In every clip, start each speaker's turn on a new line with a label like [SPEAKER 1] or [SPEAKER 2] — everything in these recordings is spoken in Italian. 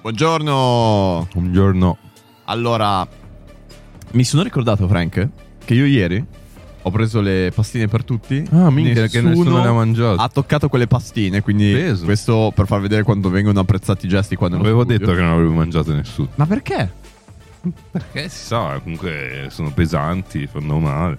[SPEAKER 1] Buongiorno.
[SPEAKER 2] Buongiorno.
[SPEAKER 1] Allora, mi sono ricordato, Frank, che io ieri ho preso le pastine per tutti.
[SPEAKER 2] Ah, minchia, che nessuno Ah, le ha mangiate.
[SPEAKER 1] Ha toccato quelle pastine, quindi
[SPEAKER 2] Peso.
[SPEAKER 1] questo per far vedere quanto vengono apprezzati i gesti quando
[SPEAKER 2] Avevo detto che non avevo mangiato nessuno.
[SPEAKER 1] Ma perché?
[SPEAKER 2] Perché si sa, comunque sono pesanti, fanno male.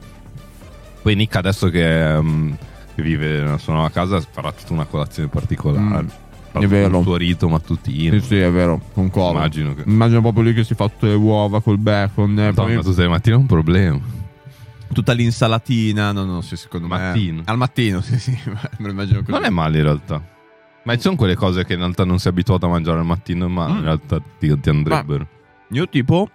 [SPEAKER 2] Poi Nick adesso che ehm, che vive nella sua nuova casa farà tutta una colazione particolare.
[SPEAKER 1] Mm,
[SPEAKER 2] Farà
[SPEAKER 1] è vero.
[SPEAKER 2] Il suo rito mattutino.
[SPEAKER 1] è vero, concordo.
[SPEAKER 2] Immagino che...
[SPEAKER 1] Immagino proprio lì che si fa tutte le uova col bacon, eh,
[SPEAKER 2] Madonna,
[SPEAKER 1] poi
[SPEAKER 2] tu sei la mattina è un problema.
[SPEAKER 1] tutta l'insalatina. No, no, sì, secondo
[SPEAKER 2] Mattino.
[SPEAKER 1] me. Al mattino, sì, sì. me lo immagino così.
[SPEAKER 2] Non è male in realtà. Ma ci sono quelle cose che in realtà non sei abituato a mangiare al mattino, ma
[SPEAKER 1] Mm.
[SPEAKER 2] in realtà ti, ti andrebbero.
[SPEAKER 1] Io tipo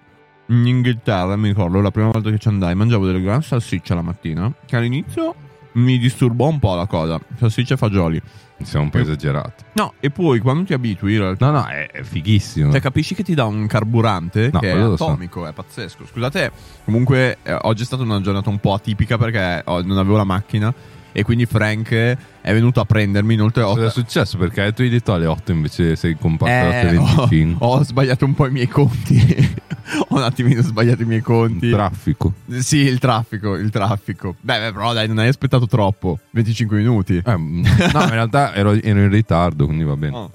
[SPEAKER 1] in Inghilterra, mi ricordo, la prima volta che ci andai, mangiavo delle gran salsicce la mattina, che all'inizio mi disturbò un po' la cosa, salsicce e fagioli.
[SPEAKER 2] Siamo un po'
[SPEAKER 1] Io-
[SPEAKER 2] esagerati.
[SPEAKER 1] No, e poi quando ti abitui, in realtà-
[SPEAKER 2] No, no, è, è fighissimo.
[SPEAKER 1] cioè capisci che ti dà un carburante
[SPEAKER 2] No,
[SPEAKER 1] che è
[SPEAKER 2] quello lo so.
[SPEAKER 1] atomico, è pazzesco. Scusate, comunque eh, oggi è stata una giornata un po' atipica perché ho- non avevo la macchina e quindi Frank è venuto a prendermi, inoltre ho,
[SPEAKER 2] Cosa è successo? Perché tu hai detto alle 8 invece sei comparto alle
[SPEAKER 1] Eh, ho,
[SPEAKER 2] 25.
[SPEAKER 1] ho sbagliato un po' i miei conti. ho un attimino sbagliato i miei conti.
[SPEAKER 2] Traffico.
[SPEAKER 1] Sì, il traffico, il traffico. Beh, beh, però dai, non hai aspettato troppo. 25 minuti.
[SPEAKER 2] Eh, mm, no, in realtà ero, ero in ritardo, quindi va bene.
[SPEAKER 1] Oh.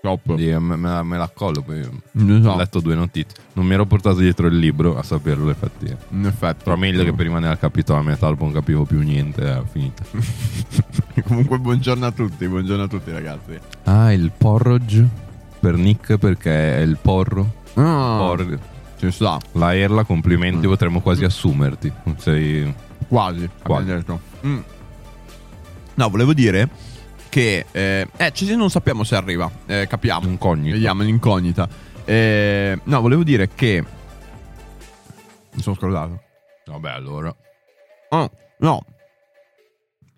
[SPEAKER 1] Troppo.
[SPEAKER 2] Quindi, eh, me, me la, me la collo. Poi
[SPEAKER 1] Non
[SPEAKER 2] Ho
[SPEAKER 1] so,
[SPEAKER 2] letto due notizie. Non mi ero portato dietro il libro a saperlo, infatti. eh.
[SPEAKER 1] in effetti.
[SPEAKER 2] Però meglio che prima ne era capito la metà, dopo non capivo più niente. eh, È finita.
[SPEAKER 1] Comunque, buongiorno a tutti, buongiorno a tutti, ragazzi.
[SPEAKER 2] Ah, il porridge per Nick perché è il porro. Porro.
[SPEAKER 1] ci sta,
[SPEAKER 2] La Erla, complimenti,
[SPEAKER 1] Ah. Mm.
[SPEAKER 2] potremmo quasi assumerti. Sei...
[SPEAKER 1] quasi.
[SPEAKER 2] Quasi.
[SPEAKER 1] abbiamo detto. Mm. No, volevo dire che... Eh, eh ci- non sappiamo se arriva. Eh, capiamo.
[SPEAKER 2] Incognito.
[SPEAKER 1] Vediamo l'incognita. Eh, no, volevo dire che... Mi sono scordato.
[SPEAKER 2] Vabbè, allora.
[SPEAKER 1] Oh, no.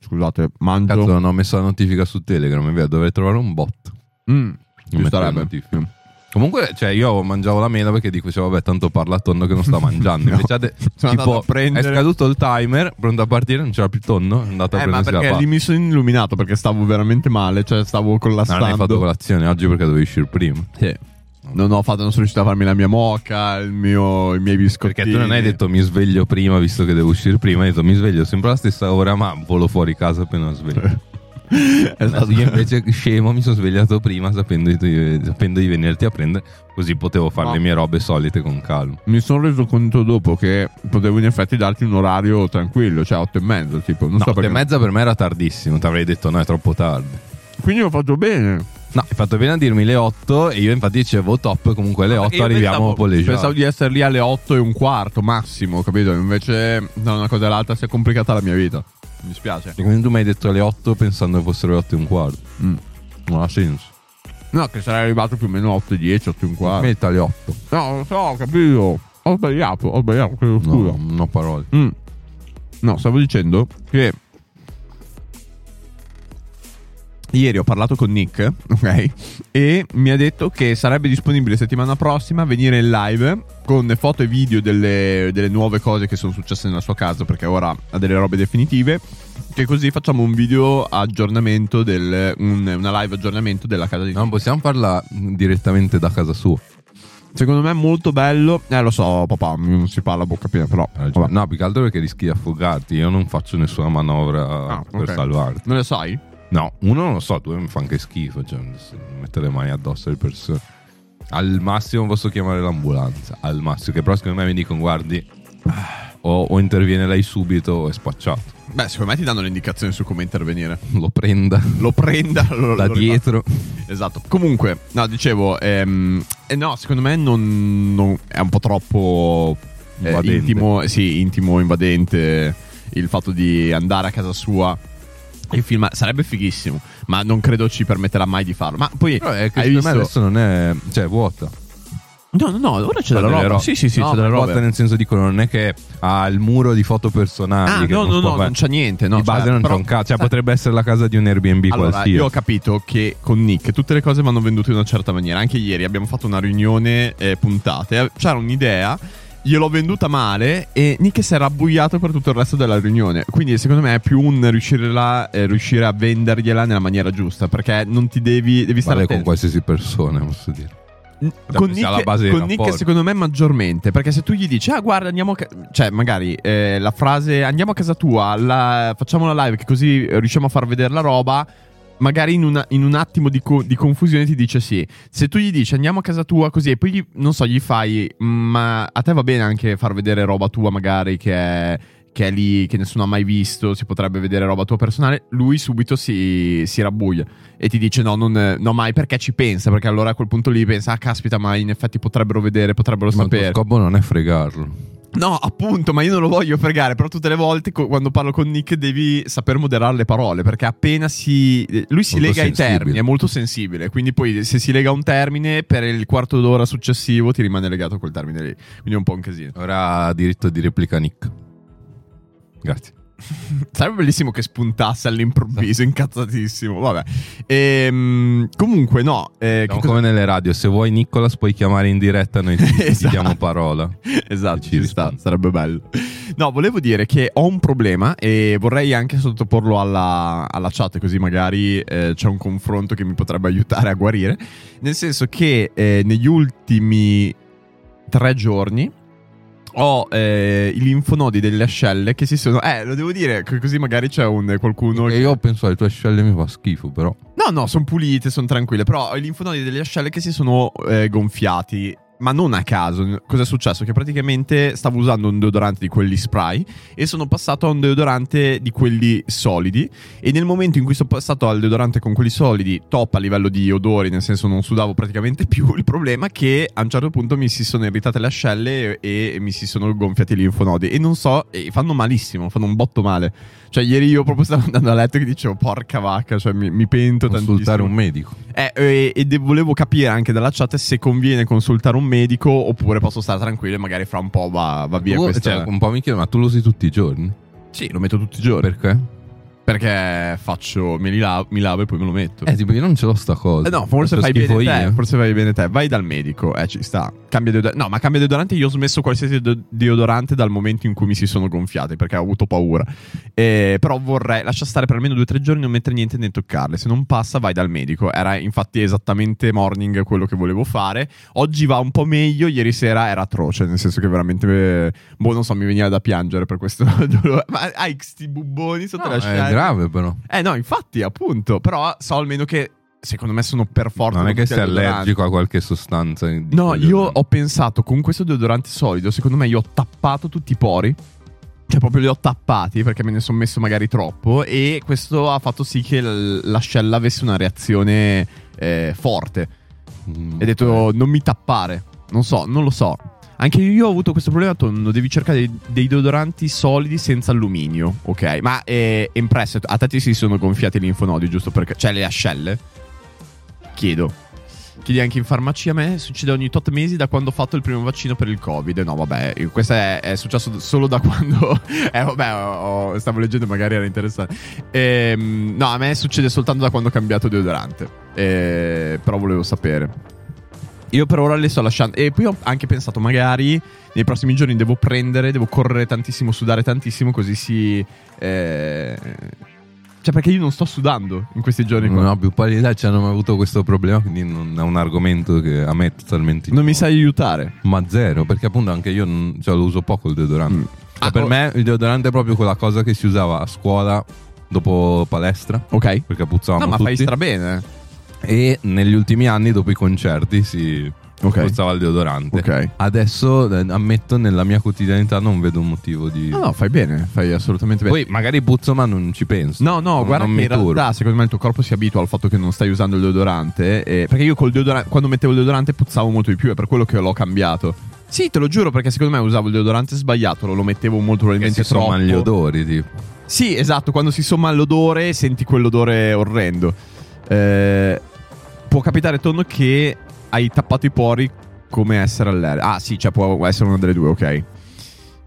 [SPEAKER 1] Scusate, mangio.
[SPEAKER 2] Cazzo, non ho messo la notifica su Telegram, è vero, dovrei trovare un bot.
[SPEAKER 1] Mm, Eh,
[SPEAKER 2] Non
[SPEAKER 1] ci
[SPEAKER 2] mettere
[SPEAKER 1] starebbe.
[SPEAKER 2] le notifiche. Comunque, cioè, io mangiavo la mela perché dico, cioè, vabbè, tanto parla tonno che non sta mangiando.
[SPEAKER 1] No.
[SPEAKER 2] Invece ade-
[SPEAKER 1] Sono andato
[SPEAKER 2] tipo,
[SPEAKER 1] a prendere-
[SPEAKER 2] è scaduto il timer, pronto a partire, non c'era più tonno, è andato a
[SPEAKER 1] Eh, ma
[SPEAKER 2] prendersi la
[SPEAKER 1] perché
[SPEAKER 2] pasta.
[SPEAKER 1] lì mi sono illuminato perché stavo veramente male, cioè stavo
[SPEAKER 2] Ah,
[SPEAKER 1] collassando.
[SPEAKER 2] non hai fatto colazione oggi perché dovevi uscire prima.
[SPEAKER 1] Sì. Non ho fatto, non sono riuscito a farmi la mia moca, il mio, i miei biscotti.
[SPEAKER 2] Perché tu non hai detto mi sveglio prima, visto che devo uscire prima, hai detto mi sveglio sempre alla stessa ora, ma volo fuori casa appena
[SPEAKER 1] Eh,
[SPEAKER 2] sveglio.
[SPEAKER 1] È stato-
[SPEAKER 2] Io invece scemo mi sono svegliato prima sapendo di, sapendo di venirti a prendere, così potevo fare
[SPEAKER 1] No.
[SPEAKER 2] le mie robe solite con calma.
[SPEAKER 1] Mi sono reso conto dopo che potevo in effetti darti un orario tranquillo, cioè 8 e mezzo, tipo. Non so
[SPEAKER 2] No, otto
[SPEAKER 1] perché.
[SPEAKER 2] e mezza per me era tardissimo, ti avrei detto no, è troppo tardi.
[SPEAKER 1] Quindi ho fatto bene.
[SPEAKER 2] No, hai fatto bene a dirmi le 8 e io infatti dicevo top, comunque alle 8
[SPEAKER 1] Io
[SPEAKER 2] arriviamo
[SPEAKER 1] pensavo,
[SPEAKER 2] a Poleggiano.
[SPEAKER 1] Pensavo di essere lì alle 8 e un quarto massimo, capito? Invece da una cosa all'altra si è complicata la mia vita. Mi dispiace.
[SPEAKER 2] E Quindi tu mi hai detto alle 8 pensando che fossero le 8 e un quarto.
[SPEAKER 1] Mm.
[SPEAKER 2] Non ha senso.
[SPEAKER 1] No, che sarei arrivato più o meno 8 e 10, 8 e un quarto.
[SPEAKER 2] Metta alle 8.
[SPEAKER 1] No, lo so, ho capito. Ho sbagliato, ho sbagliato, chiedo
[SPEAKER 2] No,
[SPEAKER 1] scusa.
[SPEAKER 2] non ho parole.
[SPEAKER 1] Mm. No, stavo dicendo che ieri ho parlato con Nick, ok? E mi ha detto che sarebbe disponibile settimana prossima venire in live con foto e video delle, delle nuove cose che sono successe nella sua casa, perché ora ha delle robe definitive. Che così facciamo un video aggiornamento del, un- una live aggiornamento della casa di
[SPEAKER 2] Non possiamo farla direttamente da casa sua.
[SPEAKER 1] Secondo me è molto bello. Eh, lo so, papà, non si parla a bocca piena, però. vabbè.
[SPEAKER 2] No, più che altro perché rischi di affogarti. Io non faccio nessuna manovra
[SPEAKER 1] Ah,
[SPEAKER 2] per
[SPEAKER 1] ok.
[SPEAKER 2] salvarti.
[SPEAKER 1] Non lo sai?
[SPEAKER 2] No, uno non lo so, due mi fa anche schifo. Cioè, se mettere le mani addosso alle persone. Al massimo posso chiamare l'ambulanza. Al massimo, che però secondo me mi dicono, guardi, o, o interviene lei subito o è spacciato.
[SPEAKER 1] Beh, secondo me ti danno le indicazioni su come intervenire.
[SPEAKER 2] Lo prenda
[SPEAKER 1] Lo prenda lo,
[SPEAKER 2] da
[SPEAKER 1] lo ripa-
[SPEAKER 2] dietro.
[SPEAKER 1] Esatto. Comunque, no, dicevo, ehm, eh, no, secondo me non, non- è un po' troppo eh,
[SPEAKER 2] Invadente.
[SPEAKER 1] intimo, sì, intimo, invadente il fatto di andare a casa sua. e filmare. sarebbe fighissimo, ma non credo ci permetterà mai di farlo. Ma poi
[SPEAKER 2] Però è che
[SPEAKER 1] hai
[SPEAKER 2] secondo me
[SPEAKER 1] visto
[SPEAKER 2] adesso non è. cioè, è vuota.
[SPEAKER 1] No, no, no, ora c'è
[SPEAKER 2] C'è
[SPEAKER 1] della
[SPEAKER 2] delle
[SPEAKER 1] roba.
[SPEAKER 2] ro-
[SPEAKER 1] Sì, sì, sì,
[SPEAKER 2] No,
[SPEAKER 1] c'è della
[SPEAKER 2] ma
[SPEAKER 1] roba.
[SPEAKER 2] vuota nel senso dicono, non è che ha il muro di foto personali.
[SPEAKER 1] Ah,
[SPEAKER 2] che
[SPEAKER 1] no,
[SPEAKER 2] non
[SPEAKER 1] no,
[SPEAKER 2] si può
[SPEAKER 1] no,
[SPEAKER 2] fare.
[SPEAKER 1] non c'è niente. No,
[SPEAKER 2] di base
[SPEAKER 1] cioè,
[SPEAKER 2] non
[SPEAKER 1] però-
[SPEAKER 2] c'è un cazzo. Cioè,
[SPEAKER 1] sai-
[SPEAKER 2] potrebbe essere la casa di un Airbnb
[SPEAKER 1] Allora,
[SPEAKER 2] qualsiasi.
[SPEAKER 1] io ho capito che con Nick tutte le cose vanno vendute in una certa maniera. Anche ieri abbiamo fatto una riunione eh, puntate. eh, C'era un'idea, gliel'ho venduta male e Nick si era abbuiato per tutto il resto della riunione. Quindi secondo me è più un riuscire, là, eh, riuscire a vendergliela nella maniera giusta perché non ti devi, devi stare
[SPEAKER 2] Vale con
[SPEAKER 1] attento.
[SPEAKER 2] qualsiasi persona, posso dire.
[SPEAKER 1] con
[SPEAKER 2] sia
[SPEAKER 1] Nick,
[SPEAKER 2] alla base dei
[SPEAKER 1] con Nick,
[SPEAKER 2] rapporti.
[SPEAKER 1] secondo me maggiormente perché se tu gli dici ah guarda andiamo a ca-", cioè magari eh, la frase andiamo a casa tua la- facciamo la live che così eh, riusciamo a far vedere la roba magari in, una- in un attimo di, co- di confusione ti dice sì se tu gli dici andiamo a casa tua così e poi gli- non so gli fai "Mm, ma a te va bene anche far vedere roba tua magari che è che è lì, che nessuno ha mai visto, si potrebbe vedere roba tua personale, lui subito si, si rabbuglia e ti dice no, non, no mai perché ci pensa, perché allora a quel punto lì pensa, ah caspita, ma in effetti potrebbero vedere, potrebbero
[SPEAKER 2] Ma il tuo
[SPEAKER 1] sapere.
[SPEAKER 2] scopo non è fregarlo.
[SPEAKER 1] No, appunto, ma io non lo voglio fregare, però tutte le volte co- quando parlo con Nick devi saper moderare le parole, perché appena si... eh, Lui si
[SPEAKER 2] Molto
[SPEAKER 1] lega ai
[SPEAKER 2] sensibile.
[SPEAKER 1] termini, è molto sensibile, quindi poi se si lega a un termine, per il quarto d'ora successivo ti rimane legato a quel termine lì, quindi è un po' un casino.
[SPEAKER 2] Ora ha diritto di replica Nick. Grazie.
[SPEAKER 1] Sarebbe bellissimo che spuntasse all'improvviso, incazzatissimo. Vabbè. Ehm, comunque, no. eh, che
[SPEAKER 2] Siamo
[SPEAKER 1] cosa-
[SPEAKER 2] come nelle radio, se vuoi Nicolas puoi chiamare in diretta, noi ti, ti
[SPEAKER 1] Esatto.
[SPEAKER 2] diamo parola.
[SPEAKER 1] Esatto,
[SPEAKER 2] Ci
[SPEAKER 1] ci sta,
[SPEAKER 2] rispondi.
[SPEAKER 1] sarebbe bello. No, volevo dire che ho un problema e vorrei anche sottoporlo alla, alla chat, così magari eh, c'è un confronto che mi potrebbe aiutare a guarire. Nel senso che eh, negli ultimi tre giorni ho eh, i linfonodi delle ascelle che si sono... Eh, lo devo dire, co- così magari c'è un qualcuno...
[SPEAKER 2] E io penso alle tue ascelle mi fa schifo, però.
[SPEAKER 1] No, no, sono pulite, sono tranquille, però ho i linfonodi delle ascelle che si sono eh, gonfiati. Ma non a caso, cosa è successo? Che praticamente stavo usando un deodorante di quelli spray e sono passato a un deodorante di quelli solidi e nel momento in cui sono passato al deodorante con quelli solidi, top a livello di odori, nel senso non sudavo praticamente più, il problema è che a un certo punto mi si sono irritate le ascelle e, e mi si sono gonfiati i linfonodi e non so, e fanno malissimo, fanno un botto male. Cioè ieri io proprio stavo andando a letto che dicevo porca vacca, cioè mi, mi pento
[SPEAKER 2] Consultare
[SPEAKER 1] tantissimo.
[SPEAKER 2] un medico.
[SPEAKER 1] Eh, e e de- volevo capire anche dalla chat se conviene consultare un medico oppure posso stare tranquillo e magari fra un po' va, va via
[SPEAKER 2] Tu-
[SPEAKER 1] questa...
[SPEAKER 2] cioè, un po' mi chiedo, ma tu lo usi tutti i giorni?
[SPEAKER 1] Sì, Boh, cioè, lo metto tutti i giorni.
[SPEAKER 2] Perché?
[SPEAKER 1] Perché faccio, me li la- mi lavo e poi me lo metto.
[SPEAKER 2] Eh, tipo, io non ce l'ho sta cosa.
[SPEAKER 1] Eh no, forse
[SPEAKER 2] Faccio
[SPEAKER 1] fai
[SPEAKER 2] schifo
[SPEAKER 1] bene te.
[SPEAKER 2] io.
[SPEAKER 1] Forse fai bene te. Vai dal medico, eh, ci sta. Cambia deodorante. No, ma cambia deodorante. Io ho smesso qualsiasi de- deodorante dal momento in cui mi si sono gonfiate perché ho avuto paura. Eh, però vorrei lascia stare per almeno due o tre giorni, non mettere niente né toccarle. Se non passa, vai dal medico. Era infatti esattamente morning quello che volevo fare. Oggi va un po' meglio. Ieri sera era atroce, nel senso che veramente. eh, boh, non so, mi veniva da piangere per questo dolore. Ma hai sti bubboni sotto
[SPEAKER 2] No,
[SPEAKER 1] la scena.
[SPEAKER 2] è grave, però.
[SPEAKER 1] Eh no, infatti, appunto. Però so almeno che secondo me sono per forza.
[SPEAKER 2] non è
[SPEAKER 1] tutti
[SPEAKER 2] che sei
[SPEAKER 1] deodoranti.
[SPEAKER 2] allergico a qualche sostanza. di
[SPEAKER 1] No,
[SPEAKER 2] quelle-
[SPEAKER 1] io ho pensato con questo deodorante solido, secondo me io ho tappato tutti i pori. Cioè, proprio li ho tappati perché me ne sono messo magari troppo. E questo ha fatto sì che l- l'ascella avesse una reazione eh, forte.
[SPEAKER 2] Mm.
[SPEAKER 1] E ha detto: Non mi tappare. Non so, non lo so. Anche io ho avuto questo problema, ho detto, "No, devi cercare dei, dei deodoranti solidi senza alluminio, ok? Ma eh, impresso, a te ti si sono gonfiati i linfonodi, giusto perché... Cioè le ascelle? Chiedo. Chiedi anche in farmacia, a me succede ogni tot mesi da quando ho fatto il primo vaccino per il covid. No, vabbè, questo è, è successo solo da quando... eh, vabbè, ho- ho- stavo leggendo, magari era interessante. Ehm, no, a me succede soltanto da quando ho cambiato deodorante. Eh, però volevo sapere. Io per ora le sto lasciando. E poi ho anche pensato, magari nei prossimi giorni devo prendere, devo correre tantissimo, sudare tantissimo, così si. eh, Cioè, perché io non sto sudando in questi giorni qua.
[SPEAKER 2] Eh, Non ho più pallida, cioè non ho mai avuto questo problema, quindi non è un argomento che a me è totalmente...
[SPEAKER 1] Non mi sai aiutare.
[SPEAKER 2] Ma zero, perché appunto anche io non- cioè, lo uso poco il deodorante.
[SPEAKER 1] Mm.
[SPEAKER 2] Cioè,
[SPEAKER 1] Ah,
[SPEAKER 2] per
[SPEAKER 1] oh.
[SPEAKER 2] me il deodorante è proprio quella cosa che si usava a scuola dopo palestra,
[SPEAKER 1] Ok.
[SPEAKER 2] perché puzzavamo
[SPEAKER 1] No, ma fai
[SPEAKER 2] tutti.
[SPEAKER 1] strabene.
[SPEAKER 2] e negli ultimi anni, dopo i concerti, si
[SPEAKER 1] Ok.
[SPEAKER 2] puzzava il deodorante.
[SPEAKER 1] Ok.
[SPEAKER 2] Adesso eh, ammetto, nella mia quotidianità non vedo un motivo di...
[SPEAKER 1] No, no, fai bene, fai assolutamente bene.
[SPEAKER 2] Ah, Poi magari puzzo, ma non ci penso.
[SPEAKER 1] No, no,
[SPEAKER 2] Non-
[SPEAKER 1] guarda
[SPEAKER 2] non
[SPEAKER 1] che
[SPEAKER 2] mi
[SPEAKER 1] in realtà
[SPEAKER 2] turba.
[SPEAKER 1] secondo me il tuo corpo si abitua al fatto che non stai usando il deodorante. eh, perché io col deodorante, quando mettevo il deodorante puzzavo molto di più, è per quello che l'ho cambiato. Sì, te lo giuro, perché secondo me usavo il deodorante sbagliato, lo, lo mettevo molto
[SPEAKER 2] Che
[SPEAKER 1] probabilmente
[SPEAKER 2] si
[SPEAKER 1] troppo.
[SPEAKER 2] sommano gli odori, tipo.
[SPEAKER 1] Sì, esatto, quando si somma all'odore senti quell'odore orrendo. Eh, può capitare, Tonno, che hai tappato i pori come essere allergico. Ah sì, cioè può essere una delle due, ok.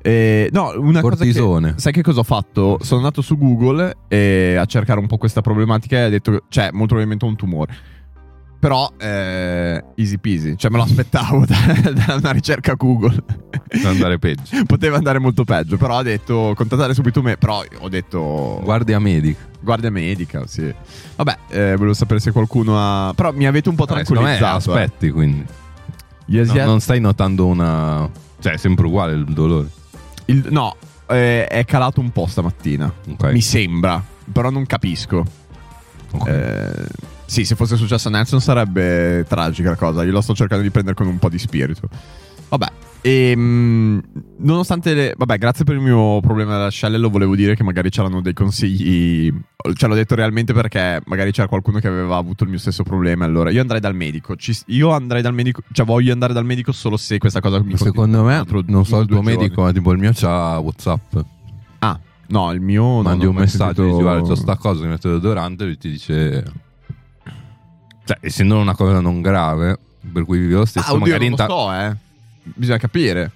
[SPEAKER 1] Eh, no, una cosa che...
[SPEAKER 2] Cortisone.
[SPEAKER 1] Sai che cosa ho fatto? Sono andato su Google eh, a cercare un po' questa problematica e ho detto, che- cioè, molto probabilmente ho un tumore. Però, eh, easy peasy, cioè me lo aspettavo da, da una ricerca Google.
[SPEAKER 2] Per andare peggio.
[SPEAKER 1] Poteva andare molto peggio, però ho detto, contattare subito me, però ho detto...
[SPEAKER 2] Guardia medica.
[SPEAKER 1] Guardia medica, sì. Vabbè, eh, volevo sapere se qualcuno ha... Però mi avete un po'
[SPEAKER 2] Vabbè, secondo me
[SPEAKER 1] tranquillizzato. eh.
[SPEAKER 2] aspetti, quindi.
[SPEAKER 1] Gli
[SPEAKER 2] No,
[SPEAKER 1] asiatici.
[SPEAKER 2] non stai notando una... Cioè, è sempre uguale il dolore.
[SPEAKER 1] il- no, eh, è calato un po' stamattina.
[SPEAKER 2] Ok.
[SPEAKER 1] Mi sembra, però non capisco.
[SPEAKER 2] Ok.
[SPEAKER 1] Eh, sì, se fosse successo a Nelson sarebbe tragica la cosa. Io lo sto cercando di prendere con un po' di spirito. Vabbè. E, nonostante le- Vabbè, grazie per il mio problema dell'ascelle. Volevo dire che magari c'erano dei consigli. Ce l'ho detto realmente perché magari c'era qualcuno che aveva avuto il mio stesso problema. Allora, io andrei dal medico. Ci- io andrei dal medico. Cioè, voglio andare dal medico solo se questa cosa mi continua.
[SPEAKER 2] Secondo me,
[SPEAKER 1] Altro-
[SPEAKER 2] non so
[SPEAKER 1] uno,
[SPEAKER 2] il tuo
[SPEAKER 1] due giorni.
[SPEAKER 2] medico, ma tipo il mio c'ha Whatsapp.
[SPEAKER 1] Ah, no, il mio. non
[SPEAKER 2] Mandi
[SPEAKER 1] ho
[SPEAKER 2] un
[SPEAKER 1] mai
[SPEAKER 2] messaggio,
[SPEAKER 1] sentito-
[SPEAKER 2] dici guarda c'ho sta cosa che metto deodorante e ti dice... Cioè, essendo una cosa non grave, per cui vive lo stesso,
[SPEAKER 1] Ah, oddio,
[SPEAKER 2] magari
[SPEAKER 1] non lo
[SPEAKER 2] inta-
[SPEAKER 1] so, eh. Bisogna capire.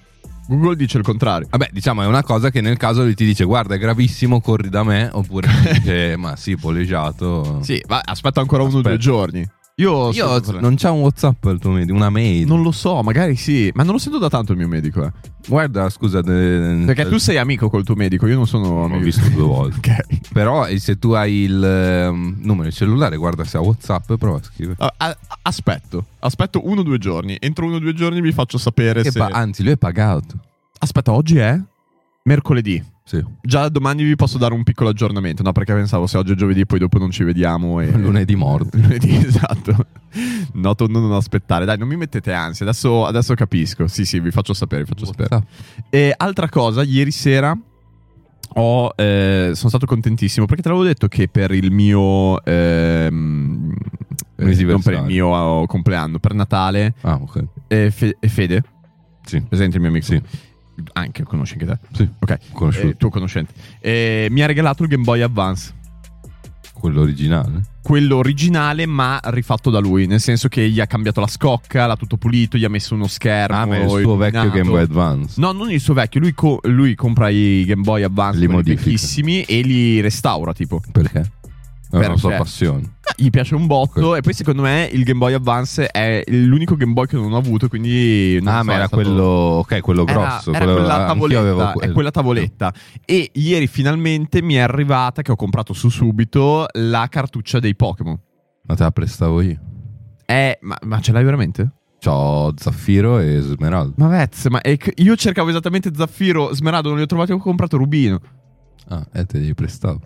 [SPEAKER 1] Google dice il contrario.
[SPEAKER 2] Vabbè, diciamo, è una cosa che nel caso lui ti dice guarda è gravissimo, corri da me, oppure ti dice ma sì, poleggiato.
[SPEAKER 1] Sì, ma aspetta ancora uno o
[SPEAKER 2] Aspetta.
[SPEAKER 1] due giorni. Io,
[SPEAKER 2] Io
[SPEAKER 1] sto-
[SPEAKER 2] non c'è un WhatsApp al tuo medico, una mail.
[SPEAKER 1] non lo so, magari sì, ma non lo sento da tanto il mio medico. eh.
[SPEAKER 2] Mm. Guarda, scusa, de-
[SPEAKER 1] Perché tu sei amico col tuo medico, io non sono
[SPEAKER 2] L'ho
[SPEAKER 1] amico.
[SPEAKER 2] visto due volte.
[SPEAKER 1] Ok.
[SPEAKER 2] Però eh, se tu hai il ehm, numero di cellulare, guarda se ha WhatsApp, prova a scrivere.
[SPEAKER 1] A- Ah, a- aspetto, aspetto uno o due giorni. Entro uno o due giorni vi faccio sapere
[SPEAKER 2] Che ah,
[SPEAKER 1] se.
[SPEAKER 2] pa- anzi, lui è pagato.
[SPEAKER 1] aspetta, oggi è mercoledì.
[SPEAKER 2] Sì.
[SPEAKER 1] Già domani vi posso dare un piccolo aggiornamento. No, perché pensavo se oggi è giovedì, poi dopo non ci vediamo. E...
[SPEAKER 2] Lunedì morto.
[SPEAKER 1] Lunedì, esatto. Noto non aspettare. Dai, non mi mettete ansia. Adesso, adesso capisco. Sì, sì, vi faccio sapere, vi faccio sapere.
[SPEAKER 2] WhatsApp.
[SPEAKER 1] E altra cosa, ieri sera ho, eh, sono stato contentissimo perché te l'avevo detto che per il mio... ehm, eh,
[SPEAKER 2] Mesi
[SPEAKER 1] non per il
[SPEAKER 2] versali.
[SPEAKER 1] mio oh, compleanno, per Natale,
[SPEAKER 2] Ah, ok.
[SPEAKER 1] eh, Fe- eh, Fede,
[SPEAKER 2] Sì.
[SPEAKER 1] presente il mio amico?
[SPEAKER 2] Sì.
[SPEAKER 1] Anche, conosci anche te?
[SPEAKER 2] Sì.
[SPEAKER 1] Ok.
[SPEAKER 2] Conosciuto.
[SPEAKER 1] Eh, tuo conoscente. Eh, mi ha regalato il Game Boy Advance. Eh.
[SPEAKER 2] Quello originale.
[SPEAKER 1] quello originale ma rifatto da lui, nel senso che gli ha cambiato la scocca, l'ha tutto pulito, gli ha messo uno schermo.
[SPEAKER 2] Ah, ma è il suo vecchio
[SPEAKER 1] illuminato.
[SPEAKER 2] Game Boy Advance.
[SPEAKER 1] No, non il suo vecchio, lui, co- lui compra i Game Boy Advance
[SPEAKER 2] Li
[SPEAKER 1] quelli
[SPEAKER 2] modifica.
[SPEAKER 1] vecchissimi e li restaura tipo.
[SPEAKER 2] Perché? È una
[SPEAKER 1] Perché?
[SPEAKER 2] sua passione.
[SPEAKER 1] Ah, Gli piace un botto e poi secondo me il Game Boy Advance è l'unico Game Boy che non ho avuto, quindi... Non
[SPEAKER 2] ah,
[SPEAKER 1] so,
[SPEAKER 2] ma
[SPEAKER 1] è
[SPEAKER 2] era
[SPEAKER 1] stato-
[SPEAKER 2] quello. Ok, quello
[SPEAKER 1] Era-
[SPEAKER 2] grosso.
[SPEAKER 1] era
[SPEAKER 2] quello-
[SPEAKER 1] quella
[SPEAKER 2] anch'io
[SPEAKER 1] tavoletta,
[SPEAKER 2] avevo
[SPEAKER 1] è
[SPEAKER 2] quello.
[SPEAKER 1] quella tavoletta. E ieri finalmente mi è arrivata, che ho comprato su subito, la cartuccia dei Pokémon.
[SPEAKER 2] Ma te la prestavo io.
[SPEAKER 1] Eh, ma- ma ce l'hai veramente?
[SPEAKER 2] C'ho Zaffiro e Smeralda.
[SPEAKER 1] Ma Vez, ma è che io cercavo esattamente Zaffiro, Smeraldo, non li ho trovati, ho comprato Rubino.
[SPEAKER 2] Ah, eh, te li prestavo.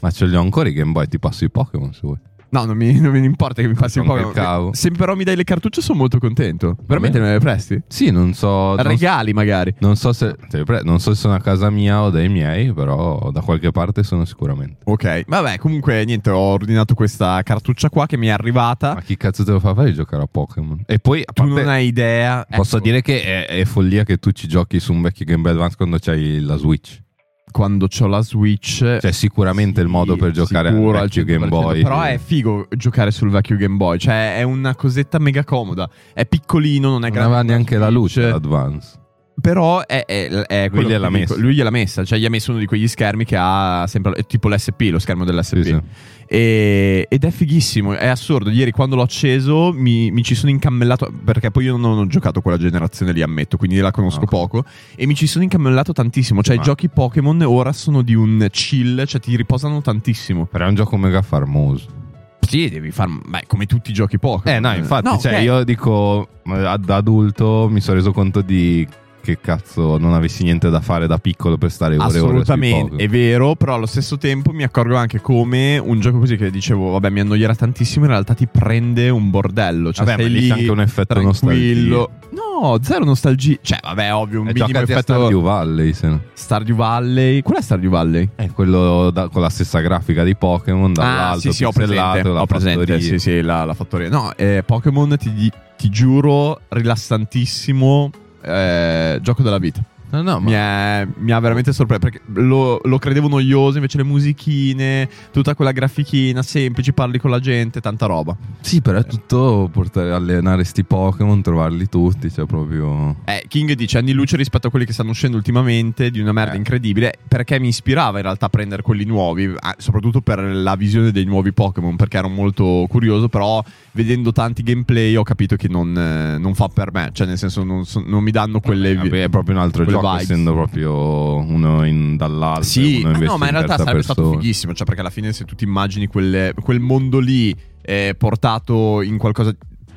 [SPEAKER 2] Ma ce li ho ancora i Game Boy, ti passo i Pokémon se vuoi.
[SPEAKER 1] No, non mi, non mi importa che mi passi un
[SPEAKER 2] Con che
[SPEAKER 1] po'.
[SPEAKER 2] cavo.
[SPEAKER 1] Se però mi dai le cartucce sono molto contento. Veramente
[SPEAKER 2] bene.
[SPEAKER 1] me le presti?
[SPEAKER 2] Sì, non so. non
[SPEAKER 1] Regali magari.
[SPEAKER 2] Non so, se, te le pre- non so se sono a casa mia o dai miei, però da qualche parte sono sicuramente.
[SPEAKER 1] Ok, vabbè, comunque niente, ho ordinato questa cartuccia qua che mi è arrivata.
[SPEAKER 2] Ma chi cazzo te lo fa fare giocare a Pokémon? E poi, a
[SPEAKER 1] tu
[SPEAKER 2] parte,
[SPEAKER 1] non hai idea.
[SPEAKER 2] posso
[SPEAKER 1] Ecco,
[SPEAKER 2] dire che è, è follia che tu ci giochi su un vecchio Game Boy Advance quando c'hai la Switch.
[SPEAKER 1] quando c'ho la Switch
[SPEAKER 2] Cioè, sicuramente
[SPEAKER 1] Sì,
[SPEAKER 2] il modo per giocare al
[SPEAKER 1] sicuro, al
[SPEAKER 2] vecchio Game
[SPEAKER 1] 100%,
[SPEAKER 2] Boy.
[SPEAKER 1] Però è figo giocare sul vecchio Game Boy. Cioè, è una cosetta mega comoda. È piccolino, non è
[SPEAKER 2] non
[SPEAKER 1] grande.
[SPEAKER 2] aveva
[SPEAKER 1] come
[SPEAKER 2] neanche la luce
[SPEAKER 1] Switch.
[SPEAKER 2] Advance.
[SPEAKER 1] Però è, è, è quello
[SPEAKER 2] gliel'ha
[SPEAKER 1] che dico.
[SPEAKER 2] messa.
[SPEAKER 1] Lui gliel'ha messa, cioè gli ha messo uno di quegli schermi che ha sempre, è tipo l'SP, lo schermo dell'SP.
[SPEAKER 2] Sì, sì.
[SPEAKER 1] E- ed è fighissimo, è assurdo. Ieri quando l'ho acceso mi, mi ci sono incammellato, perché poi io non ho giocato quella generazione lì, ammetto, quindi la conosco
[SPEAKER 2] Ok.
[SPEAKER 1] poco. E mi ci sono incammellato tantissimo. Cioè
[SPEAKER 2] Ah.
[SPEAKER 1] i giochi Pokémon ora sono di un chill, cioè ti riposano tantissimo.
[SPEAKER 2] Però è un gioco mega farmoso.
[SPEAKER 1] Sì, devi far, beh, come tutti i giochi Pokémon.
[SPEAKER 2] Eh, no, infatti, cioè,
[SPEAKER 1] ok.
[SPEAKER 2] io dico ma ad- da adulto mi sono reso conto di che cazzo non avessi niente da fare da piccolo per stare ore e ore sui
[SPEAKER 1] Assolutamente,
[SPEAKER 2] Pokémon.
[SPEAKER 1] è vero, però allo stesso tempo mi accorgo anche come un gioco così che dicevo, vabbè, mi annoierà tantissimo, in realtà ti prende un bordello, cioè
[SPEAKER 2] Vabbè, ma
[SPEAKER 1] stai
[SPEAKER 2] lì
[SPEAKER 1] lì
[SPEAKER 2] c'è anche un effetto nostalgico.
[SPEAKER 1] tranquillo. No, zero nostalgia. Cioè, vabbè, ovvio, un
[SPEAKER 2] E
[SPEAKER 1] minimo
[SPEAKER 2] giocati a
[SPEAKER 1] effetto Stardew.
[SPEAKER 2] Stardew Valley, se no.
[SPEAKER 1] Valley. Qual è Stardew Valley?
[SPEAKER 2] È quello da- con la stessa grafica di Pokémon, dall'alto,
[SPEAKER 1] Ah, sì, sì, ho
[SPEAKER 2] pixelato,
[SPEAKER 1] presente,
[SPEAKER 2] la
[SPEAKER 1] ho presente,
[SPEAKER 2] fattoria.
[SPEAKER 1] sì, sì, la, la fattoria. No, eh, Pokémon ti, ti giuro rilassantissimo eh, gioco della vita.
[SPEAKER 2] No, no,
[SPEAKER 1] Mi,
[SPEAKER 2] ma
[SPEAKER 1] è- mi ha veramente sorpreso perché lo, lo credevo noioso, invece le musichine, tutta quella grafichina, semplici, parli con la gente, tanta roba.
[SPEAKER 2] sì, però è tutto portare, allenare sti Pokémon, trovarli tutti, cioè proprio...
[SPEAKER 1] Eh, King dice anni luce rispetto a quelli che stanno uscendo ultimamente, di una merda
[SPEAKER 2] Eh.
[SPEAKER 1] incredibile, perché mi ispirava in realtà a prendere quelli nuovi, eh, soprattutto per la visione dei nuovi Pokémon, perché ero molto curioso, però vedendo tanti gameplay ho capito che non, eh, non fa per me, cioè nel senso non, so- non mi danno quelle...
[SPEAKER 2] Eh, Vabbè, è proprio un altro
[SPEAKER 1] quelle
[SPEAKER 2] gioco,
[SPEAKER 1] vibes.
[SPEAKER 2] essendo proprio uno in, dall'alto.
[SPEAKER 1] Sì,
[SPEAKER 2] uno
[SPEAKER 1] ah,
[SPEAKER 2] invece
[SPEAKER 1] no, ma in realtà
[SPEAKER 2] terza
[SPEAKER 1] sarebbe stato
[SPEAKER 2] persona.
[SPEAKER 1] fighissimo. Cioè, perché alla fine, se tu ti immagini quelle- quel mondo lì eh, portato in qualcosa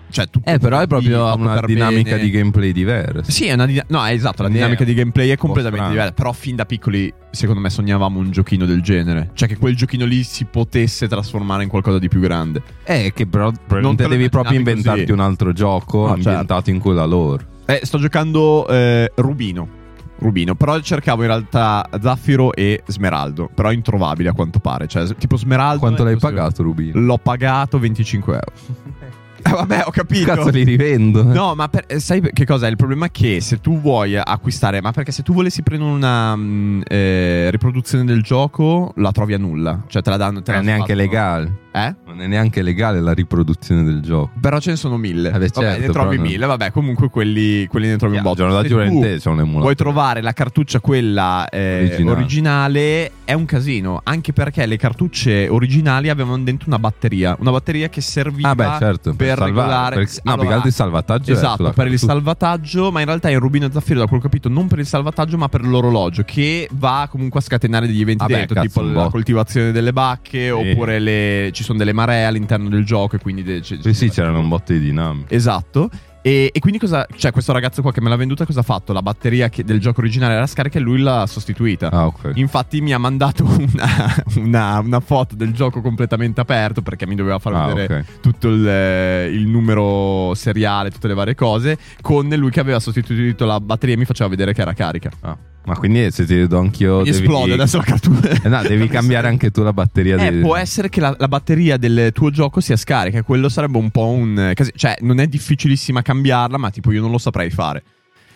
[SPEAKER 1] Cioè, tutto
[SPEAKER 2] Eh, però è
[SPEAKER 1] per
[SPEAKER 2] proprio
[SPEAKER 1] bene,
[SPEAKER 2] una
[SPEAKER 1] fatto per
[SPEAKER 2] dinamica
[SPEAKER 1] bene.
[SPEAKER 2] di gameplay diversa.
[SPEAKER 1] Sì, è una dina- no, è esatto, la
[SPEAKER 2] Quindi
[SPEAKER 1] dinamica
[SPEAKER 2] è
[SPEAKER 1] di gameplay è
[SPEAKER 2] po'
[SPEAKER 1] completamente
[SPEAKER 2] strano.
[SPEAKER 1] diversa. Però fin da piccoli, secondo me, sognavamo un giochino del genere. Cioè che quel giochino lì si potesse trasformare in qualcosa di più grande.
[SPEAKER 2] Eh, che però non
[SPEAKER 1] te lo
[SPEAKER 2] te devi
[SPEAKER 1] immaginavi
[SPEAKER 2] proprio inventarti
[SPEAKER 1] così.
[SPEAKER 2] un altro gioco
[SPEAKER 1] No, certo.
[SPEAKER 2] ambientato in quella lore.
[SPEAKER 1] Eh, sto giocando eh, Rubino. Rubino, però cercavo in realtà Zaffiro e Smeraldo, però introvabile a quanto pare. Cioè, s- tipo Smeraldo.
[SPEAKER 2] Quanto
[SPEAKER 1] è
[SPEAKER 2] l'hai
[SPEAKER 1] possibile-
[SPEAKER 2] pagato, Rubino?
[SPEAKER 1] L'ho pagato 25 euro. Eh, vabbè, ho capito.
[SPEAKER 2] Cazzo, li rivendo.
[SPEAKER 1] No, ma per- eh, sai che cosa? Il problema è che se tu vuoi acquistare, ma perché se tu volessi prendere una mh, eh, riproduzione del gioco, la trovi a nulla. Cioè, te la danno. Te
[SPEAKER 2] non è
[SPEAKER 1] la
[SPEAKER 2] neanche
[SPEAKER 1] fanno-
[SPEAKER 2] legale.
[SPEAKER 1] Eh?
[SPEAKER 2] Non è neanche legale la riproduzione del gioco.
[SPEAKER 1] Però ce ne sono mille.
[SPEAKER 2] Eh beh,
[SPEAKER 1] vabbè,
[SPEAKER 2] certo,
[SPEAKER 1] ne trovi
[SPEAKER 2] però no.
[SPEAKER 1] mille. Vabbè, comunque quelli, quelli ne trovi un botto.
[SPEAKER 2] giorno da
[SPEAKER 1] Se
[SPEAKER 2] giorno in
[SPEAKER 1] tu
[SPEAKER 2] te c'è un emulatore.
[SPEAKER 1] Vuoi trovare la cartuccia quella eh, originale.
[SPEAKER 2] Originale.
[SPEAKER 1] È un casino. Anche perché le cartucce originali avevano dentro una batteria. Una batteria che serviva
[SPEAKER 2] Ah, beh, certo.
[SPEAKER 1] per
[SPEAKER 2] salvare-
[SPEAKER 1] regolare.
[SPEAKER 2] per- no, più che
[SPEAKER 1] Allora,
[SPEAKER 2] altro il salvataggio. è
[SPEAKER 1] Esatto,
[SPEAKER 2] sulla
[SPEAKER 1] per il
[SPEAKER 2] cartuccia.
[SPEAKER 1] salvataggio, ma in realtà in Rubino e Zaffiro, da quello che ho capito, non per il salvataggio, ma per l'orologio, che va comunque a scatenare degli eventi
[SPEAKER 2] Vabbè,
[SPEAKER 1] dentro,
[SPEAKER 2] cazzo,
[SPEAKER 1] tipo
[SPEAKER 2] un
[SPEAKER 1] la
[SPEAKER 2] botto.
[SPEAKER 1] coltivazione delle bacche, oppure le- ci sono dlle maree all'interno del gioco e quindi... de- c-
[SPEAKER 2] Sì, sì, c'erano un botto di dinamiche.
[SPEAKER 1] Esatto. E, e quindi cosa... Cioè, questo ragazzo qua che me l'ha venduta, cosa ha fatto? La batteria che- del gioco originale era scarica e lui l'ha sostituita.
[SPEAKER 2] Ah, ok.
[SPEAKER 1] Infatti mi ha mandato una, una- una foto del gioco completamente aperto perché mi doveva far
[SPEAKER 2] Ah,
[SPEAKER 1] vedere
[SPEAKER 2] ok.
[SPEAKER 1] tutto il, eh, il numero seriale, tutte le varie cose, con lui che aveva sostituito la batteria e mi faceva vedere che era carica.
[SPEAKER 2] Ah. Ma quindi eh, se ti vedo anch'io.
[SPEAKER 1] Mi
[SPEAKER 2] devi-
[SPEAKER 1] esplode adesso la cartuccia.
[SPEAKER 2] Eh, no, devi cambiare anche tu la batteria.
[SPEAKER 1] Eh,
[SPEAKER 2] del-
[SPEAKER 1] può essere che la, la batteria del tuo gioco sia scarica, quello sarebbe un po' un... eh, casi- Cioè, non è difficilissima cambiarla, ma tipo io non lo saprei fare.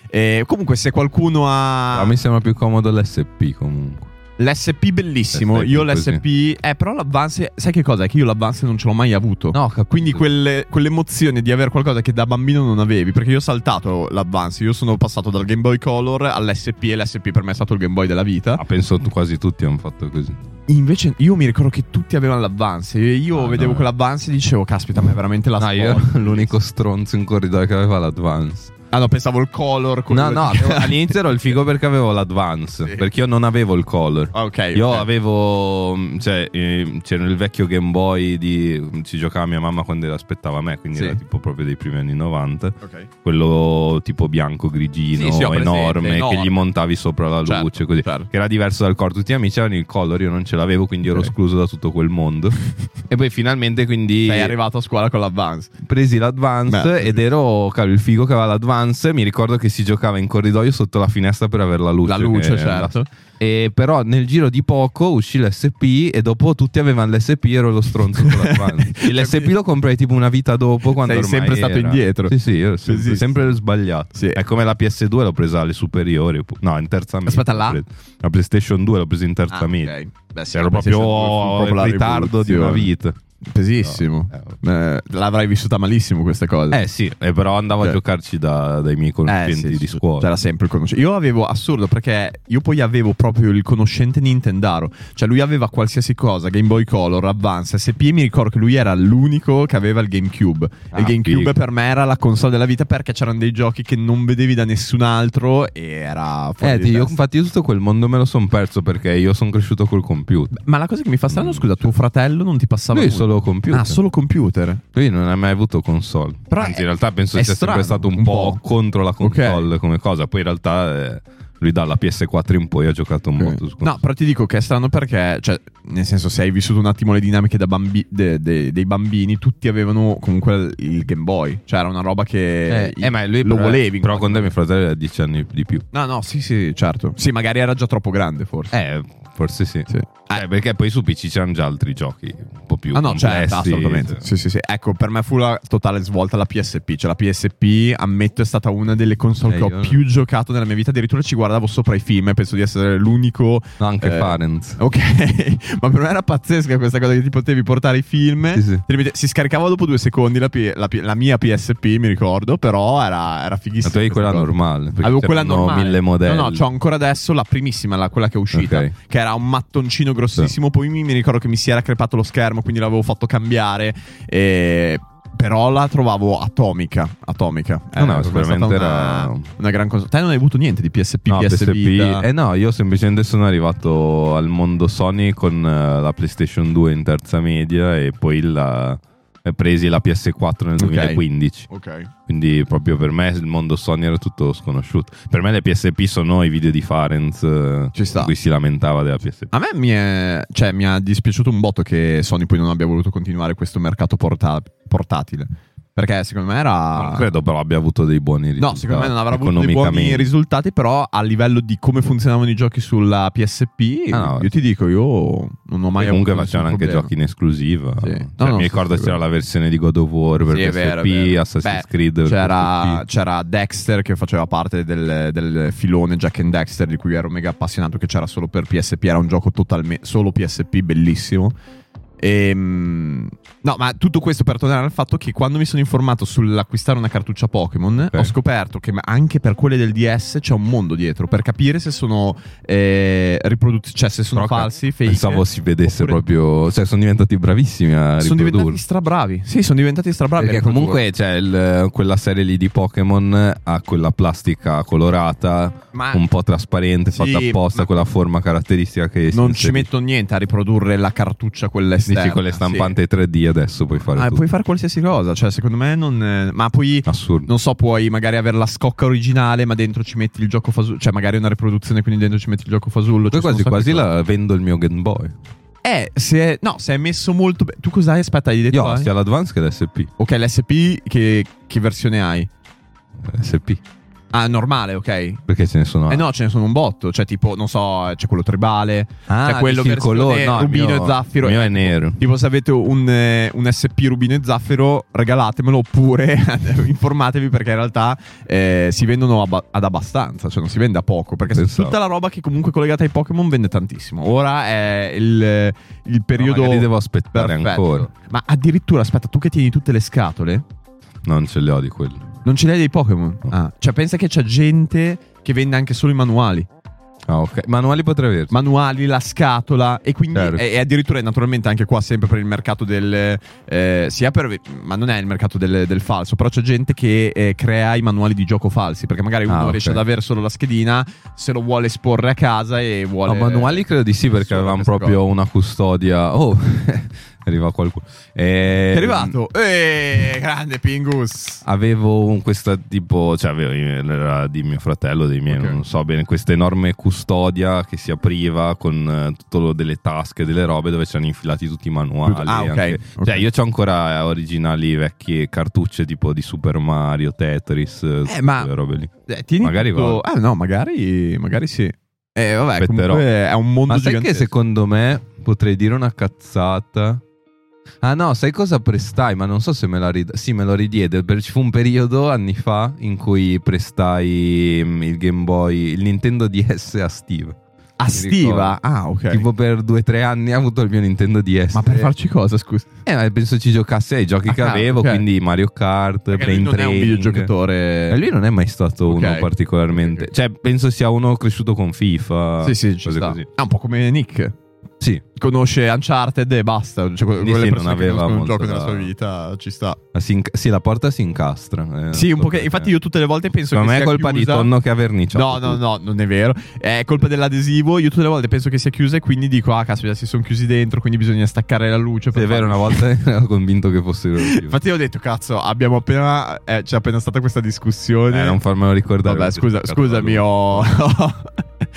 [SPEAKER 1] Eh, comunque, se qualcuno ha...
[SPEAKER 2] A me Ah, sembra più comodo l'SP comunque.
[SPEAKER 1] L'SP bellissimo,
[SPEAKER 2] SP
[SPEAKER 1] io
[SPEAKER 2] così.
[SPEAKER 1] l'SP... Eh, però l'avvance... Sai che cosa? È che io l'avvance non ce l'ho mai avuto.
[SPEAKER 2] No, capito.
[SPEAKER 1] Quindi quelle- quell'emozione di avere qualcosa che da bambino non avevi, perché io ho saltato l'avvance, io sono passato dal Game Boy Color all'SP e l'SP per me è stato il Game Boy della vita.
[SPEAKER 2] Ah, penso tu- quasi tutti hanno fatto così.
[SPEAKER 1] Invece io mi ricordo che tutti avevano l'avvance, e io
[SPEAKER 2] Ah, no,
[SPEAKER 1] vedevo
[SPEAKER 2] eh.
[SPEAKER 1] quell'avvance e dicevo caspita, ma è veramente la
[SPEAKER 2] no, Ah, io
[SPEAKER 1] scuola".
[SPEAKER 2] ero l'unico stronzo in corridoio che aveva l'advance.
[SPEAKER 1] Ah no, pensavo il Color con
[SPEAKER 2] No, no, avevo- all'inizio ero il figo perché avevo l'advance.
[SPEAKER 1] Sì.
[SPEAKER 2] Perché io non avevo il color.
[SPEAKER 1] Ah, ok.
[SPEAKER 2] Io
[SPEAKER 1] ok.
[SPEAKER 2] avevo. mh, Cioè, ehm, c'era il vecchio Game Boy di. mm, Ci giocava mia mamma quando aspettava me, quindi
[SPEAKER 1] Sì.
[SPEAKER 2] era tipo proprio dei primi anni 90.
[SPEAKER 1] Ok.
[SPEAKER 2] Quello tipo bianco grigino,
[SPEAKER 1] Sì, sì, ho presente,
[SPEAKER 2] enorme, che
[SPEAKER 1] enorme.
[SPEAKER 2] gli montavi sopra la
[SPEAKER 1] Certo,
[SPEAKER 2] luce, così.
[SPEAKER 1] certo.
[SPEAKER 2] Che era diverso dal core. Tutti gli amici avevano il color, io non ce l'avevo, quindi ero
[SPEAKER 1] Ok.
[SPEAKER 2] escluso da tutto quel mondo. e poi finalmente, quindi.
[SPEAKER 1] Sei arrivato a scuola con l'avvance.
[SPEAKER 2] presi l'advance
[SPEAKER 1] Beh.
[SPEAKER 2] ed ero cavolo, il figo che aveva l'advance. Mi ricordo che si giocava in corridoio sotto la finestra per avere la luce.
[SPEAKER 1] La luce,
[SPEAKER 2] che-
[SPEAKER 1] certo.
[SPEAKER 2] E però nel giro di poco uscì l'SP e dopo tutti avevano l'SP e ero lo stronzo con l'advance. L'SP lo comprai tipo una vita dopo quando
[SPEAKER 1] Cioè, Sei sempre
[SPEAKER 2] ormai
[SPEAKER 1] stato
[SPEAKER 2] era.
[SPEAKER 1] indietro.
[SPEAKER 2] Sì, sì, io ero sempre,
[SPEAKER 1] Sì, sì,
[SPEAKER 2] sempre sbagliato.
[SPEAKER 1] Sì.
[SPEAKER 2] È come la PS2 l'ho presa alle superiori, pu- no, in terza media.
[SPEAKER 1] Aspetta, là?
[SPEAKER 2] l'ho presa. La PlayStation 2 l'ho presa in terza
[SPEAKER 1] Ah, ok.
[SPEAKER 2] media.
[SPEAKER 1] Beh, sì,
[SPEAKER 2] Ero
[SPEAKER 1] la PlayStation fu
[SPEAKER 2] proprio
[SPEAKER 1] proprio la
[SPEAKER 2] in ritardo di una
[SPEAKER 1] rivoluzione.
[SPEAKER 2] vita.
[SPEAKER 1] Pesissimo.
[SPEAKER 2] No, eh,
[SPEAKER 1] Eh, l'avrai vissuta malissimo questa cosa.
[SPEAKER 2] Eh sì, eh, però andavo
[SPEAKER 1] Cioè.
[SPEAKER 2] a giocarci da- dai miei
[SPEAKER 1] Eh,
[SPEAKER 2] conoscenti
[SPEAKER 1] sì,
[SPEAKER 2] di
[SPEAKER 1] sì,
[SPEAKER 2] scuola.
[SPEAKER 1] C'era sempre il conoscente. Io avevo assurdo perché io poi avevo proprio il conoscente Nintendaro. Cioè, lui aveva qualsiasi cosa: Game Boy Color, Advance, SP. Mi ricordo che lui era l'unico che aveva il GameCube. E
[SPEAKER 2] Ah,
[SPEAKER 1] il GameCube
[SPEAKER 2] figo.
[SPEAKER 1] per me era la console della vita perché c'erano dei giochi che non vedevi da nessun altro. E era fuori
[SPEAKER 2] Eh,
[SPEAKER 1] di
[SPEAKER 2] io,
[SPEAKER 1] testa.
[SPEAKER 2] infatti, io tutto quel mondo me lo sono perso perché io sono cresciuto col computer.
[SPEAKER 1] Ma la cosa che mi fa strano, scusa, tuo fratello non ti passava
[SPEAKER 2] Lui
[SPEAKER 1] nulla?
[SPEAKER 2] solo computer.
[SPEAKER 1] Ah, solo computer.
[SPEAKER 2] Lui non ha mai avuto console.
[SPEAKER 1] Però
[SPEAKER 2] Anzi,
[SPEAKER 1] è-
[SPEAKER 2] in realtà penso
[SPEAKER 1] è
[SPEAKER 2] sia sempre
[SPEAKER 1] strano,
[SPEAKER 2] stato un,
[SPEAKER 1] un
[SPEAKER 2] po',
[SPEAKER 1] po'.
[SPEAKER 2] contro la console come cosa. Poi in realtà eh, lui dalla PS4 in poi ha giocato molto. su
[SPEAKER 1] No,
[SPEAKER 2] console.
[SPEAKER 1] però ti dico che è strano perché, cioè, nel senso, se hai vissuto un attimo le dinamiche da bambi- de- de- dei bambini, tutti avevano comunque il Game Boy. Cioè, era una roba che
[SPEAKER 2] Eh, eh, ma lui
[SPEAKER 1] lo
[SPEAKER 2] però-
[SPEAKER 1] volevi. in
[SPEAKER 2] Però
[SPEAKER 1] qualche
[SPEAKER 2] con te mio fratello ha 10 anni di più.
[SPEAKER 1] modo. No, no, sì, sì, certo. Sì, magari era già troppo grande, forse.
[SPEAKER 2] Eh, forse sì.
[SPEAKER 1] Sì.
[SPEAKER 2] Eh, perché poi su PC c'erano già altri giochi un po' più
[SPEAKER 1] Ah no,
[SPEAKER 2] complessi.
[SPEAKER 1] certo, assolutamente. Sì, sì, sì. Ecco, per me fu la totale svolta la PSP. Cioè, la PSP, ammetto, è stata una delle console
[SPEAKER 2] Eh,
[SPEAKER 1] che ho
[SPEAKER 2] io-
[SPEAKER 1] più giocato nella mia vita. Addirittura ci guardavo sopra i film e penso di essere l'unico
[SPEAKER 2] No, anche
[SPEAKER 1] Eh,
[SPEAKER 2] Parents.
[SPEAKER 1] Ok, ma per me era pazzesca questa cosa che ti potevi portare i film.
[SPEAKER 2] Sì, sì.
[SPEAKER 1] Te li mette- Si scaricava dopo due secondi la, P- la P- la mia PSP, mi ricordo, però era, era
[SPEAKER 2] Ma
[SPEAKER 1] fighissima.
[SPEAKER 2] tu avevi
[SPEAKER 1] questa cosa.
[SPEAKER 2] quella normale. perché
[SPEAKER 1] Avevo quella
[SPEAKER 2] c'erano
[SPEAKER 1] normale.
[SPEAKER 2] mille modelli.
[SPEAKER 1] No, no, c'ho ancora adesso la primissima, la- quella che è uscita,
[SPEAKER 2] Ok.
[SPEAKER 1] che era un mattoncino grossissimo. Poi mi, mi ricordo che mi si era crepato lo schermo, quindi l'avevo fatto cambiare. e- Però la trovavo atomica. Atomica. Eh,
[SPEAKER 2] No, no,
[SPEAKER 1] è stata una,
[SPEAKER 2] sicuramente era-
[SPEAKER 1] una gran cosa. Te non hai avuto niente di PSP,
[SPEAKER 2] No,
[SPEAKER 1] PS
[SPEAKER 2] PSP.
[SPEAKER 1] Vita?
[SPEAKER 2] Eh no, io semplicemente sono arrivato al mondo Sony con eh, la PlayStation 2 in terza media e poi la, eh, eh, presi la PS4 nel 2015.
[SPEAKER 1] Ok.
[SPEAKER 2] Quindi proprio per me il mondo Sony era tutto sconosciuto. Per me le PSP sono i video di Farenz eh,
[SPEAKER 1] Ci sta.
[SPEAKER 2] in cui si lamentava della PSP.
[SPEAKER 1] A me mi, è, cioè, mi ha dispiaciuto un botto che Sony poi non abbia voluto continuare questo mercato porta- portatile. Perché secondo me era.
[SPEAKER 2] Non credo però abbia avuto dei buoni risultati.
[SPEAKER 1] Ah. No, secondo me non avrà avuto dei buoni
[SPEAKER 2] economicamente.
[SPEAKER 1] risultati, però a livello di come funzionavano i giochi sulla PSP,
[SPEAKER 2] Ah, no.
[SPEAKER 1] io ti dico, io non ho mai
[SPEAKER 2] E comunque
[SPEAKER 1] avuto nessun
[SPEAKER 2] facevano anche
[SPEAKER 1] problema.
[SPEAKER 2] giochi in esclusiva.
[SPEAKER 1] Sì.
[SPEAKER 2] Cioè,
[SPEAKER 1] No, no,
[SPEAKER 2] mi
[SPEAKER 1] sì,
[SPEAKER 2] ricordo
[SPEAKER 1] sì,
[SPEAKER 2] c'era
[SPEAKER 1] sì.
[SPEAKER 2] la versione di God of War per
[SPEAKER 1] Sì, è
[SPEAKER 2] PSP,
[SPEAKER 1] vero, è vero.
[SPEAKER 2] Assassin's
[SPEAKER 1] Beh,
[SPEAKER 2] Creed. per
[SPEAKER 1] C'era,
[SPEAKER 2] PSP.
[SPEAKER 1] c'era Dexter che faceva parte del, del filone Jack and Dexter di cui ero mega appassionato che c'era solo per PSP, era un gioco totalmente solo PSP bellissimo. Ehm, no, ma tutto questo per tornare al fatto che quando mi sono informato sull'acquistare una cartuccia Pokémon,
[SPEAKER 2] Ok.
[SPEAKER 1] ho scoperto che ma- anche per quelle del DS c'è un mondo dietro per capire se sono eh, riproduzioni, cioè se sono
[SPEAKER 2] Porca,
[SPEAKER 1] falsi, fake.
[SPEAKER 2] Pensavo si vedesse
[SPEAKER 1] oppure-
[SPEAKER 2] proprio. Cioè, sono diventati bravissimi a
[SPEAKER 1] Sono
[SPEAKER 2] riprodurre.
[SPEAKER 1] diventati strabravi. Sì, sono diventati strabravi. a
[SPEAKER 2] Perché
[SPEAKER 1] riprodurre.
[SPEAKER 2] comunque c'è il- quella serie lì di Pokémon ha quella plastica colorata,
[SPEAKER 1] Ma-
[SPEAKER 2] un po' trasparente,
[SPEAKER 1] Ah. Sì,
[SPEAKER 2] fatta apposta,
[SPEAKER 1] ma-
[SPEAKER 2] quella forma caratteristica che
[SPEAKER 1] Non
[SPEAKER 2] si
[SPEAKER 1] ci metto niente a riprodurre la cartuccia quella esterna.
[SPEAKER 2] Dici con le stampanti 3D adesso puoi
[SPEAKER 1] sì.
[SPEAKER 2] fare
[SPEAKER 1] Ah,
[SPEAKER 2] tutto.
[SPEAKER 1] puoi fare qualsiasi cosa, cioè secondo me non... eh, Ma poi,
[SPEAKER 2] Assurdo.
[SPEAKER 1] non so, puoi magari avere la scocca originale ma dentro ci metti il gioco fasullo, cioè magari è una riproduzione quindi dentro ci metti il gioco fasullo. ci
[SPEAKER 2] Poi
[SPEAKER 1] sono
[SPEAKER 2] quasi
[SPEAKER 1] un sacco
[SPEAKER 2] quasi
[SPEAKER 1] di cose.
[SPEAKER 2] la vendo il mio Game Boy.
[SPEAKER 1] Eh, se è... no, se è messo molto... be- tu cos'hai? Aspetta, hai detto...
[SPEAKER 2] Io ho
[SPEAKER 1] eh?
[SPEAKER 2] sia l'Advance che l'SP.
[SPEAKER 1] Ok, l'SP che... che versione hai?
[SPEAKER 2] SP.
[SPEAKER 1] Ah, normale, ok.
[SPEAKER 2] Perché ce ne sono
[SPEAKER 1] Eh no, ce ne sono un botto, cioè tipo, non so, c'è quello tribale,
[SPEAKER 2] Ah,
[SPEAKER 1] c'è quello
[SPEAKER 2] dici il
[SPEAKER 1] versione
[SPEAKER 2] colore, no, il
[SPEAKER 1] rubino
[SPEAKER 2] mio-
[SPEAKER 1] e zaffiro.
[SPEAKER 2] il mio
[SPEAKER 1] Eh,
[SPEAKER 2] è
[SPEAKER 1] tipo-
[SPEAKER 2] nero.
[SPEAKER 1] Tipo se avete un, eh, un SP rubino e zaffiro, regalatemelo oppure informatevi perché in realtà eh, si vendono abba- ad abbastanza, cioè non si vende a poco, perché se-
[SPEAKER 2] Pensavo.
[SPEAKER 1] tutta la roba che comunque è collegata ai Pokémon vende tantissimo. Ora è il, il periodo...
[SPEAKER 2] magari devo aspettare
[SPEAKER 1] perfetto.
[SPEAKER 2] ancora.
[SPEAKER 1] Ma addirittura, aspetta, tu che tieni tutte le scatole,
[SPEAKER 2] Non ce le ho di quello.
[SPEAKER 1] non ce l'hai dei Pokémon?
[SPEAKER 2] No.
[SPEAKER 1] Ah, cioè pensa che c'è gente che vende anche solo i manuali.
[SPEAKER 2] Ah, ok. Manuali potrei averci.
[SPEAKER 1] manuali, la scatola e quindi
[SPEAKER 2] Certo.
[SPEAKER 1] e, e addirittura naturalmente anche qua sempre per il mercato del eh, sia per ma non è il mercato del, del falso, però c'è gente che eh, crea i manuali di gioco falsi, perché magari uno
[SPEAKER 2] Ah, ok.
[SPEAKER 1] riesce ad avere solo la schedina, se lo vuole esporre a casa e vuole
[SPEAKER 2] No, manuali credo di sì perché
[SPEAKER 1] Solo
[SPEAKER 2] avevamo
[SPEAKER 1] queste
[SPEAKER 2] proprio
[SPEAKER 1] cose.
[SPEAKER 2] una custodia. Oh, arriva qualcuno. Eh,
[SPEAKER 1] È arrivato. Eh, grande Pingus.
[SPEAKER 2] Avevo un- questa tipo, cioè avevo, era di mio fratello, dei miei,
[SPEAKER 1] Ok.
[SPEAKER 2] non so bene, questa enorme custodia che si apriva con eh, tutto lo delle tasche, delle robe dove c'erano infilati tutti i manuali.
[SPEAKER 1] Ah, ok,
[SPEAKER 2] anche-
[SPEAKER 1] ok.
[SPEAKER 2] Cioè io ho ancora eh, originali vecchie cartucce tipo di Super Mario, Tetris, eh, tutte
[SPEAKER 1] ma-
[SPEAKER 2] quelle robe lì.
[SPEAKER 1] Eh, tieni
[SPEAKER 2] Magari
[SPEAKER 1] tutto-
[SPEAKER 2] va.
[SPEAKER 1] Ah no, magari magari sì. Eh vabbè,
[SPEAKER 2] Aspetterò.
[SPEAKER 1] comunque è un mondo
[SPEAKER 2] Ma sai che
[SPEAKER 1] gigantesco.
[SPEAKER 2] secondo me potrei dire una cazzata? Ah no, sai cosa prestai? Ma non so se me la rid- Sì, me lo ridiede. per- Ci fu un periodo anni fa in cui prestai mm, il Game Boy, il Nintendo DS a Steve.
[SPEAKER 1] A stiva. Ah, ok.
[SPEAKER 2] Tipo per due o tre anni ha avuto il mio Nintendo DS.
[SPEAKER 1] ma per farci cosa, scusa?
[SPEAKER 2] Eh, ma penso ci giocasse ai giochi
[SPEAKER 1] Ah,
[SPEAKER 2] che
[SPEAKER 1] cavolo,
[SPEAKER 2] avevo,
[SPEAKER 1] ok.
[SPEAKER 2] quindi Mario Kart,
[SPEAKER 1] Perché
[SPEAKER 2] Plane
[SPEAKER 1] lui non è un
[SPEAKER 2] Training.
[SPEAKER 1] videogiocatore.
[SPEAKER 2] Eh, lui non è mai stato
[SPEAKER 1] Ok.
[SPEAKER 2] uno particolarmente.
[SPEAKER 1] Ok.
[SPEAKER 2] Cioè, penso sia uno cresciuto con FIFA.
[SPEAKER 1] Sì, sì, ci
[SPEAKER 2] cose
[SPEAKER 1] sta.
[SPEAKER 2] così.
[SPEAKER 1] Ah, un po' come Nick.
[SPEAKER 2] Sì,
[SPEAKER 1] Conosce Uncharted e basta. Cioè, que-
[SPEAKER 2] Quindi
[SPEAKER 1] quelle
[SPEAKER 2] sì, non
[SPEAKER 1] persone che
[SPEAKER 2] aveva
[SPEAKER 1] conoscono un
[SPEAKER 2] molto
[SPEAKER 1] gioco
[SPEAKER 2] da-
[SPEAKER 1] nella sua vita ci sta.
[SPEAKER 2] Ah, si inca- sì, la porta si incastra. eh,
[SPEAKER 1] sì, un po' che.
[SPEAKER 2] perché-
[SPEAKER 1] Infatti, io tutte le volte penso
[SPEAKER 2] Secondo
[SPEAKER 1] che
[SPEAKER 2] me è
[SPEAKER 1] sia
[SPEAKER 2] colpa
[SPEAKER 1] chiusa.
[SPEAKER 2] di tonno che ha
[SPEAKER 1] No,
[SPEAKER 2] verniciato.
[SPEAKER 1] no, no, non è vero. È colpa dell'adesivo. Io tutte le volte penso che sia chiusa e quindi dico: Ah, caspita, si sono chiusi dentro, quindi bisogna staccare la luce.
[SPEAKER 2] tutto.
[SPEAKER 1] per
[SPEAKER 2] Sì, È vero,
[SPEAKER 1] farlo
[SPEAKER 2] una volta ero convinto che fosse chiuso.
[SPEAKER 1] Infatti, ho detto: Cazzo, abbiamo appena. eh, c'è appena stata questa discussione.
[SPEAKER 2] Eh, non farmelo ricordare.
[SPEAKER 1] Vabbè, scusa,
[SPEAKER 2] Cazzo,
[SPEAKER 1] scusami,
[SPEAKER 2] allora.
[SPEAKER 1] ho.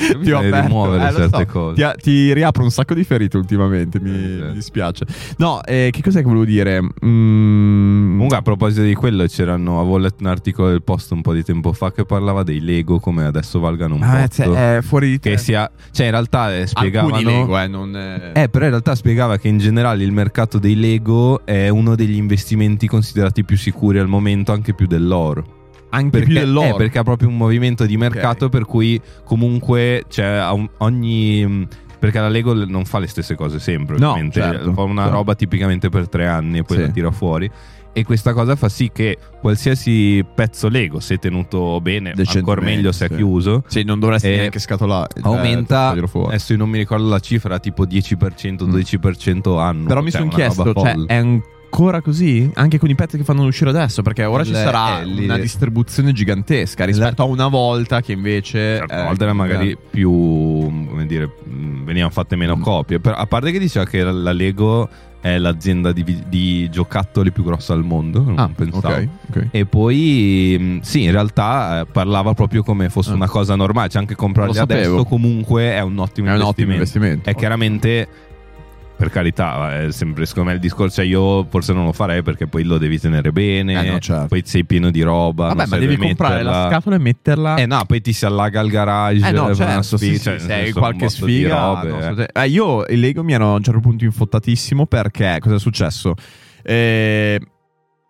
[SPEAKER 1] ti
[SPEAKER 2] Bisogna
[SPEAKER 1] ho aperto.
[SPEAKER 2] rimuovere
[SPEAKER 1] Eh, lo so.
[SPEAKER 2] certe cose.
[SPEAKER 1] Ti, ti riapro un sacco di ferite ultimamente. Mi,
[SPEAKER 2] Eh, sì.
[SPEAKER 1] mi dispiace. No, eh, che cos'è che volevo dire? Mm,
[SPEAKER 2] Comunque, a proposito di quello, c'erano. Avevo letto un articolo del post un po' di tempo fa che parlava dei Lego come adesso valgano un
[SPEAKER 1] ah,
[SPEAKER 2] botto.
[SPEAKER 1] cioè, eh, fuori di
[SPEAKER 2] Che
[SPEAKER 1] te.
[SPEAKER 2] sia. Cioè, in realtà eh, spiegavano.
[SPEAKER 1] Alcuni Lego, eh, non. eh.
[SPEAKER 2] Eh, però in realtà spiegava che in generale il mercato dei Lego è uno degli investimenti considerati più sicuri al momento, anche più dell'oro.
[SPEAKER 1] anche
[SPEAKER 2] perché,
[SPEAKER 1] più dell'oro.
[SPEAKER 2] eh, perché ha proprio un movimento di mercato per cui comunque c'è un- ogni mh, perché la Lego l- non fa le stesse cose sempre
[SPEAKER 1] No,
[SPEAKER 2] ovviamente
[SPEAKER 1] certo,
[SPEAKER 2] fa una
[SPEAKER 1] certo.
[SPEAKER 2] roba tipicamente per tre anni e poi
[SPEAKER 1] Sì.
[SPEAKER 2] la tira fuori e questa cosa fa sì che qualsiasi pezzo Lego se tenuto bene ancora
[SPEAKER 1] Decentemente,
[SPEAKER 2] meglio se è
[SPEAKER 1] sì.
[SPEAKER 2] chiuso
[SPEAKER 1] Sì, non dovresti
[SPEAKER 2] Eh,
[SPEAKER 1] neanche scatolare. eh,
[SPEAKER 2] aumenta
[SPEAKER 1] toglierlo fuori. Mm.
[SPEAKER 2] adesso io non mi ricordo la cifra tipo 10% 12% anno
[SPEAKER 1] Però mi
[SPEAKER 2] Cioè,
[SPEAKER 1] sono
[SPEAKER 2] una roba
[SPEAKER 1] chiesto, cioè,
[SPEAKER 2] folle.
[SPEAKER 1] è ancora così? Anche con i pezzi che fanno uscire adesso? Perché ora ci
[SPEAKER 2] Le-
[SPEAKER 1] sarà
[SPEAKER 2] eh, lì-
[SPEAKER 1] una distribuzione gigantesca rispetto a una volta che invece.
[SPEAKER 2] Certe
[SPEAKER 1] eh,
[SPEAKER 2] volte era magari più, come dire, mh, venivano fatte meno
[SPEAKER 1] Mm.
[SPEAKER 2] copie. Però, a parte che diceva che la, la Lego è l'azienda di, vi- di giocattoli più grossa al mondo. Non
[SPEAKER 1] Ah,
[SPEAKER 2] pensavo.
[SPEAKER 1] ok, ok.
[SPEAKER 2] E poi mh, sì, in realtà eh, parlava proprio come fosse
[SPEAKER 1] Ah.
[SPEAKER 2] una cosa normale, cioè anche comprarli
[SPEAKER 1] Lo sapevo.
[SPEAKER 2] adesso comunque è un ottimo
[SPEAKER 1] È un ottimo
[SPEAKER 2] investimento.
[SPEAKER 1] investimento.
[SPEAKER 2] È chiaramente per carità, è sempre secondo me il discorso, cioè io forse non lo farei perché poi lo devi tenere bene,
[SPEAKER 1] Eh, no, certo.
[SPEAKER 2] poi sei pieno di roba,
[SPEAKER 1] Vabbè,
[SPEAKER 2] non
[SPEAKER 1] ma
[SPEAKER 2] serve
[SPEAKER 1] devi comprare
[SPEAKER 2] metterla.
[SPEAKER 1] la scatola e metterla.
[SPEAKER 2] Eh no, poi ti si allaga il garage,
[SPEAKER 1] Eh no,
[SPEAKER 2] fa una
[SPEAKER 1] certo, sì,
[SPEAKER 2] sfiga,
[SPEAKER 1] sì,
[SPEAKER 2] cioè,
[SPEAKER 1] se
[SPEAKER 2] nel
[SPEAKER 1] hai
[SPEAKER 2] senso,
[SPEAKER 1] qualche
[SPEAKER 2] un botto di
[SPEAKER 1] sfiga. no,
[SPEAKER 2] robe, eh.
[SPEAKER 1] assolutamente. Eh, io e Lego mi ero a un certo punto infottatissimo perché cosa è successo? Eh,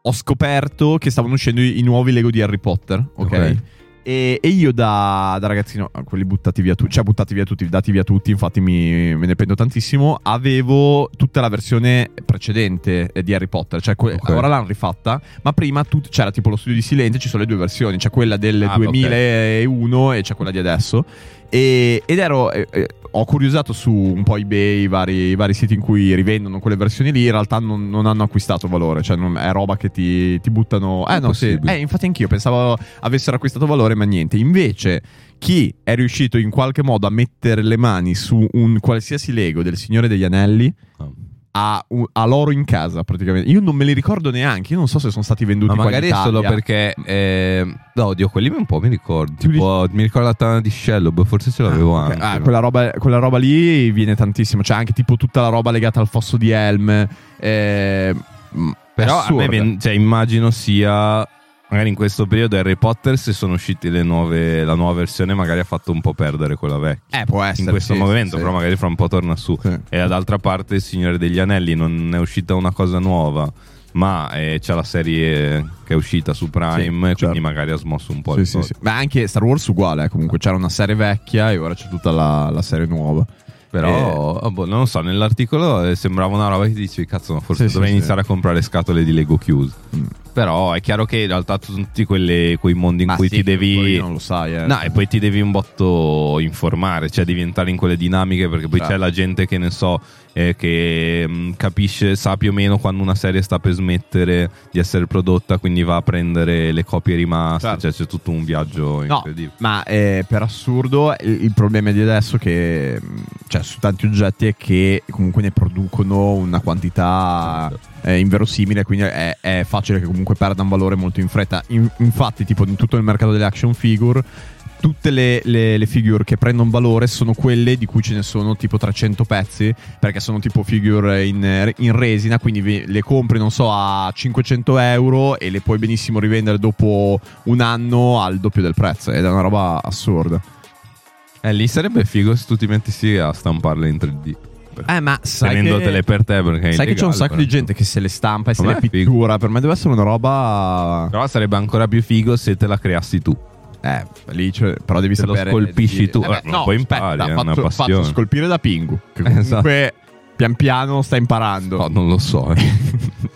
[SPEAKER 1] ho scoperto che stavano uscendo i, i nuovi Lego di Harry Potter, ok?
[SPEAKER 2] Ok.
[SPEAKER 1] E, e io da, da ragazzino, ah, quelli buttati via tutti, cioè buttati via tutti, dati via tutti, infatti mi- me ne pento tantissimo, avevo tutta la versione precedente eh, di Harry Potter, cioè que-
[SPEAKER 2] Ok.
[SPEAKER 1] ora l'hanno rifatta, ma prima tut- c'era tipo lo studio di Silente, ci sono le due versioni, c'è quella del
[SPEAKER 2] Ah,
[SPEAKER 1] 2001 e c'è quella di adesso. E- ed ero. eh, eh, ho curiosato su un po' eBay, i vari, i vari siti in cui rivendono quelle versioni lì. In realtà non, non hanno acquistato valore, cioè non- è roba che ti, ti buttano. Eh, no, sì.
[SPEAKER 2] Impossibile.
[SPEAKER 1] Eh, infatti anch'io pensavo avessero acquistato valore, ma niente. Invece, chi è riuscito in qualche modo a mettere le mani su un qualsiasi Lego del Signore degli Anelli
[SPEAKER 2] No.
[SPEAKER 1] ha, un- ha loro in casa praticamente. Io non me li ricordo neanche. Io non so se sono stati venduti
[SPEAKER 2] Ma
[SPEAKER 1] qua in
[SPEAKER 2] magari è solo
[SPEAKER 1] Italia.
[SPEAKER 2] perché. Eh, no, oddio, quelli un po' mi ricordo.
[SPEAKER 1] Tu li-
[SPEAKER 2] Tipo, mi ricordo la tana di Shellob, forse ce l'avevo
[SPEAKER 1] Ah, ok.
[SPEAKER 2] anche.
[SPEAKER 1] Ah, quella, roba, quella roba lì viene tantissimo. C'è anche tipo tutta la roba legata al fosso di Helm. eh, mh,
[SPEAKER 2] Però
[SPEAKER 1] assurda.
[SPEAKER 2] a me ven- cioè, immagino sia. Magari in questo periodo Harry Potter, se sono uscite le nuove, la nuova versione, magari ha fatto un po' perdere quella vecchia.
[SPEAKER 1] Eh, può essere.
[SPEAKER 2] In questo
[SPEAKER 1] sì,
[SPEAKER 2] momento,
[SPEAKER 1] sì,
[SPEAKER 2] però magari fra un po' torna su.
[SPEAKER 1] sì.
[SPEAKER 2] E dall'altra parte, il Signore degli Anelli non è uscita una cosa nuova, ma eh, c'è la serie che è uscita su Prime,
[SPEAKER 1] Sì,
[SPEAKER 2] quindi
[SPEAKER 1] certo.
[SPEAKER 2] magari ha smosso un po'
[SPEAKER 1] Sì,
[SPEAKER 2] il
[SPEAKER 1] sì, sì. Ma anche Star Wars uguale, eh, comunque c'era una serie vecchia e ora c'è tutta la, la serie nuova.
[SPEAKER 2] Però
[SPEAKER 1] Eh.
[SPEAKER 2] oh, boh, non lo so, nell'articolo eh, sembrava una roba che dicevi cazzo, ma forse
[SPEAKER 1] Sì, sì,
[SPEAKER 2] dovrei
[SPEAKER 1] sì.
[SPEAKER 2] iniziare a comprare scatole di Lego chiuse.
[SPEAKER 1] Mm.
[SPEAKER 2] Però è chiaro che in realtà tutti quelle- quei mondi in
[SPEAKER 1] Ma
[SPEAKER 2] cui
[SPEAKER 1] Ah, sì,
[SPEAKER 2] ti
[SPEAKER 1] poi
[SPEAKER 2] devi
[SPEAKER 1] Non lo sai, eh.
[SPEAKER 2] No, e poi ti devi un botto informare, cioè devi entrare in quelle dinamiche perché poi
[SPEAKER 1] Certo.
[SPEAKER 2] c'è la gente che ne so, eh, che mh, capisce, sa più o meno quando una serie sta per smettere di essere prodotta, quindi va a prendere le copie rimaste,
[SPEAKER 1] Certo.
[SPEAKER 2] cioè c'è tutto un viaggio
[SPEAKER 1] No,
[SPEAKER 2] incredibile.
[SPEAKER 1] Ma eh, per assurdo il, il problema di adesso che mh, cioè, su tanti oggetti è che comunque ne producono una quantità è inverosimile, quindi è, è facile che comunque perda un valore molto in fretta. In- infatti, tipo in tutto il mercato delle action figure, tutte le, le- le figure che prendono valore sono quelle di cui ce ne sono tipo 300 pezzi, perché sono tipo figure in, in resina, quindi vi- le compri, non so, a 500 euro e le puoi benissimo rivendere dopo un anno al doppio del prezzo, ed è una roba assurda.
[SPEAKER 2] Eh, lì sarebbe figo se tu ti mettessi a stamparle in 3D.
[SPEAKER 1] Eh, ma
[SPEAKER 2] tenendotele per te perché è
[SPEAKER 1] Sai che c'è un
[SPEAKER 2] illegale,
[SPEAKER 1] sacco
[SPEAKER 2] però.
[SPEAKER 1] di gente che se le stampa e se
[SPEAKER 2] Vabbè,
[SPEAKER 1] le
[SPEAKER 2] è figo.
[SPEAKER 1] pittura. Per me deve essere una roba.
[SPEAKER 2] Però sarebbe ancora più figo se te la creassi tu.
[SPEAKER 1] Eh, lì c'è- però devi
[SPEAKER 2] Se lo
[SPEAKER 1] sapere.
[SPEAKER 2] scolpisci tu. Eh, non puoi impari, è
[SPEAKER 1] fatto,
[SPEAKER 2] una passione.
[SPEAKER 1] fatto scolpire da Pingu. Che
[SPEAKER 2] Esatto.
[SPEAKER 1] comunque pian piano sta imparando.
[SPEAKER 2] No, non lo so. eh.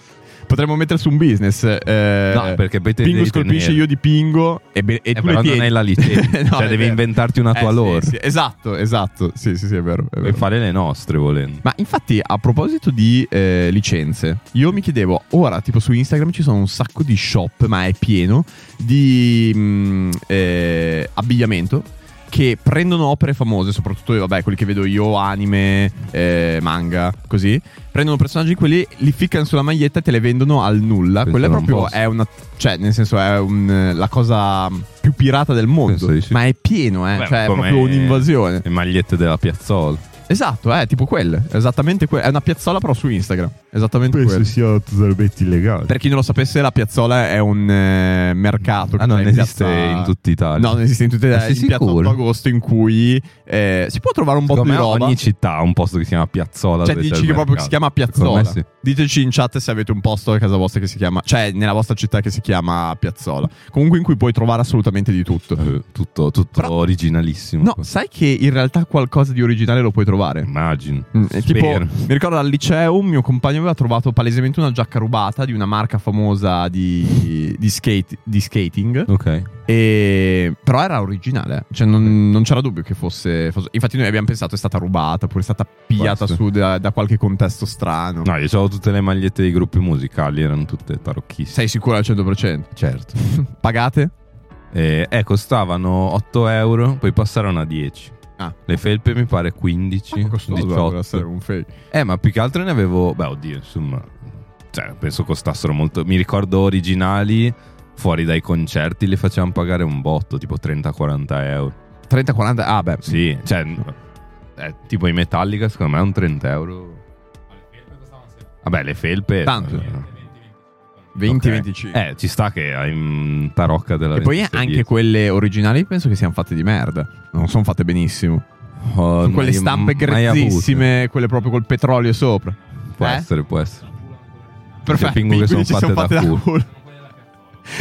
[SPEAKER 1] Potremmo mettere su un business. eh,
[SPEAKER 2] No, perché poi te li
[SPEAKER 1] Pingu
[SPEAKER 2] devi
[SPEAKER 1] scolpisce
[SPEAKER 2] tenere.
[SPEAKER 1] io di Pingo e, be- e
[SPEAKER 2] Eh,
[SPEAKER 1] tu
[SPEAKER 2] però
[SPEAKER 1] le
[SPEAKER 2] non
[SPEAKER 1] tieni.
[SPEAKER 2] è la licenza.
[SPEAKER 1] No,
[SPEAKER 2] cioè,
[SPEAKER 1] è
[SPEAKER 2] devi
[SPEAKER 1] vero.
[SPEAKER 2] inventarti una
[SPEAKER 1] Eh,
[SPEAKER 2] tua
[SPEAKER 1] sì,
[SPEAKER 2] lore.
[SPEAKER 1] sì, esatto, esatto. Sì, sì, sì, è vero. è
[SPEAKER 2] Puoi
[SPEAKER 1] vero.
[SPEAKER 2] fare le nostre volendo.
[SPEAKER 1] Ma infatti, a proposito di eh, licenze, io mi chiedevo, ora tipo su Instagram ci sono un sacco di shop, ma è pieno, di mh, eh, abbigliamento che prendono opere famose, soprattutto vabbè, quelli che vedo io, anime, eh, manga, così. Prendono personaggi di quelli, li ficcano sulla maglietta e te le vendono al nulla.
[SPEAKER 2] Questo
[SPEAKER 1] Quella è
[SPEAKER 2] non
[SPEAKER 1] proprio
[SPEAKER 2] posso.
[SPEAKER 1] è una cioè, nel senso è un, eh, la cosa più pirata del mondo,
[SPEAKER 2] Penso di sì.
[SPEAKER 1] ma è pieno, eh,
[SPEAKER 2] Beh,
[SPEAKER 1] cioè è
[SPEAKER 2] come-
[SPEAKER 1] proprio un'invasione.
[SPEAKER 2] Le magliette della piazzola.
[SPEAKER 1] Esatto, è tipo quelle, esattamente quelle. È una piazzola però su Instagram, esattamente
[SPEAKER 3] Penso
[SPEAKER 1] quella.
[SPEAKER 3] sia totalmente illegale.
[SPEAKER 1] Per chi non lo sapesse, la piazzola è un eh, mercato.
[SPEAKER 2] Ah, non
[SPEAKER 1] che
[SPEAKER 2] esiste
[SPEAKER 1] piazza-
[SPEAKER 2] in tutta Italia.
[SPEAKER 1] No, non esiste in tutte
[SPEAKER 2] Ma
[SPEAKER 1] le
[SPEAKER 2] sei
[SPEAKER 1] in piazza
[SPEAKER 2] sicuro?
[SPEAKER 1] 8 agosto in cui eh, si può trovare un po'
[SPEAKER 2] Secondo
[SPEAKER 1] di
[SPEAKER 2] me
[SPEAKER 1] roba.
[SPEAKER 2] ogni città ha un posto che si chiama piazzola.
[SPEAKER 1] Cioè,
[SPEAKER 2] dove c'è
[SPEAKER 1] dici
[SPEAKER 2] il
[SPEAKER 1] che proprio che si
[SPEAKER 2] mercato.
[SPEAKER 1] chiama
[SPEAKER 2] Secondo
[SPEAKER 1] piazzola.
[SPEAKER 2] me sì.
[SPEAKER 1] Diteci in chat se avete un posto a casa vostra che si chiama, cioè nella vostra città che si chiama piazzola. Comunque in cui puoi trovare assolutamente di tutto.
[SPEAKER 2] Eh, Tutto, tutto
[SPEAKER 1] Però-
[SPEAKER 2] originalissimo.
[SPEAKER 1] No, sai che in realtà qualcosa di originale lo puoi trovare.
[SPEAKER 2] Immagino.
[SPEAKER 1] Mm, eh, tipo,
[SPEAKER 2] Spero.
[SPEAKER 1] mi ricordo al liceo un mio compagno aveva trovato palesemente una giacca rubata di una marca famosa di, di skate- di skating.
[SPEAKER 2] Ok.
[SPEAKER 1] E- però era originale, cioè non, non c'era dubbio che fosse, fosse- Infatti, noi abbiamo pensato è stata rubata oppure è stata pigliata
[SPEAKER 2] essere.
[SPEAKER 1] su da, da qualche contesto strano.
[SPEAKER 2] No, io avevo tutte le magliette dei gruppi musicali, erano tutte tarocchissime.
[SPEAKER 1] Sei sicuro al 100%?
[SPEAKER 2] Certo.
[SPEAKER 1] Pagate?
[SPEAKER 2] Eh, eh, costavano 8 euro, poi passarono a 10.
[SPEAKER 1] Ah.
[SPEAKER 2] Le felpe mi pare 15,
[SPEAKER 1] Costoso, dovrebbe
[SPEAKER 2] 18.
[SPEAKER 1] essere un fake.
[SPEAKER 2] Eh, ma più che altro ne avevo. Beh, oddio, insomma. Cioè, penso costassero molto. Mi ricordo originali fuori dai concerti li facevamo pagare un botto, tipo 30-40 euro.
[SPEAKER 1] 30-40, ah beh,
[SPEAKER 2] Sì, cioè. eh, tipo i Metallica, secondo me, un 30 euro. Vabbè, le felpe.
[SPEAKER 1] Tanto.
[SPEAKER 2] eh,
[SPEAKER 1] 20-25.
[SPEAKER 2] Eh, ci sta che hai un tarocca della
[SPEAKER 1] E poi
[SPEAKER 2] 26
[SPEAKER 1] anche
[SPEAKER 2] dietro.
[SPEAKER 1] quelle originali penso che siano fatte di merda. Non sono fatte benissimo.
[SPEAKER 2] Oh,
[SPEAKER 1] Sono
[SPEAKER 2] non
[SPEAKER 1] quelle
[SPEAKER 2] li ho
[SPEAKER 1] stampe
[SPEAKER 2] mai avute.
[SPEAKER 1] grezzissime, quelle proprio col petrolio sopra.
[SPEAKER 2] Può
[SPEAKER 1] Eh?
[SPEAKER 2] essere, può essere.
[SPEAKER 1] Perfetto.
[SPEAKER 2] pingue che
[SPEAKER 1] quindi
[SPEAKER 2] sono
[SPEAKER 1] ci
[SPEAKER 2] fatte da culo.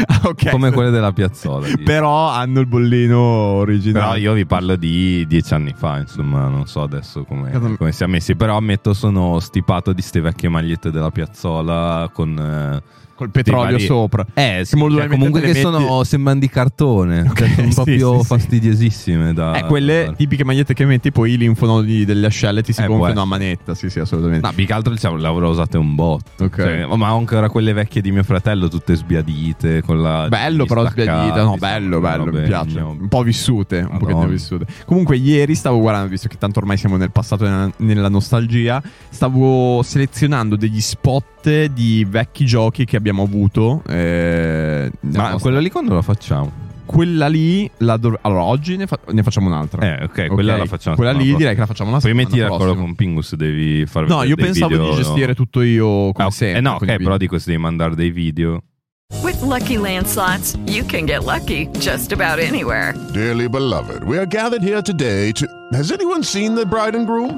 [SPEAKER 1] Ah, ok.
[SPEAKER 2] Come quelle della piazzola. dico.
[SPEAKER 1] Però hanno il bollino originale.
[SPEAKER 2] Però io vi parlo di dieci anni fa, insomma, non so adesso come,
[SPEAKER 1] Cosa-
[SPEAKER 2] come sia messi. Però ammetto sono stipato di ste vecchie magliette della piazzola con... eh,
[SPEAKER 1] Col petrolio
[SPEAKER 2] Dei vari-
[SPEAKER 1] sopra.
[SPEAKER 2] Eh,
[SPEAKER 1] Che molto
[SPEAKER 2] cioè, comunque
[SPEAKER 1] probabilmente
[SPEAKER 2] che
[SPEAKER 1] te le metti-
[SPEAKER 2] sono, sembrano di cartone, cioè,
[SPEAKER 1] Ok,
[SPEAKER 2] sono
[SPEAKER 1] sì,
[SPEAKER 2] proprio
[SPEAKER 1] sì, sì.
[SPEAKER 2] fastidiosissime da...
[SPEAKER 1] Eh, quelle
[SPEAKER 2] da-
[SPEAKER 1] tipiche magliette che metti, poi i linfonodi delle ascelle ti si
[SPEAKER 2] esatto. Eh, può
[SPEAKER 1] gonfiano a
[SPEAKER 2] essere.
[SPEAKER 1] manetta. Sì, sì, assolutamente.
[SPEAKER 2] No, più che altro diciamo, le avrò usate un botto.
[SPEAKER 1] Ok.
[SPEAKER 2] Cioè, ma ancora quelle vecchie di mio fratello, tutte sbiadite. Con la
[SPEAKER 1] Bello però
[SPEAKER 2] distaccati,
[SPEAKER 1] sbiadita, no
[SPEAKER 2] insomma,
[SPEAKER 1] bello, bello,
[SPEAKER 2] robe,
[SPEAKER 1] mi piace.
[SPEAKER 2] diciamo,
[SPEAKER 1] Un po' vissute, un pochettino
[SPEAKER 2] Madonna.
[SPEAKER 1] vissute. Comunque ieri stavo guardando, visto che tanto ormai siamo nel passato e nella- nella nostalgia, stavo selezionando degli spot di vecchi giochi che abbiamo avuto. eh, nella
[SPEAKER 2] Ma
[SPEAKER 1] nostra-
[SPEAKER 2] quella lì quando la facciamo?
[SPEAKER 1] quella lì, la dov- allora oggi ne, fa- ne facciamo un'altra.
[SPEAKER 2] Eh, ok, quella
[SPEAKER 1] Ok,
[SPEAKER 2] la facciamo.
[SPEAKER 1] Quella lì
[SPEAKER 2] settimana
[SPEAKER 1] direi che la facciamo la
[SPEAKER 2] prossima. Poi metti
[SPEAKER 1] settimana
[SPEAKER 2] d'accordo
[SPEAKER 1] prossima.
[SPEAKER 2] con Pingus, devi far
[SPEAKER 1] No,
[SPEAKER 2] vedere
[SPEAKER 1] io
[SPEAKER 2] dei
[SPEAKER 1] pensavo
[SPEAKER 2] video,
[SPEAKER 1] di gestire tutto io come
[SPEAKER 2] Ah, ok.
[SPEAKER 1] sempre.
[SPEAKER 2] Eh, no,
[SPEAKER 1] con i
[SPEAKER 2] ok,
[SPEAKER 1] video.
[SPEAKER 2] però dico se devi mandare dei video.
[SPEAKER 3] With Lucky Land slots, you can get lucky just about anywhere.
[SPEAKER 4] Dearly beloved, we are gathered here today to. Has anyone seen the bride and groom?